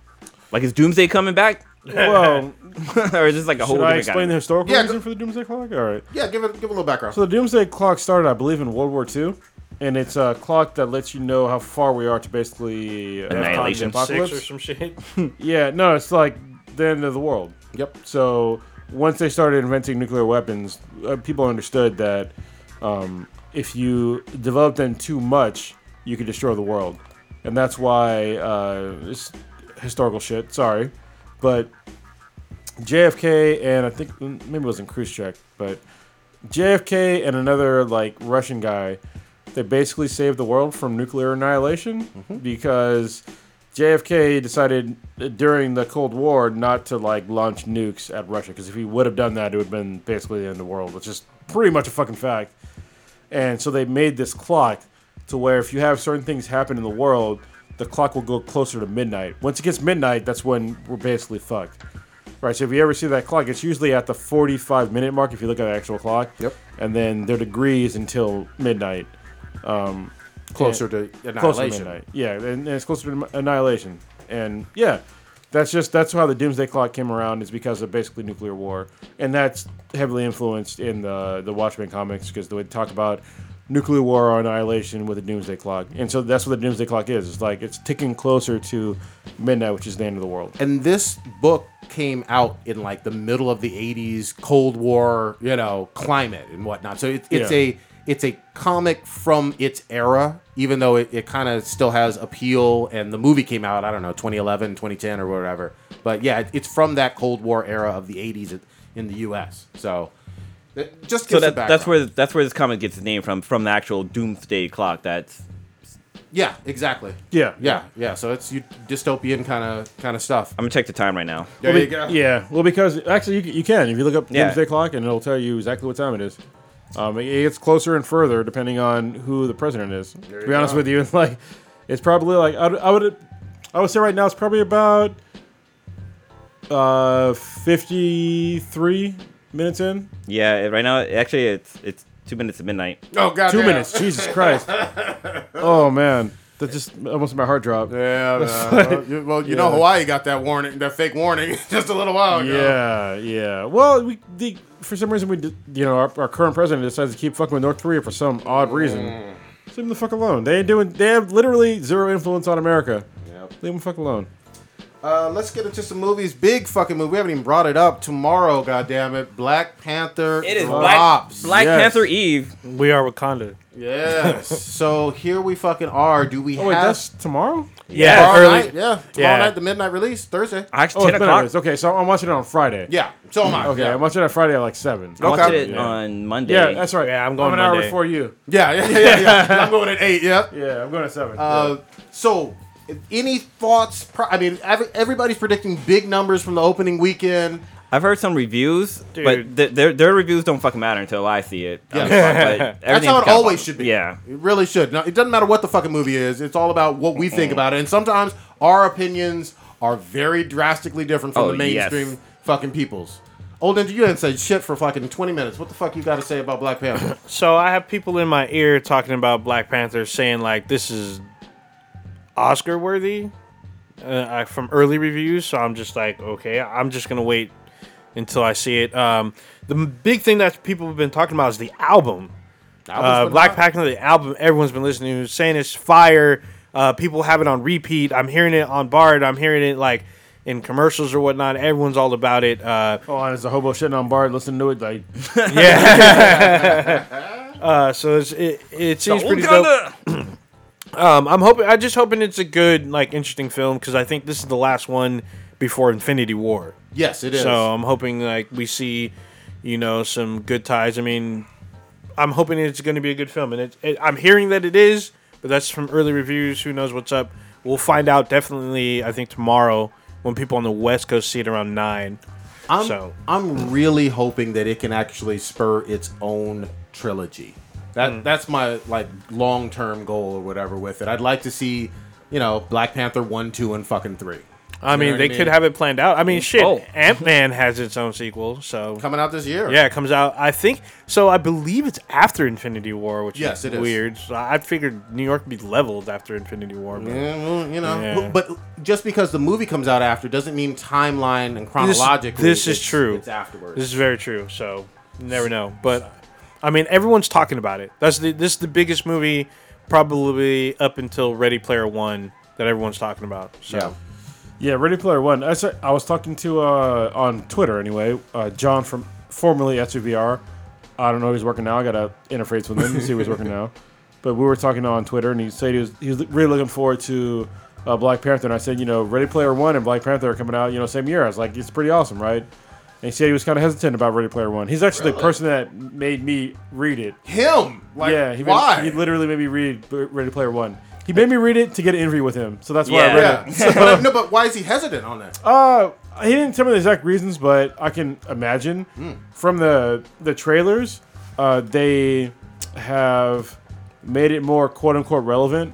S4: Like is Doomsday coming back,
S3: well,
S4: or is this like a whole
S3: should I
S4: different
S3: explain the
S4: guy?
S3: historical
S1: Yeah,
S3: reason
S1: go-
S3: for the Doomsday Clock? All right.
S1: Yeah, give it give it a little background.
S3: So the Doomsday Clock started, I believe, in World War II, and it's a clock that lets you know how far we are to basically uh,
S4: Annihilation.
S3: the apocalypse.
S5: six or some shit.
S3: Yeah, no, it's like the end of the world.
S1: yep.
S3: So once they started inventing nuclear weapons, uh, people understood that um, if you develop them too much, you could destroy the world, and that's why uh, it's historical shit. Sorry, but JFK and I think mm, maybe it wasn't Khrushchev, but JFK and another like Russian guy, they basically saved the world from nuclear annihilation because JFK decided during the Cold War not to like launch nukes at Russia because if he would have done that, it would have been basically the end of the world, which is pretty much a fucking fact. And so they made this clock to where if you have certain things happen in the world, the clock will go closer to midnight. Once it gets midnight, that's when we're basically fucked. Right, so if you ever see that clock, it's usually at the 45 minute mark if you look at the actual clock.
S1: Yep.
S3: And then their degrees until midnight.
S1: Closer to
S3: Closer to
S1: annihilation.
S3: midnight. Yeah, and, and it's closer to annihilation. And yeah, that's just that's how the doomsday clock came around is because of basically nuclear war, and that's heavily influenced in the the Watchmen comics because they would talk about nuclear war or annihilation with the doomsday clock, and so that's what the doomsday clock is. It's like it's ticking closer to midnight, which is the end of the world.
S1: And this book came out in like the middle of the '80s Cold War, you know, climate and whatnot. So it, it's
S3: Yeah.
S1: a it's a comic from its era, even though it, it kind of still has appeal. And the movie came out, I don't know, 2011, 2010, or whatever. But yeah, it, it's from that Cold War era of the '80s in- in the U.S. So it just
S4: So
S1: gives
S4: that,
S1: a
S4: that's
S1: background.
S4: where that's where this comic gets its name from, from the actual Doomsday Clock. That's
S1: yeah, exactly.
S3: Yeah,
S1: Yeah, yeah. So it's you dystopian kind of kind of stuff.
S4: I'm gonna check the time right now.
S1: There
S3: Well,
S1: you
S3: be-
S1: go.
S3: Yeah, well, because actually you, c- you can if you look up
S4: Yeah.
S3: Doomsday Clock and it'll tell you exactly what time it is. Um, it it gets closer and further depending on who the president is. to be honest with you, it's like it's probably like I, I would I would say right now it's probably about uh, fifty three minutes in.
S4: Yeah, it- right now actually it's it's two minutes to midnight.
S1: Oh god.
S3: Two minutes, Jesus Christ! oh man, that just almost made my heart drop.
S1: Yeah. well, you, well, you know
S3: Yeah.
S1: Hawaii got that warning, that fake warning, just a little while ago.
S3: Yeah, yeah. Well, we the, for some reason we did, you know our, our current president decides to keep fucking with North Korea for some odd reason. Leave them the fuck alone. They ain't doing. They have literally zero influence on America.
S1: Yep.
S3: Leave them the fuck alone.
S1: Uh, let's get into some movies. Big fucking movie. We haven't even brought it up. Tomorrow, goddammit. Black Panther. drops.
S4: Black
S3: Yes.
S4: Panther Eve.
S5: we are Wakanda.
S1: Yes. so here we fucking are. Do we
S3: Oh
S1: have
S3: wait, that's tomorrow.
S5: Yeah,
S1: tomorrow
S5: early.
S1: night? Yeah. Tomorrow
S5: Yeah.
S1: night, the midnight release, Thursday.
S4: Actually,
S3: Oh,
S4: ten
S3: it's been on
S4: o'clock.
S3: this. Okay, so I'm watching it on Friday.
S1: Yeah. So am I.
S3: Okay,
S1: Yeah.
S3: I'm watching it on Friday at like seven.
S4: I watched
S1: Okay.
S4: it
S3: Yeah.
S4: on Monday.
S3: Yeah, that's right.
S5: Yeah, I'm going
S3: an hour
S5: Monday.
S3: before you.
S1: Yeah. Yeah. Yeah. yeah. I'm going at eight. Yeah.
S3: Yeah, I'm going at seven.
S1: Uh, so, any thoughts? Pro- I mean, every, everybody's predicting big numbers from the opening weekend.
S4: I've heard some reviews, but
S5: Dude.
S4: th- their their reviews don't fucking matter until I see it.
S1: Yeah.
S4: But
S1: That's
S4: everything's
S1: how it
S4: got-
S1: always should be.
S4: Yeah.
S1: It really should. Now, it doesn't matter what the fucking movie is. It's all about what we think about it. And sometimes our opinions are very drastically different from
S4: Oh,
S1: the mainstream
S4: yes.
S1: fucking people's. Old Ninja, you didn't say shit for fucking 20 minutes. What the fuck you got to say about Black Panther?
S5: So I have people in my ear talking about Black Panther, saying like this is Oscar worthy uh, I- from early reviews. So I'm just like, okay, I'm just gonna wait until I see it. Um, the m- big thing that people have been talking about is the album. Uh, Black Panther, the album everyone's been listening to, saying it's fire. Uh, people have it on repeat. I'm hearing it on Bard. I'm hearing it like in commercials or whatnot. Everyone's all about it. Uh,
S3: oh, and there's a hobo shitting on Bart. Listen to it. Like,
S5: yeah. uh, so it's, it it seems pretty dope. Um, I'm hoping. I'm just hoping it's a good, like, interesting film because I think this is the last one before Infinity War.
S1: Yes, it is.
S5: So I'm hoping like we see, you know, some good ties. I mean, I'm hoping it's going to be a good film, and it, it, I'm hearing that it is, but that's from early reviews. Who knows what's up? We'll find out definitely. I think tomorrow when people on the West Coast see it around nine.
S1: I'm,
S5: So-
S1: I'm really hoping that it can actually spur its own trilogy. That
S4: Mm.
S1: that's my like long term goal or whatever with it. I'd like to see, you know, Black Panther one, two, and fucking three
S5: I mean,
S1: what I
S5: they
S1: mean?
S5: could have it planned out. I mean, shit,
S4: Oh.
S5: Ant Man has its own sequel, so
S1: coming out this year.
S5: yeah, it comes out. I think so. I believe it's after Infinity War, which
S1: Yes,
S5: is
S1: it is.
S5: weird. So I figured New York would be leveled after Infinity War. But
S1: Yeah, well, you know,
S5: Yeah.
S1: but just because the movie comes out after doesn't mean timeline and chronologically.
S5: this is
S1: it's-
S5: true.
S1: It's afterwards.
S5: This is very true. So you never know, but I mean, everyone's talking about it. That's the, this is the biggest movie probably up until Ready Player One that everyone's talking about. So
S1: Yeah.
S3: Yeah, Ready Player One. I, saw- I was talking to uh, on Twitter anyway, uh, John from formerly SUVR. I don't know if he's working now. I gotta interface with him to see who's working now. But we were talking on Twitter, and he said he was he was really looking forward to uh, Black Panther. And I said, you know, Ready Player One and Black Panther are coming out, you know, same year. I was like, it's pretty awesome, right? And he said he was kind of hesitant about Ready Player One. He's actually the person that made me read it.
S1: Him, like,
S3: yeah, he, made-
S1: why?
S3: he literally made me read B- Ready Player One. He made me read it to get an interview with him, so that's why I
S4: Yeah.
S3: read it.
S1: yeah, but, no, but why is he hesitant on that?
S3: Uh, he didn't tell me the exact reasons, but I can imagine
S4: Hmm.
S3: from the the trailers, uh, they have made it more quote unquote relevant.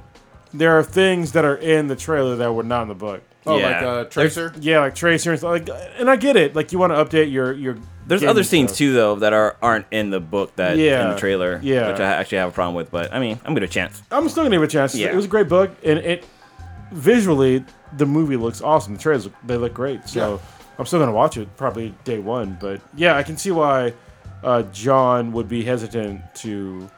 S3: There are things that are in the trailer that were not in the book.
S1: oh,
S4: yeah.
S1: like uh, Tracer.
S3: Yeah, like Tracer and stuff. Like, and I get it. Like you want to update your your.
S4: There's
S3: game
S4: other
S3: and
S4: scenes
S3: stuff.
S4: too though that are aren't in the book that in
S3: Yeah.
S4: the trailer,
S3: Yeah.
S4: which I actually have a problem with. But I mean, I'm gonna chance.
S3: I'm still gonna give it a chance.
S4: Yeah.
S3: It was a great book, and it visually the movie looks awesome. The trailers look- they look great, so
S1: Yeah.
S3: I'm still gonna watch it probably day one. But yeah, I can see why uh, John would be hesitant to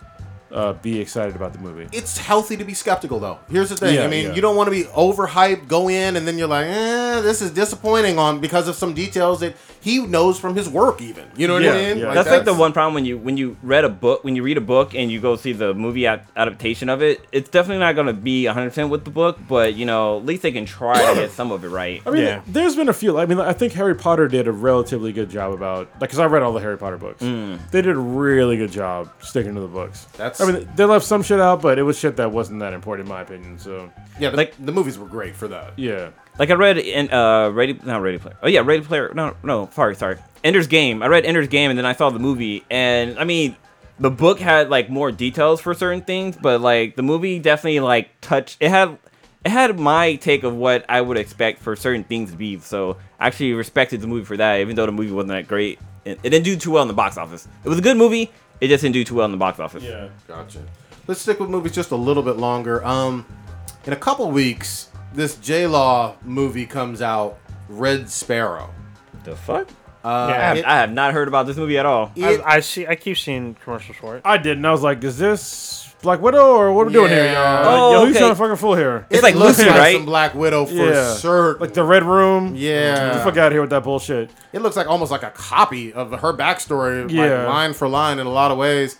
S3: uh, be excited about the movie.
S1: It's healthy to be skeptical, though. Here's the thing.
S3: Yeah,
S1: I mean,
S3: yeah.
S1: you don't want to be overhyped, go in, and then you're like, eh, this is disappointing on because of some details that he knows from his work, even. You know what
S3: Yeah,
S1: I mean?
S3: yeah.
S4: That's, like the one problem when you when you read a book when you read a book and you go see the movie ad- adaptation of it. It's definitely not gonna be 100 percent with the book, but you know at least they can try to get some of it right.
S3: I mean,
S5: Yeah.
S3: there's been a few. I mean, I think Harry Potter did a relatively good job about like because I read all the Harry Potter books. They did a really good job sticking to the books.
S1: That's-
S3: I mean, they left some shit out, but it was shit that wasn't that important in my opinion. So
S1: Yeah, the,
S4: like-
S1: the movies were great for that.
S3: yeah,
S4: Like I read in uh Ready not Ready Player. Oh yeah, Ready Player. No, no, sorry, sorry. Ender's Game. I read Ender's Game and then I saw the movie and I mean the book had like more details for certain things, but like the movie definitely like touched it had it had my take of what I would expect for certain things to be. So I actually respected the movie for that, even though the movie wasn't that great. It, it didn't do too well in the box office. It was a good movie, it just didn't do too well in the box office.
S3: yeah.
S1: Gotcha. Let's stick with movies just a little bit longer. Um, in a couple weeks, this J Law movie comes out, Red Sparrow.
S4: The fuck?
S1: Uh,
S5: Yeah.
S1: it-
S4: I have not heard about this movie at all.
S1: it-
S5: I, I see. I keep seeing commercials for it.
S3: I didn't. I was like, is this Black Widow or what are we doing here,
S1: Yeah.
S3: y'all?
S4: Oh,
S3: Yo, who's
S4: okay.
S3: trying to fucking fool here?
S1: it
S4: It's like
S1: looks
S4: Lucy,
S1: like
S4: right?
S1: Some Black Widow for
S3: Yeah.
S1: certain.
S3: Like the Red Room?
S1: Yeah.
S3: Get the fuck out of here with that bullshit.
S1: it looks like almost like a copy of her backstory,
S3: Yeah.
S1: like line for line, in a lot of ways.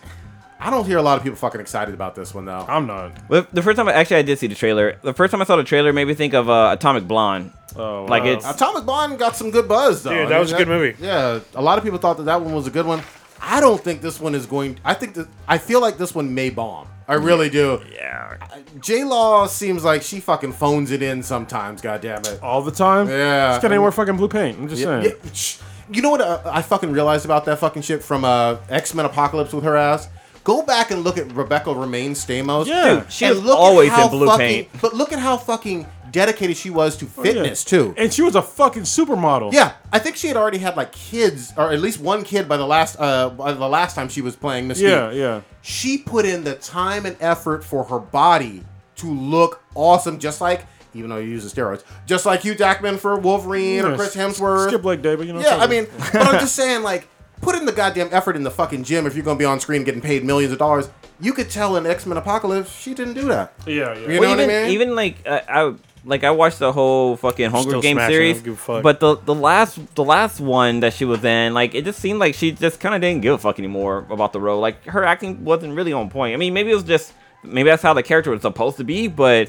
S1: I don't hear a lot of people fucking excited about this one though.
S3: I'm not.
S4: Well, the first time I actually I did see the trailer. The first time I saw the trailer made me think of uh, Atomic Blonde.
S3: Oh,
S4: Like
S3: wow.
S4: it's
S1: Atomic Blonde got some good buzz though.
S5: Dude, that was a good movie.
S1: Yeah, a lot of people thought that that one was a good one. I don't think this one is going. I think that I feel like this one may bomb. I really do.
S4: yeah.
S1: J Law seems like she fucking phones it in sometimes. God damn
S5: Oh,
S1: it.
S3: all the time.
S1: Yeah.
S3: This guy didn't wear fucking blue paint. I'm just saying.
S1: Yeah, shh. you know what uh, I fucking realized about that fucking shit from uh, X Men Apocalypse with her ass? Go back and look at Rebecca Romaine Stamos.
S3: Yeah. Dude,
S4: she
S1: and
S4: was
S1: look at
S4: always in
S1: how
S4: blue
S1: fucking-
S4: paint.
S1: But look at how fucking dedicated she was to
S3: Oh, yeah.
S1: fitness too.
S3: And she was a fucking supermodel.
S1: Yeah, I think she had already had like kids, or at least one kid by the last uh, by the last time she was playing Miss.
S3: Yeah, yeah.
S1: She put in the time and effort for her body to look awesome, just like even though you uses steroids, just like Hugh Jackman for Wolverine or
S3: Yeah,
S1: Chris
S3: s-
S1: Hemsworth.
S3: Skip leg day, but you know. what
S1: yeah,
S3: I'm
S1: I
S3: saying.
S1: mean, but I'm just saying, like, put in the goddamn effort in the fucking gym if you're gonna be on screen getting paid millions of dollars. You could tell in X Men Apocalypse she didn't do that.
S3: Yeah,
S1: You
S3: yeah.
S1: know what I
S4: even,
S1: mean?
S4: even like uh, I like I watched the whole fucking Hunger
S5: Still
S4: Games
S5: smashing, I
S4: series,
S5: don't give a fuck.
S4: but the the last the last one that she was in, like it just seemed like she just kind of didn't give a fuck anymore about the role. Like her acting wasn't really on point. I mean, maybe it was just maybe that's how the character was supposed to be, but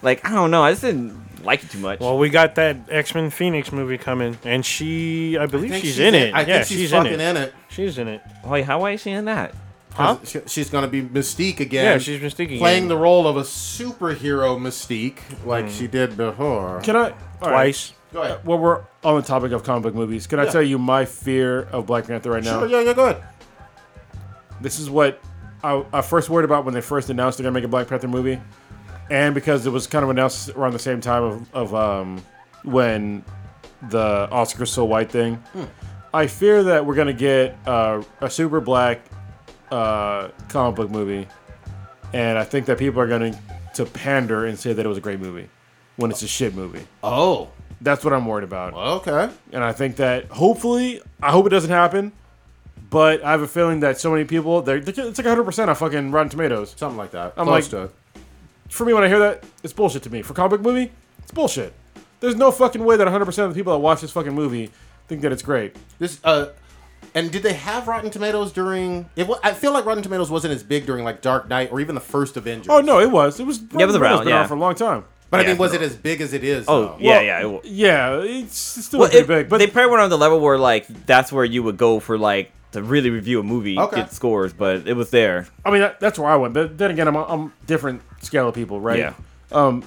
S4: like I don't know, I just didn't like it too much.
S5: Well, we got that X Men Phoenix movie coming, and she, I believe
S1: I think
S5: she's, in it.
S1: I
S5: yeah,
S1: think she's,
S5: in
S1: fucking
S5: it.
S1: in it.
S5: She's in it.
S4: Wait, how why is she in that?
S1: Huh? She's gonna be Mystique again.
S5: Yeah, she's Mystique again.
S1: Playing the role of a superhero Mystique, like she did before.
S3: Hmm. Can I all right.
S5: Twice.
S1: Go ahead.
S3: Well, we're on the topic of comic book movies. Can I tell you my fear of Black Panther right now?
S1: Sure, yeah, yeah, go ahead.
S3: This is what I, I first worried about when they first announced they're gonna make a Black Panther movie, and because it was kind of announced around the same time of, of um, when the Oscar so white thing. I fear that we're gonna get uh, a super black uh, comic book movie, and I think that people are going to pander and say that it was a great movie when it's a shit movie.
S1: Oh,
S3: That's what I'm worried about.
S1: okay.
S3: And I think that hopefully, I hope it doesn't happen. But I have a feeling that so many people, they're, they're- it's like 100% on fucking Rotten Tomatoes.
S1: Something like that.
S3: I'm
S1: Close to
S3: like-
S1: it.
S3: For me, when I hear that, it's bullshit to me. For comic book movie, it's bullshit. There's no fucking way that 100% of the people that watch this fucking movie think that it's great.
S1: This uh, and did they have Rotten Tomatoes during? It wa- I feel like Rotten Tomatoes wasn't as big during like Dark Knight or even the first Avengers.
S3: Oh, no, it was. It was,
S4: it was around,
S3: been
S4: yeah.
S3: on for a long time.
S1: But I
S4: Yeah,
S1: mean, was it as big as it is?
S4: Oh,
S1: though?
S4: yeah,
S3: Well,
S4: yeah. It,
S3: Yeah, it's, it's still
S4: well,
S3: pretty
S4: it-
S3: big. But
S4: they probably went on the level where like that's where you would go for like to really review a movie,
S1: Okay.
S4: get scores, but it was there.
S3: I mean, that, that's where I went. But then again, I'm I'm different scale of people, right?
S4: Yeah.
S3: Um,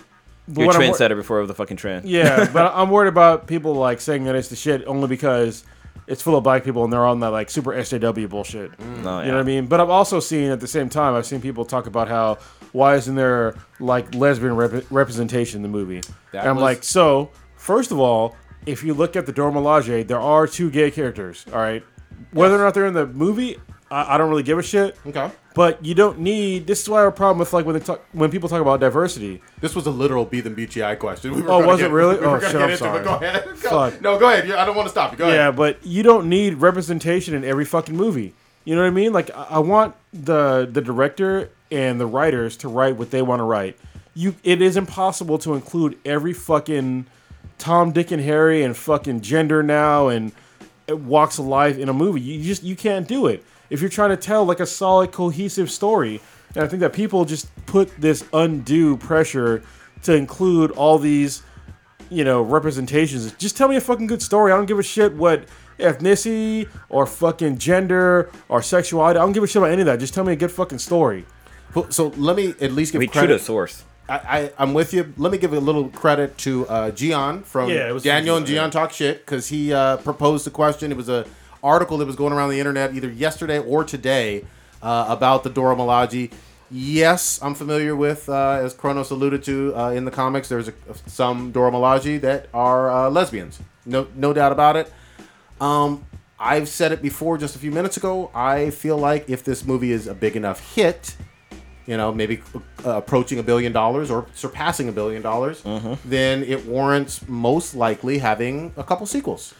S3: but
S4: You're a
S3: what I'm wor-
S4: trendsetter before it was a fucking trend.
S3: yeah, but I'm worried about people like saying that it's the shit only because it's full of black people and they're on that like super SJW bullshit.
S4: No,
S3: You know what I mean? But I've also seen at the same time, I've seen people talk about how why isn't there like lesbian rep- representation in the movie?
S1: That
S3: and I'm
S1: was-
S3: like, so first of all, if you look at the Dora Milaje, there are two gay characters. All right, whether or not they're in the movie, I, I don't really give a shit.
S1: Okay.
S3: But you don't need. This is why our problem with like when they talk when people talk about diversity.
S1: This was a literal B than BGI question. We were
S3: Oh,
S1: gonna
S3: was it
S1: get-
S3: really?
S1: We were
S3: Oh,
S1: gonna
S3: shit,
S1: get
S3: I'm
S1: into it.
S3: sorry.
S1: Go ahead. Go-
S3: Fuck.
S1: No, go ahead. You- I don't want to stop you. Go
S3: Yeah,
S1: ahead.
S3: but you don't need representation in every fucking movie. You know what I mean? Like I, I want the the director and the writers to write what they want to write. You, it is impossible to include every fucking Tom, Dick, and Harry and fucking gender now and it walks of life in a movie. You just you can't do it if you're trying to tell like a solid cohesive story. And I think that people just put this undue pressure to include all these you know, representations. Just tell me a fucking good story. I don't give a shit what ethnicity or fucking gender or sexuality. I don't give a shit about any of that. Just tell me a good fucking story.
S1: Well, So let me at least give
S4: We true to
S1: credit.
S4: source.
S1: I, I, I'm with you. Let me give a little credit to uh, Gian from
S3: Yeah, it was-
S1: Daniel and Gian Talk Shit because he uh, proposed the question. It was a article that was going around the internet either yesterday or today uh, about the Dora Milaje. Yes, I'm familiar with, uh, as Kronos alluded to uh, in the comics, there's a, some Dora Milaje that are uh, lesbians. No, no doubt about it. Um, I've said it before just a few minutes ago. I feel like if this movie is a big enough hit, you know, maybe uh, approaching a billion dollars or surpassing a billion dollars, then it warrants most likely having a couple sequels.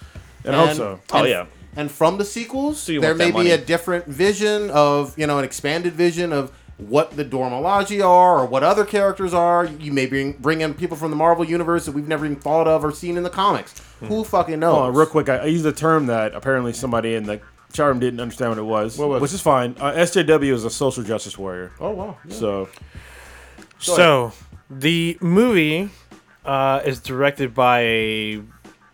S3: And I hope so.
S4: Oh,
S1: and-
S4: yeah.
S1: And from the sequels,
S4: you
S1: there
S4: want that
S1: may be
S4: money.
S1: a different vision of, you know, an expanded vision of what the Dormilaji are or what other characters are. You may bring, bring in people from the Marvel universe that we've never even thought of or seen in the comics. Who fucking knows?
S3: Hold on, Oh, real quick. I, I used a term that apparently somebody in the chat room didn't understand what it was,
S1: was
S3: which is fine. Uh, SJW is a social justice warrior.
S1: Oh, wow.
S3: So
S5: So, the movie uh, is directed by a,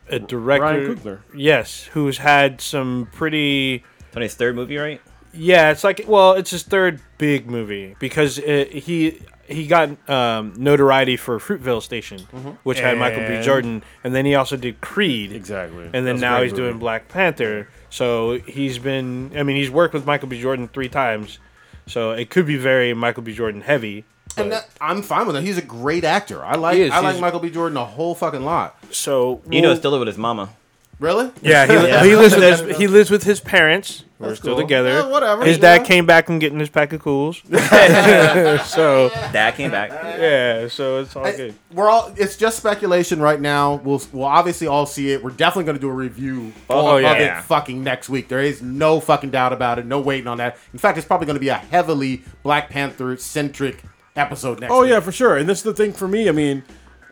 S5: a director.
S3: Ryan Coogler.
S5: Yes, who's had some pretty.
S4: Tony's third movie, right?
S5: Yeah, it's like well, it's his third big movie because it, he he got um, notoriety for Fruitvale Station, which had Michael B.
S3: Mm-hmm. And-
S5: Jordan, and then he also did Creed.
S3: Exactly.
S5: And
S3: That
S5: then
S3: was a
S5: now
S3: great
S5: he's doing
S3: movie.
S5: Black Panther. So he's been. I mean, he's worked with Michael B. Jordan three times, so it could be very Michael B. Jordan heavy.
S1: And that, I'm fine with that. He's a great actor. I like
S5: He is.
S1: I like
S5: He's-
S1: Michael B. Jordan a whole fucking lot.
S5: So
S4: You know, still live with his mama.
S1: Really?
S5: Yeah, he, he lives with his, he lives with his parents. We're
S1: That's
S5: still
S1: cool.
S5: together.
S1: Yeah, whatever,
S5: His
S1: you
S5: dad
S1: know.
S5: came back from getting his pack of cools. so
S4: Dad came back.
S5: yeah, so it's all
S1: I-
S5: good.
S1: we're all it's just speculation right now. We'll we'll obviously all see it. We're definitely going to do a review
S5: Oh,
S1: of
S5: yeah.
S1: it
S5: Yeah.
S1: fucking next week. There is no fucking doubt about it. No waiting on that. In fact, it's probably going to be a heavily Black Panther centric episode next
S3: Oh
S1: week.
S3: yeah, for sure. And this is the thing for me. I mean,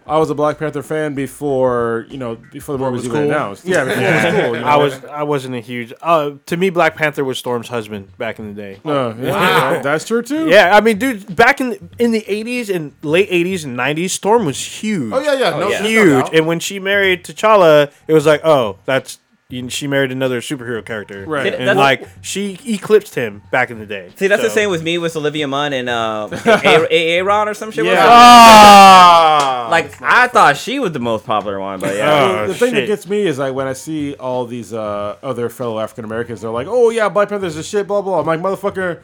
S3: I was a Black Panther fan before you know before the movie was
S1: was
S3: even
S1: cool.
S3: announced. Yeah, before it was cool. You know?
S5: I was I wasn't a huge. Uh, to me, Black Panther was Storm's husband back in the day.
S3: Uh, yeah, that- that's true too.
S5: Yeah, I mean, dude, back in the, in the '80s and late '80s and '90s, Storm was huge.
S1: Oh yeah, yeah. No,
S4: yeah.
S1: no
S5: huge.
S1: doubt.
S5: And when she married T'Challa, it was like, oh, that's and she married another superhero character,
S3: Right.
S5: And
S4: That's-
S5: like she eclipsed him back in the day.
S4: See, that's the
S5: So-
S4: same with me with Olivia Munn and uh, A- A- Aaron or some shit.
S3: Yeah. Oh.
S4: Yeah.
S5: Ah,
S4: Like I thought she was the most popular one, but yeah.
S5: Oh,
S3: the thing that
S5: shit.
S3: gets me is like when I see all these uh, other fellow African Americans, they're like, "Oh yeah, Black Panther's a shit," blah blah. I'm like, motherfucker,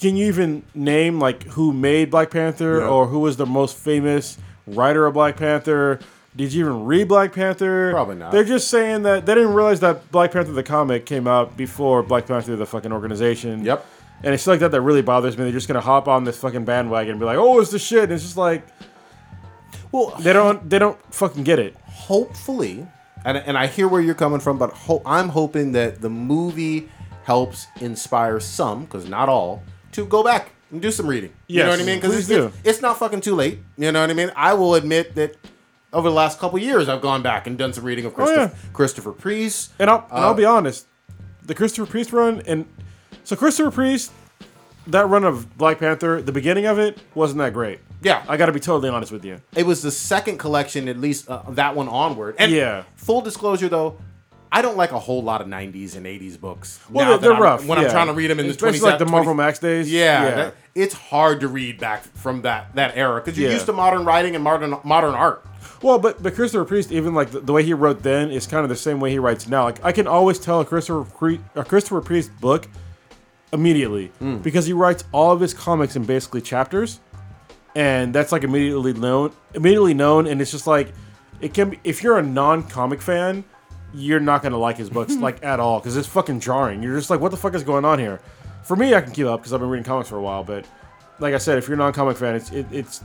S3: can you even name like who made Black Panther
S1: Yeah.
S3: or who was the most famous writer of Black Panther? Did you even read Black Panther?
S1: Probably not.
S3: They're just saying that they didn't realize that Black Panther the comic came out before Black Panther the fucking organization.
S1: Yep.
S3: And it's like that that really bothers me. They're just gonna hop on this fucking bandwagon and be like, "Oh, it's the shit." And it's just like,
S1: Well,
S3: they don't they don't fucking get it.
S1: hopefully, and, and I hear where you're coming from, but ho- I'm hoping that the movie helps inspire some, because not all, to go back and do some reading. You know
S3: Yes,
S1: what I mean? Because
S3: please
S1: it's, it's,
S3: do.
S1: it's not fucking too late. You know what I mean? I will admit that over the last couple years, I've gone back and done some reading
S3: Oh,
S1: of Christopher, Christopher Priest.
S3: And I'll, and I'll
S1: Uh,
S3: be honest, the Christopher Priest run and so Christopher Priest, that run of Black Panther, the beginning of it wasn't that great.
S1: Yeah.
S3: I got to be totally honest with you.
S1: It was the second collection, at least uh, that one onward. And
S3: Yeah.
S1: full disclosure, though, I don't like a whole lot of '90s and '80s books. now
S3: Well, they're,
S1: that
S3: they're
S1: I'm-
S3: rough
S1: When
S3: yeah.
S1: I'm trying to read them in
S3: Especially
S1: the 20s,
S3: like the Marvel Max days.
S1: Yeah, that- it's hard to read back from that that era because you're
S3: Yeah.
S1: used to modern writing and modern modern art.
S3: well, but but Christopher Priest, even like the, the way he wrote then, is kind of the same way he writes now. Like I can always tell a Christopher Pre- a Christopher Priest book immediately
S1: Hmm.
S3: because he writes all of his comics in basically chapters. and that's like immediately known immediately known and it's just like it can be if you're a non-comic fan you're not gonna like his books like at all because it's fucking jarring you're just like what the fuck is going on here for me i can keep up because i've been reading comics for a while but like i said if you're a non-comic fan it's it, it's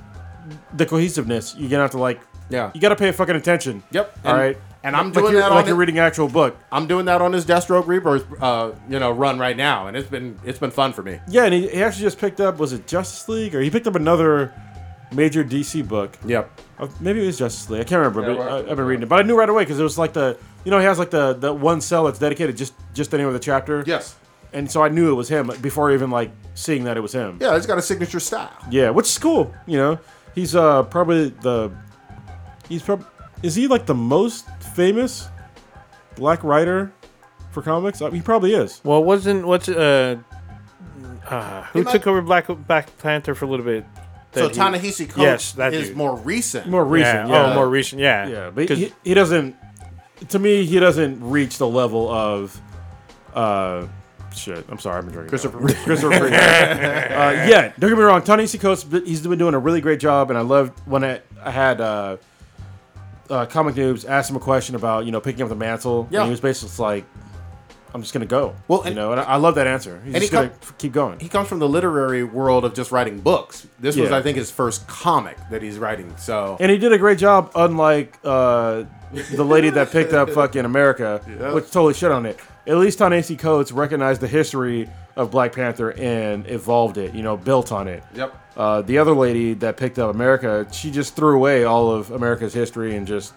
S3: the cohesiveness you're gonna have to like
S1: Yeah.
S3: you gotta pay fucking attention
S1: Yep,
S3: all
S1: and-
S3: right
S1: and I'm
S3: Like
S1: doing
S3: you're-
S1: that
S3: like
S1: on
S3: you're
S1: it-
S3: reading an actual book
S1: I'm doing that on this Deathstroke Rebirth, uh, you know, run right now, and it's been it's been fun for me.
S3: yeah and he, he actually just picked up was it justice league or he picked up another major dc book
S1: Yep.
S3: Uh, Maybe it was Justice League. I can't remember. but
S1: well, uh,
S3: I, I've been reading it, but I knew right away because it was like the you know he has like the the one cell that's dedicated just just the name of the chapter.
S1: Yes.
S3: And so I knew it was him before even like seeing that it was him.
S1: Yeah, it's got a signature style.
S3: Yeah, which is cool. You know, he's uh probably the he's prob is he like the most famous black writer for comics? I mean, he probably is.
S5: Well, wasn't what's uh, uh who
S1: Am I-
S5: took over Black Black Panther for a little bit?
S1: So
S5: That he-
S1: Tanahisi Coates
S5: Yes, that
S1: is
S5: dude.
S1: more recent.
S3: More recent.
S5: Yeah.
S3: Yeah.
S5: Oh, more recent. Yeah.
S3: Yeah, but
S5: 'Cause-
S3: he, uh, he doesn't. To me, he doesn't reach the level of. Uh, shit, I'm sorry, I've been drinking.
S1: Christopher
S3: Now. Christopher Reeve. uh, yeah, don't get me wrong. Tony Coates, but he's been doing a really great job, and I loved when I, I had uh, uh, comic noobs ask him a question about you know picking up the mantle.
S1: Yeah.
S3: and he was basically just like, "I'm just gonna go."
S1: Well,
S3: you
S1: and-
S3: know, and I, I love that answer. He's
S1: and he
S3: just gonna
S1: come-
S3: f- keep going.
S1: He comes from the literary world of just writing books. This was,
S3: Yeah.
S1: I think, his first comic that he's writing. So
S3: And he did a great job, unlike uh, the lady that picked up fucking America, which totally shit on it. At least Ta-Nehisi Coates recognized the history of Black Panther and evolved it, you know, built on it.
S1: Yep.
S3: Uh, the other lady that picked up America, she just threw away all of America's history and just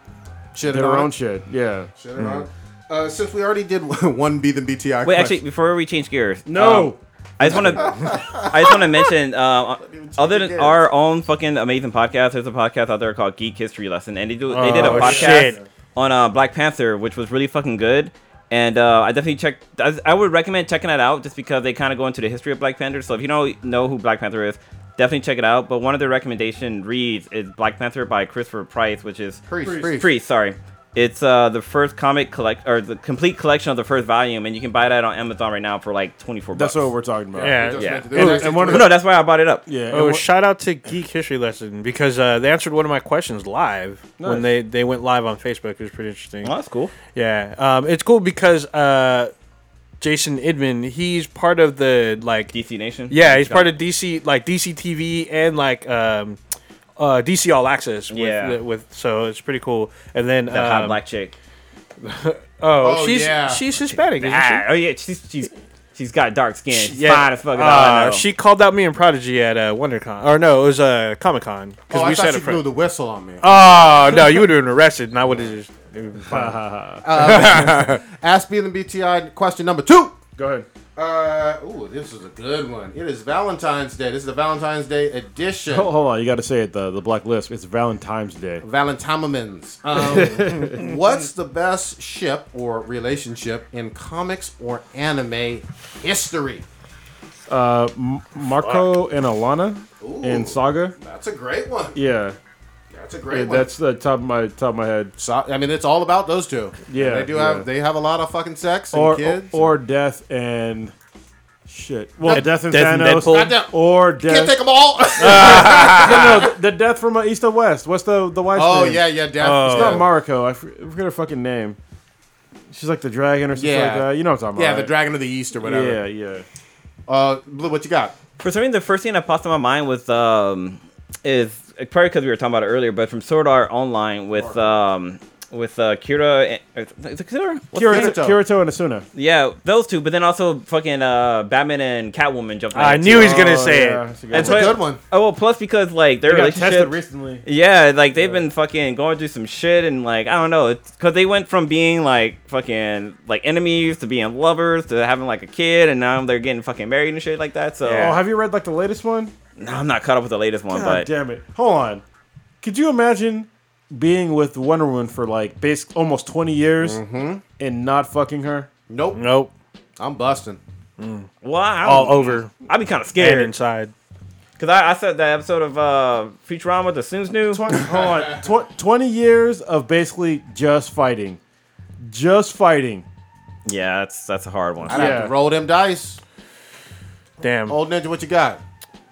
S1: shit
S3: did her
S1: on
S3: own
S1: it.
S3: shit. Yeah.
S1: Shit on it. Uh, since we already did one B the BTI.
S4: Wait,
S1: question-
S4: actually, before we change gears,
S3: No.
S4: um, I just want to, I just want to mention, uh, other than our own fucking amazing podcast, there's a podcast out there called Geek History Lesson, and they do they did a
S5: Oh,
S4: podcast
S5: shit.
S4: on uh, Black Panther, which was really fucking good. And uh, I definitely check. I, I would recommend checking that out just because they kind of go into the history of Black Panther. So if you don't know who Black Panther is, definitely check it out. But one of their recommendation reads is Black Panther by Christopher Price, which is
S1: Priest. Priest.
S4: Priest, sorry. It's uh, the first comic collect or the complete collection of the first volume, and you can buy that on Amazon right now for like twenty four bucks.
S3: That's what we're talking about.
S5: Yeah.
S1: We just
S4: Yeah.
S1: went to-
S3: And-
S1: actually
S3: and one of
S4: But
S1: Twitter.
S4: no, that's why I bought it up.
S3: Yeah. and
S5: Oh,
S3: what-
S5: shout out to Geek History Lesson because uh, they answered one of my questions live when
S3: Nice.
S5: they, they went live on Facebook. It was pretty interesting.
S4: Well, that's cool.
S5: Yeah, um, it's cool because uh, Jason Idman, he's part of the like
S4: DC Nation.
S5: yeah, he's part of DC like DC TV and like um, uh, DC All Access. With,
S4: Yeah.
S5: the- with so it's pretty cool. And then
S4: that hot
S5: um,
S4: black chick.
S5: oh,
S1: Oh,
S5: she's
S1: yeah.
S5: she's Hispanic, isn't she?
S4: Ah, oh yeah, she's she's she's got dark skin. She's
S5: Yeah.
S4: fine as fuck. that's all I
S3: Ah,
S5: Uh,
S4: know.
S5: she called out me and Prodigy at uh, WonderCon, or no, it was uh, Comic Con because
S1: Oh,
S5: we
S1: I
S5: sat
S1: thought
S5: in
S1: you
S5: front.
S1: blew the whistle on me.
S5: Oh no, you would have been arrested, and I would have just. it would've been fine.
S1: Ask me the BTI question number two.
S3: Go ahead.
S1: Uh, ooh, this is a good one. It is Valentine's Day. This is the Valentine's Day edition.
S3: Hold, hold on, you got to say it. The the black list. It's Valentine's Day.
S1: Valentamamins. Um, what's the best ship or relationship in comics or anime history?
S3: Marco and Alana in
S1: Ooh.
S3: Saga.
S1: That's a great one.
S3: Yeah,
S1: That's a great one.
S3: that's the top of my top of my head.
S1: So, I mean, it's all about those two.
S3: Yeah,
S1: they do
S3: yeah.
S1: have. They have a lot of fucking sex and
S3: Or,
S1: kids.
S3: or death and shit. Well, death and
S2: Death and
S3: Thanos.
S2: Deadpool.
S1: Goddamn.
S3: or death.
S1: can't take them all.
S3: no, no, the death from uh, East to West. What's the the wife's
S1: oh
S3: name?
S1: yeah, yeah, death.
S3: It's
S1: yeah.
S2: Uh,
S3: not Mariko. I f- I forget her fucking name. She's like the dragon or something
S1: Yeah.
S3: like that. You know what I'm talking
S1: yeah,
S3: about?
S1: the Dragon of the East or whatever.
S3: Yeah, yeah.
S1: Uh, Blue, what you got?
S4: For some reason, the first thing that popped in my mind was um, is probably because we were talking about it earlier, but from Sword Art Online with um, with uh, Kira, and, is it Kira? What's her
S3: Kirito,
S4: name?
S1: Kirito.
S3: Kirito and Asuna.
S4: Yeah, those two, but then also fucking uh, Batman and Catwoman jumped. in
S2: I
S4: too.
S2: knew he was gonna
S3: Oh,
S2: say
S3: yeah,
S2: it.
S3: that's a good
S4: That's
S3: one.
S1: a
S4: why-
S1: good one.
S4: Oh well, plus because like their
S3: They got tested
S4: relationship.
S3: recently.
S4: Yeah, like they've been fucking going through some shit and like I don't know, because they went from being like fucking like enemies to being lovers to having like a kid, and now they're getting fucking married and shit like that. So
S3: Oh, have you read like the latest one?
S4: no, I'm not caught up with the latest one,
S3: God
S4: but
S3: damn it! Hold on. Could you imagine being with Wonder Woman for like basic almost 20 years and not fucking her?
S1: Nope,
S2: Nope.
S1: I'm busting.
S4: well, I
S5: Oh,
S4: don't-
S2: All over
S4: I'd be kind of
S2: and
S4: scared
S2: inside.
S4: because I, I saw that episode of uh, Futurama, the Soon's New.
S3: Twen- hold on. Tw- 20 years of basically just fighting, just fighting.
S4: Yeah, that's that's a hard one.
S1: I'd
S3: Yeah.
S1: have to roll them dice.
S2: Damn.
S1: Old ninja, what you got?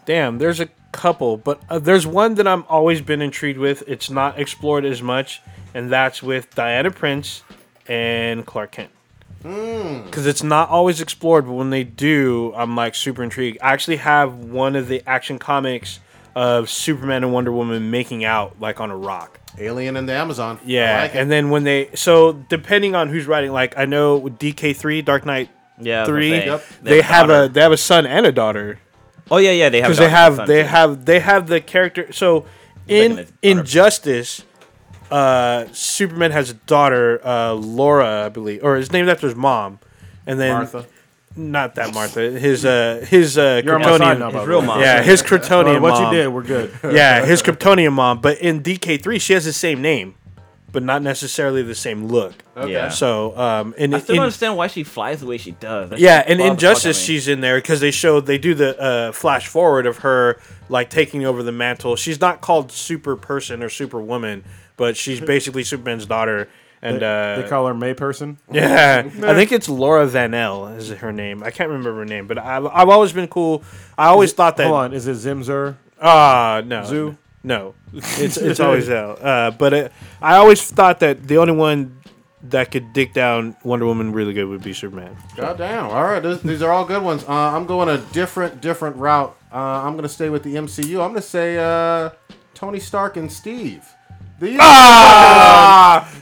S2: Damn.
S5: There's a couple, but uh, there's one that I'm always been intrigued with. It's not explored as much, and that's with Diana Prince and Clark Kent.
S1: Hmm.
S5: Because it's not always explored, but when they do, I'm like super intrigued. I actually have one of the action comics of Superman and Wonder Woman making out like on a rock.
S1: Alien in the Amazon.
S5: Yeah,
S1: I like it.
S5: and then when they so depending on who's writing, like I know DK three Dark Knight
S4: Yeah, I was gonna
S5: three,
S4: say,
S5: they, have
S4: daughter.
S5: a they have a son and a daughter
S4: Oh yeah, yeah, they have
S5: because they
S4: daughter and
S5: have
S4: son,
S5: they
S4: too.
S5: have they have the character. So
S4: Looking
S5: in
S4: at the daughter.
S5: Injustice, uh, Superman has a daughter, uh, Laura, I believe, or is named after his mom, and then
S1: Martha.
S5: not that Martha, his uh, his uh,
S3: You're on my side now,
S5: Kryptonian,
S3: by
S4: His
S3: the
S4: real
S3: way.
S4: mom.
S5: yeah, his Kryptonian.
S3: Well, what
S5: mom.
S3: you did, we're good.
S5: yeah, his Kryptonian mom. But in DK three, she has the same name, but not necessarily the same look.
S4: Yeah.
S5: So um, in,
S4: I still
S5: in
S4: don't understand why she flies the way she does. That
S5: Yeah,
S4: shit
S5: and
S4: bothers the
S5: in
S4: fuck out of
S5: Justice,
S4: me.
S5: she's in there because they showed they do the uh, flash forward of her like taking over the mantle. She's not called Super Person or Superwoman, but she's basically Superman's daughter. And uh,
S3: They call her May Person.
S5: yeah, I think it's Laura Van El is her name. I can't remember her name, but I've, I've always been cool. I always thought that
S3: Hold on, is it Zimzer?
S5: Ah, no.
S3: Zoo?
S5: No. It's it's always out. Uh, but it, I always thought that the only one that could dig down Wonder Woman really good would be Superman.
S1: God damn. All right, those, these are all good ones. Uh, I'm going a different different route. Uh, I'm going to stay with the MCU. I'm going to say uh, Tony Stark and Steve. The
S5: Ah!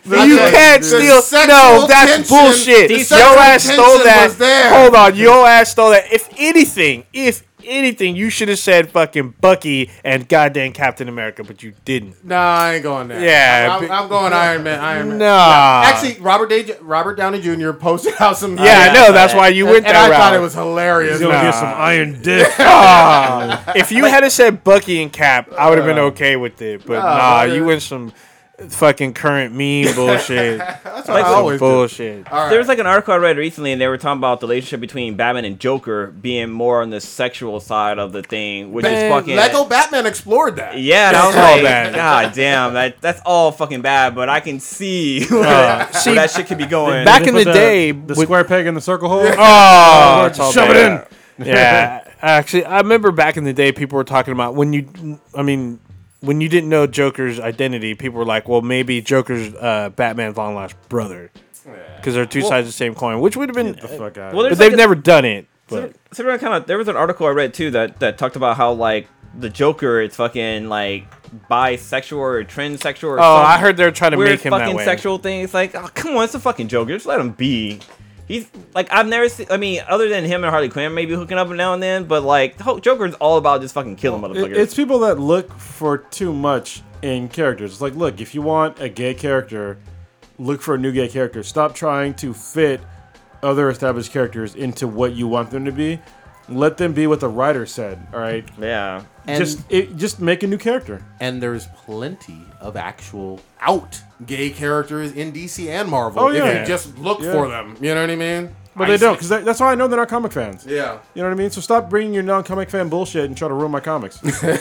S5: you can't steal. No, that's bullshit. Your ass stole that. Hold on, your ass stole that. If anything, if anything, you should have said fucking Bucky and goddamn Captain America, but you didn't.
S1: No, I ain't going there.
S5: Yeah,
S1: I'm,
S5: be-
S1: I'm going Iron Man. Iron Man.
S5: Nah.
S1: Actually, Robert Day, Robert Downey Jr. posted out some.
S5: yeah, I know. That's
S4: I-
S5: why you went
S1: and
S5: that
S1: I
S5: route.
S1: thought it was hilarious.
S3: You'll
S5: Nah.
S3: get some iron dick.
S5: if you had said Bucky and Cap, I would have been okay with it. But
S1: Uh. nah,
S5: nah,
S1: brother.
S5: you went some fucking current meme bullshit.
S1: That's what I
S5: Some
S1: always do.
S5: bullshit.
S1: All right.
S4: There was like an article I read recently, and they were talking about the relationship between Batman and Joker being more on the sexual side of the thing, which
S1: Man,
S4: is fucking.
S1: Lego Batman explored that.
S4: yeah, and I was
S5: That's all
S4: like,
S5: bad.
S4: God damn, that that's all fucking bad. But I can see where,
S5: Uh, see,
S4: where that shit could be going.
S5: back
S3: They
S5: in
S3: put
S5: the day,
S3: the
S5: with-
S3: square peg in the circle hole.
S5: Oh, it's all
S3: Shove it
S5: bad.
S3: in.
S5: yeah, actually, I remember back in the day, people were talking about when you, I mean, when you didn't know Joker's identity, people were like, well, maybe Joker's uh, Batman's long lost brother. Because they're two sides of the same coin, which would have been,
S3: Fuck out.
S5: but
S4: Well, there's
S5: they've
S4: like a-
S5: never done it. But.
S4: So everyone kind of there was an article I read too that that talked about how like the Joker is fucking like bisexual or transsexual. Or
S5: Oh, I heard they're trying to
S4: weird
S5: make him
S4: fucking
S5: that way.
S4: sexual thing. It's like, oh come on, it's a fucking Joker. Just let him be. He's like I've never seen. I mean, other than him and Harley Quinn maybe hooking up now and then, but like the whole Joker's all about just fucking killing
S3: It-
S4: motherfuckers.
S3: it's people that look for too much in characters. It's like, look, if you want a gay character, look for a new gay character. Stop trying to fit a other established characters into what you want them to be. Let them be what the writer said. All right,
S4: Yeah.
S1: And-
S3: just it, just make a new character.
S1: and there's plenty of actual out gay characters in DC and Marvel.
S3: Oh,
S1: If
S3: yeah.
S1: you just look
S3: Yeah.
S1: for them. You know what I mean?
S3: But they don't, because that's how I know they're not comic fans.
S1: Yeah.
S3: You know what I mean? So stop bringing your non-comic fan bullshit and try to ruin my comics.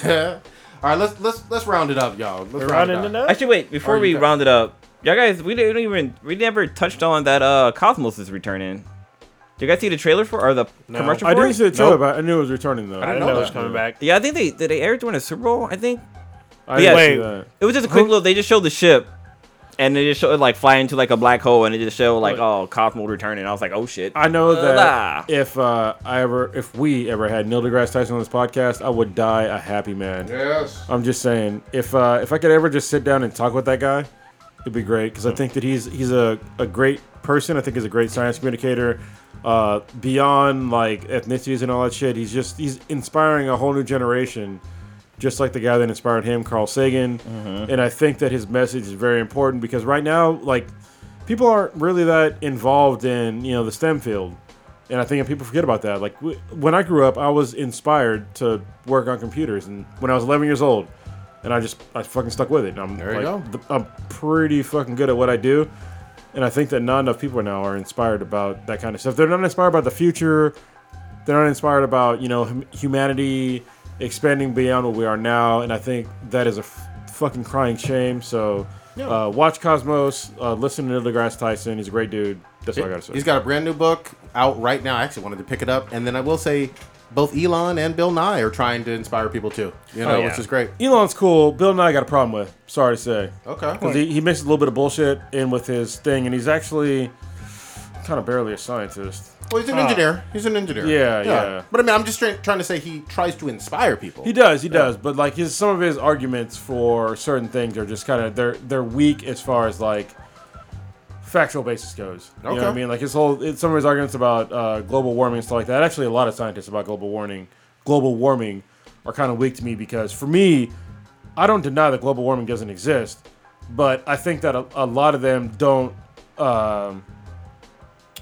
S1: All right, let's let's let's round it up, y'all. Let's round it up.
S4: Actually, wait. Before
S1: you
S4: we
S1: got-
S4: round it up, y'all guys, we didn't even we never touched on that. Uh, Cosmos is returning. Do you guys see the trailer for or the commercial?
S3: I
S4: for
S3: didn't
S4: it?
S3: see the trailer, but I knew it was returning though.
S5: I didn't
S1: know
S5: know, it was
S1: that.
S5: coming back.
S4: Yeah, I think they did they air it during the Super Bowl. I think
S3: I didn't
S4: Wait.
S3: see that.
S4: it was just a quick little. They just showed the ship, and they just showed it like flying into like a black hole, and it just showed like oh Cosmos returning. I was like oh shit.
S3: I know
S4: Nah.
S3: that if uh, I ever, if we ever had Neil deGrasse Tyson on this podcast, I would die a happy man.
S1: Yes.
S3: I'm just saying, if uh, if I could ever just sit down and talk with that guy, it'd be great because I think that he's he's a, a great person. I think he's a great science communicator. Uh, beyond like ethnicities and all that shit, he's just he's inspiring a whole new generation, just like the guy that inspired him, Carl Sagan. And I think that his message is very important because right now, like, people aren't really that involved in you know the STEM field. And I think people forget about that. Like w- when I grew up, I was inspired to work on computers, and when I was 11 years old, and I just I fucking stuck with it. And I'm
S1: There you
S3: like,
S1: go.
S3: th- I'm pretty fucking good at what I do, and I think that not enough people now are inspired about that kind of stuff. They're not inspired by the future. They're not inspired about you know hum- humanity expanding beyond what we are now, and I think that is a f- fucking crying shame. So. Uh, watch Cosmos. Uh, listen to Neil deGrasse Tyson. He's a great dude. That's all I gotta say.
S1: He's got a brand new book out right now. I actually wanted to pick it up, and then I will say, both Elon and Bill Nye are trying to inspire people too. You
S3: Oh,
S1: know,
S5: yeah.
S1: which is great.
S3: Elon's cool. Bill and I got a problem with. Sorry to say.
S1: Okay.
S3: Because he, he mixes a little bit of bullshit in with his thing, and he's actually kind of barely a scientist.
S1: Well, he's an engineer. He's an engineer.
S3: Uh, Yeah, yeah.
S1: But I mean, I'm just try- trying to say he tries to inspire people.
S3: He does, he does, but like his some of his arguments for certain things are just kind of they're they're weak as far as like factual basis goes. You know what I
S1: Okay.
S3: mean? Like his whole it, some of his arguments about uh, global warming and stuff like that. Actually, a lot of scientists about global warming, global warming, are kind of weak to me because for me, I don't deny that global warming doesn't exist, but I think that a, a lot of them don't um,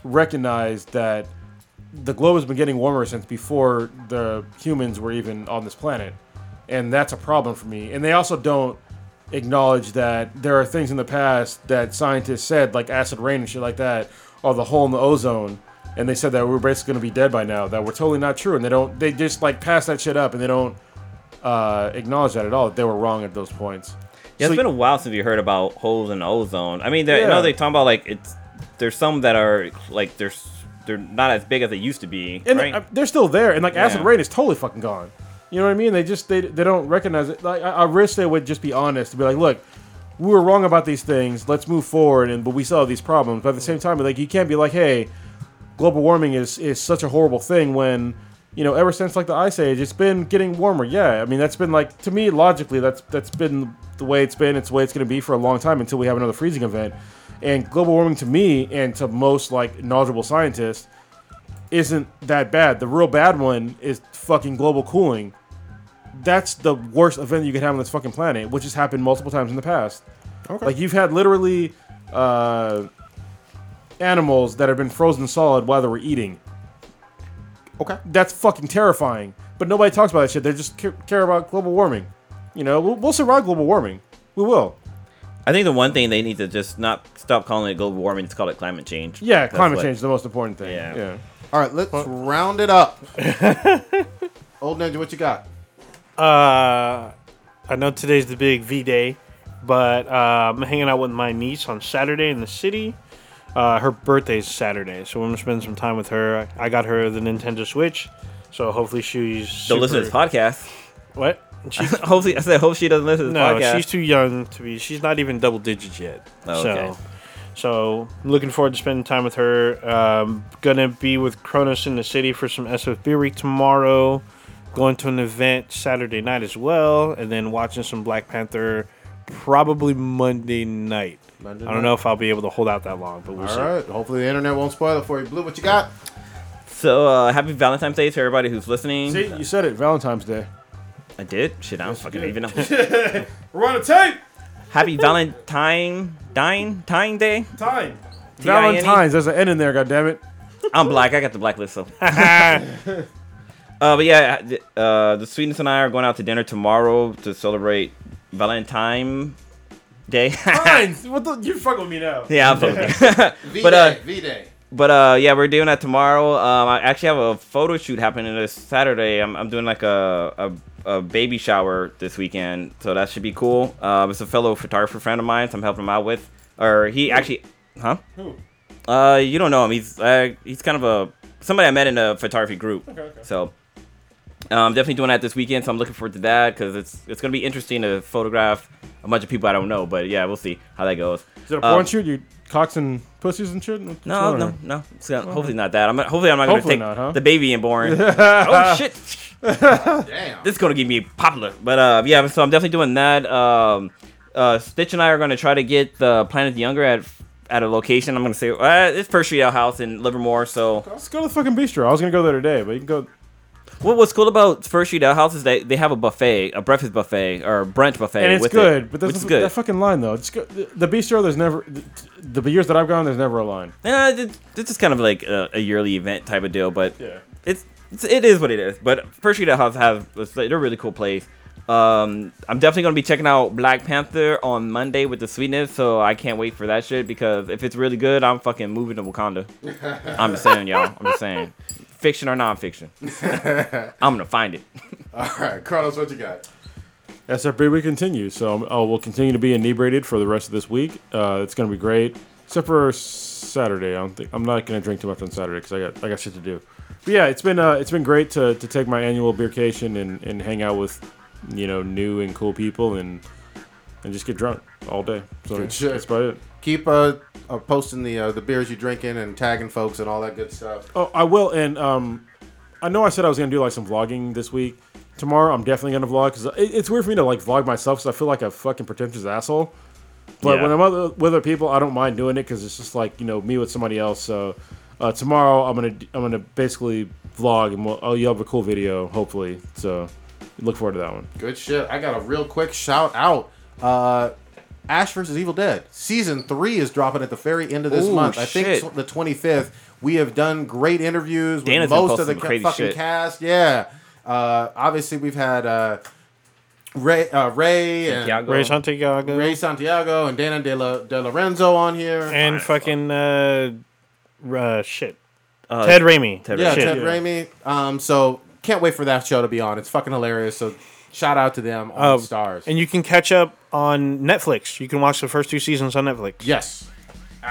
S3: recognize that the globe has been getting warmer since before the humans were even on this planet. And that's a problem for me. And they also don't acknowledge that there are things in the past that scientists said, like acid rain and shit like that, or the hole in the ozone. And they said that we're basically going to be dead by now. That were totally not true. And they don't, they just like pass that shit up and they don't uh, acknowledge that at all. That they were wrong at those points.
S4: Yeah, it's
S3: So-
S4: been a while since you heard about holes in the ozone. I mean, they I
S3: Yeah.
S4: know they talking about like it's there's some that are like they're s- they're not as big as they used to be,
S3: and
S4: right?
S3: uh, they're still there. And like acid
S4: Yeah.
S3: rain is totally fucking gone. You know what I mean? They just they, they don't recognize it. Like I, I wish they would just be honest and be like, look, we were wrong about these things. Let's move forward. And but we still have these problems. But at the same time, like you can't be like, hey, global warming is is such a horrible thing when. You know, ever since like the ice age, it's been getting warmer. Yeah, I mean that's been like to me logically that's that's been the way it's been. It's the way it's going to be for a long time until we have another freezing event. And global warming to me and to most like knowledgeable scientists isn't that bad. The real bad one is fucking global cooling. That's the worst event you could have on this fucking planet, which has happened multiple times in the past. Okay. Like you've had literally uh, animals that have been frozen solid while they were eating.
S1: Okay.
S3: That's fucking terrifying. But nobody talks about that shit. They just ca- care about global warming. You know, we'll, we'll survive global warming. We will.
S4: I think the one thing they need to just not stop calling it global warming, just call it climate change.
S3: Yeah,
S4: That's
S3: climate
S4: what-
S3: change is the most important thing.
S4: Yeah.
S3: yeah.
S1: All right, let's round it up. Old Ninja, what you got?
S5: Uh, I know today's the big V Day, but uh, I'm hanging out with my niece on Saturday in the city. Uh, her birthday's Saturday, so we're gonna spend some time with her. I got her the Nintendo Switch, so hopefully she's
S4: Don't listen to this podcast.
S5: What? She's
S4: Hopefully, I said hope she doesn't listen to this
S5: no,
S4: podcast.
S5: she's too young to be. She's not even double digits yet.
S4: Oh, okay.
S5: So, so I'm looking forward to spending time with her. Um, gonna be with Cronus in the city for some SFB week tomorrow. Going to an event Saturday night as well, and then watching some Black Panther probably Monday night.
S1: Monday
S5: I
S1: night.
S5: don't know if I'll be able to hold out that long, but we'll
S1: All
S5: see.
S1: right. Hopefully the internet won't spoil it for you. Blue, what you got?
S4: So uh, happy Valentine's Day to everybody who's listening.
S3: See, you said it. Valentine's Day.
S4: I did. Shit, I don't fucking even know.
S3: We're on a tape.
S4: happy Valentine, dine, tying day.
S3: Time.
S4: T I N E.
S3: Valentine's. There's an N in there. goddammit.
S4: I'm black. I got the black list. So. Uh, but yeah, th- uh, the Sweetness and I are going out to dinner tomorrow to celebrate Valentine Day.
S3: Fine. What the? You fuck with me now.
S4: yeah, I'm fucking with you. but uh,
S1: V-Day.
S4: but uh, yeah, we're doing that tomorrow. Um, I actually have a photo shoot happening this Saturday. I'm, I'm doing like a, a a baby shower this weekend, so that should be cool. Um, it's a fellow photographer friend of mine, so I'm helping him out with. Or he actually, huh?
S3: Who?
S4: Uh, you don't know him. He's uh, he's kind of a somebody I met in a photography group.
S3: okay.
S4: So, I'm definitely doing that this weekend. So I'm looking forward to that because it's it's gonna be interesting to photograph a bunch of people I don't know. But yeah, we'll see how that goes.
S3: Is it a
S4: Um,
S3: porn shoot? You cocks and pussies and shit? What's
S4: No,
S3: going
S4: no,
S3: on?
S4: no. It's not, hopefully not that. I'm not- hopefully I'm not
S3: Hopefully
S4: gonna
S3: not,
S4: take
S3: huh?
S4: the baby and born. oh shit,
S1: Damn.
S4: this is gonna get me popular. But uh, yeah, so I'm definitely doing that. Um, uh, Stitch and I are gonna try to get the Planet the Younger at at a location. I'm gonna say uh, it's Pershio House in Livermore. So
S3: Let's go to the fucking bistro. I was gonna go there today, but you can go.
S4: what, what's cool about Pershio House is they they have a buffet, a breakfast buffet or brunch buffet.
S3: And it's
S4: with
S3: good,
S4: it,
S3: but
S4: which
S3: that's
S4: is good.
S3: that fucking line though. It's good. The, the bistro, there's never the, the years that I've gone, there's never a line.
S4: Yeah, it- it's just kind of like a, a yearly event type of deal, but
S3: Yeah.
S4: it's, it's it is what it is. But Pershita House have it's like- they're a really cool place. Um, I'm definitely gonna be checking out Black Panther on Monday with the sweetness, so I can't wait for that shit because if it's really good, I'm fucking moving to Wakanda. I'm just saying, y'all. I'm just saying, fiction or nonfiction, I'm gonna find it.
S1: All right, Carlos, what you got?
S3: SFB we continue, so oh, we'll continue to be inebriated for the rest of this week. Uh, it's gonna be great, except for Saturday. I don't think I'm not gonna drink too much on Saturday because I got I got shit to do. But yeah, it's been uh, it's been great to, to take my annual beercation and, and hang out with you know new and cool people and and just get drunk all day. So
S1: Good shit.
S3: that's about it.
S1: Keep uh, uh posting the uh, the beers you drinking and tagging folks and all that good stuff.
S3: Oh, I will. And um, I know I said I was gonna do like some vlogging this week. Tomorrow, I'm definitely gonna vlog because it, it's weird for me to like vlog myself because I feel like a fucking pretentious asshole. But
S4: Yeah.
S3: when I'm other, with other people, I don't mind doing it because it's just like you know me with somebody else. So uh, tomorrow, I'm gonna d- I'm gonna basically vlog and we'll, oh, you'll have a cool video hopefully. So look forward to that one.
S1: Good shit. I got a real quick shout out. Uh, Ash versus Evil Dead season three is dropping at the very end of this
S4: Ooh,
S1: month. I think
S4: shit.
S1: tw- the twenty fifth. We have done great interviews with
S4: Dana's been
S1: most of the
S4: posting
S1: ca-
S4: crazy
S1: fucking
S4: shit.
S1: cast. Yeah. Uh, obviously we've had uh, Ray, uh, Ray and
S4: Santiago.
S5: Ray Santiago
S1: Ray Santiago and Dana De, La, De Lorenzo on here.
S5: and fucking uh, uh shit.
S4: Uh,
S5: Ted Raimi.
S4: Ted
S1: yeah,
S5: Shit.
S1: Ted Raimi. Um, so can't wait for that show to be on. It's fucking hilarious. So shout out to them on
S5: Uh,
S1: stars.
S5: And you can catch up on Netflix. You can watch the first two seasons on Netflix.
S1: yes.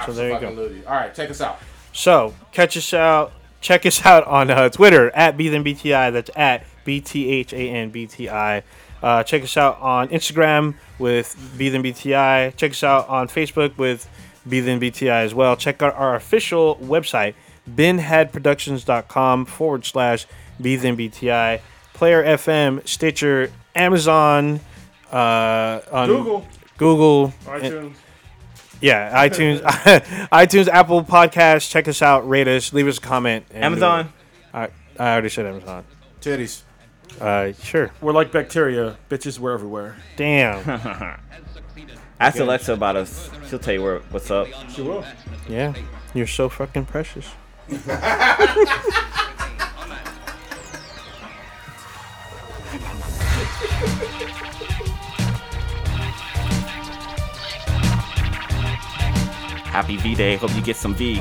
S5: So there you go.
S1: Absolutely. All right, take us out.
S5: So catch us out. Check us out on uh, Twitter at BThanBTI. That's at B T H A N B T I. Uh, check us out on Instagram with BThanBTI. Check us out on Facebook with BThanBTI as well. Check out our official website, binhadproductions.com forward slash BThanBTI. Player FM, Stitcher, Amazon, uh, on
S3: Google.
S5: Google, and- yeah, iTunes, iTunes, Apple Podcasts. Check us out, rate us, leave us a comment. and-
S4: Amazon.
S5: I, I already said Amazon.
S1: Titties.
S5: Uh, sure.
S3: We're like bacteria, bitches. We're everywhere.
S5: Damn.
S4: Ask Alexa about us. She'll tell you where, what's up.
S3: She will.
S5: yeah, you're so fucking precious.
S4: Happy V Day. Hope you get some V.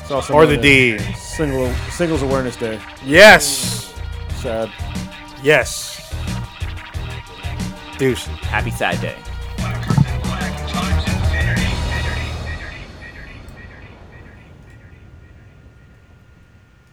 S3: It's also
S5: Or the
S3: known as
S5: D.
S3: Single Singles Awareness Day.
S5: Yes.
S3: Sad.
S5: Yes. Deuces.
S4: Happy Sad Day.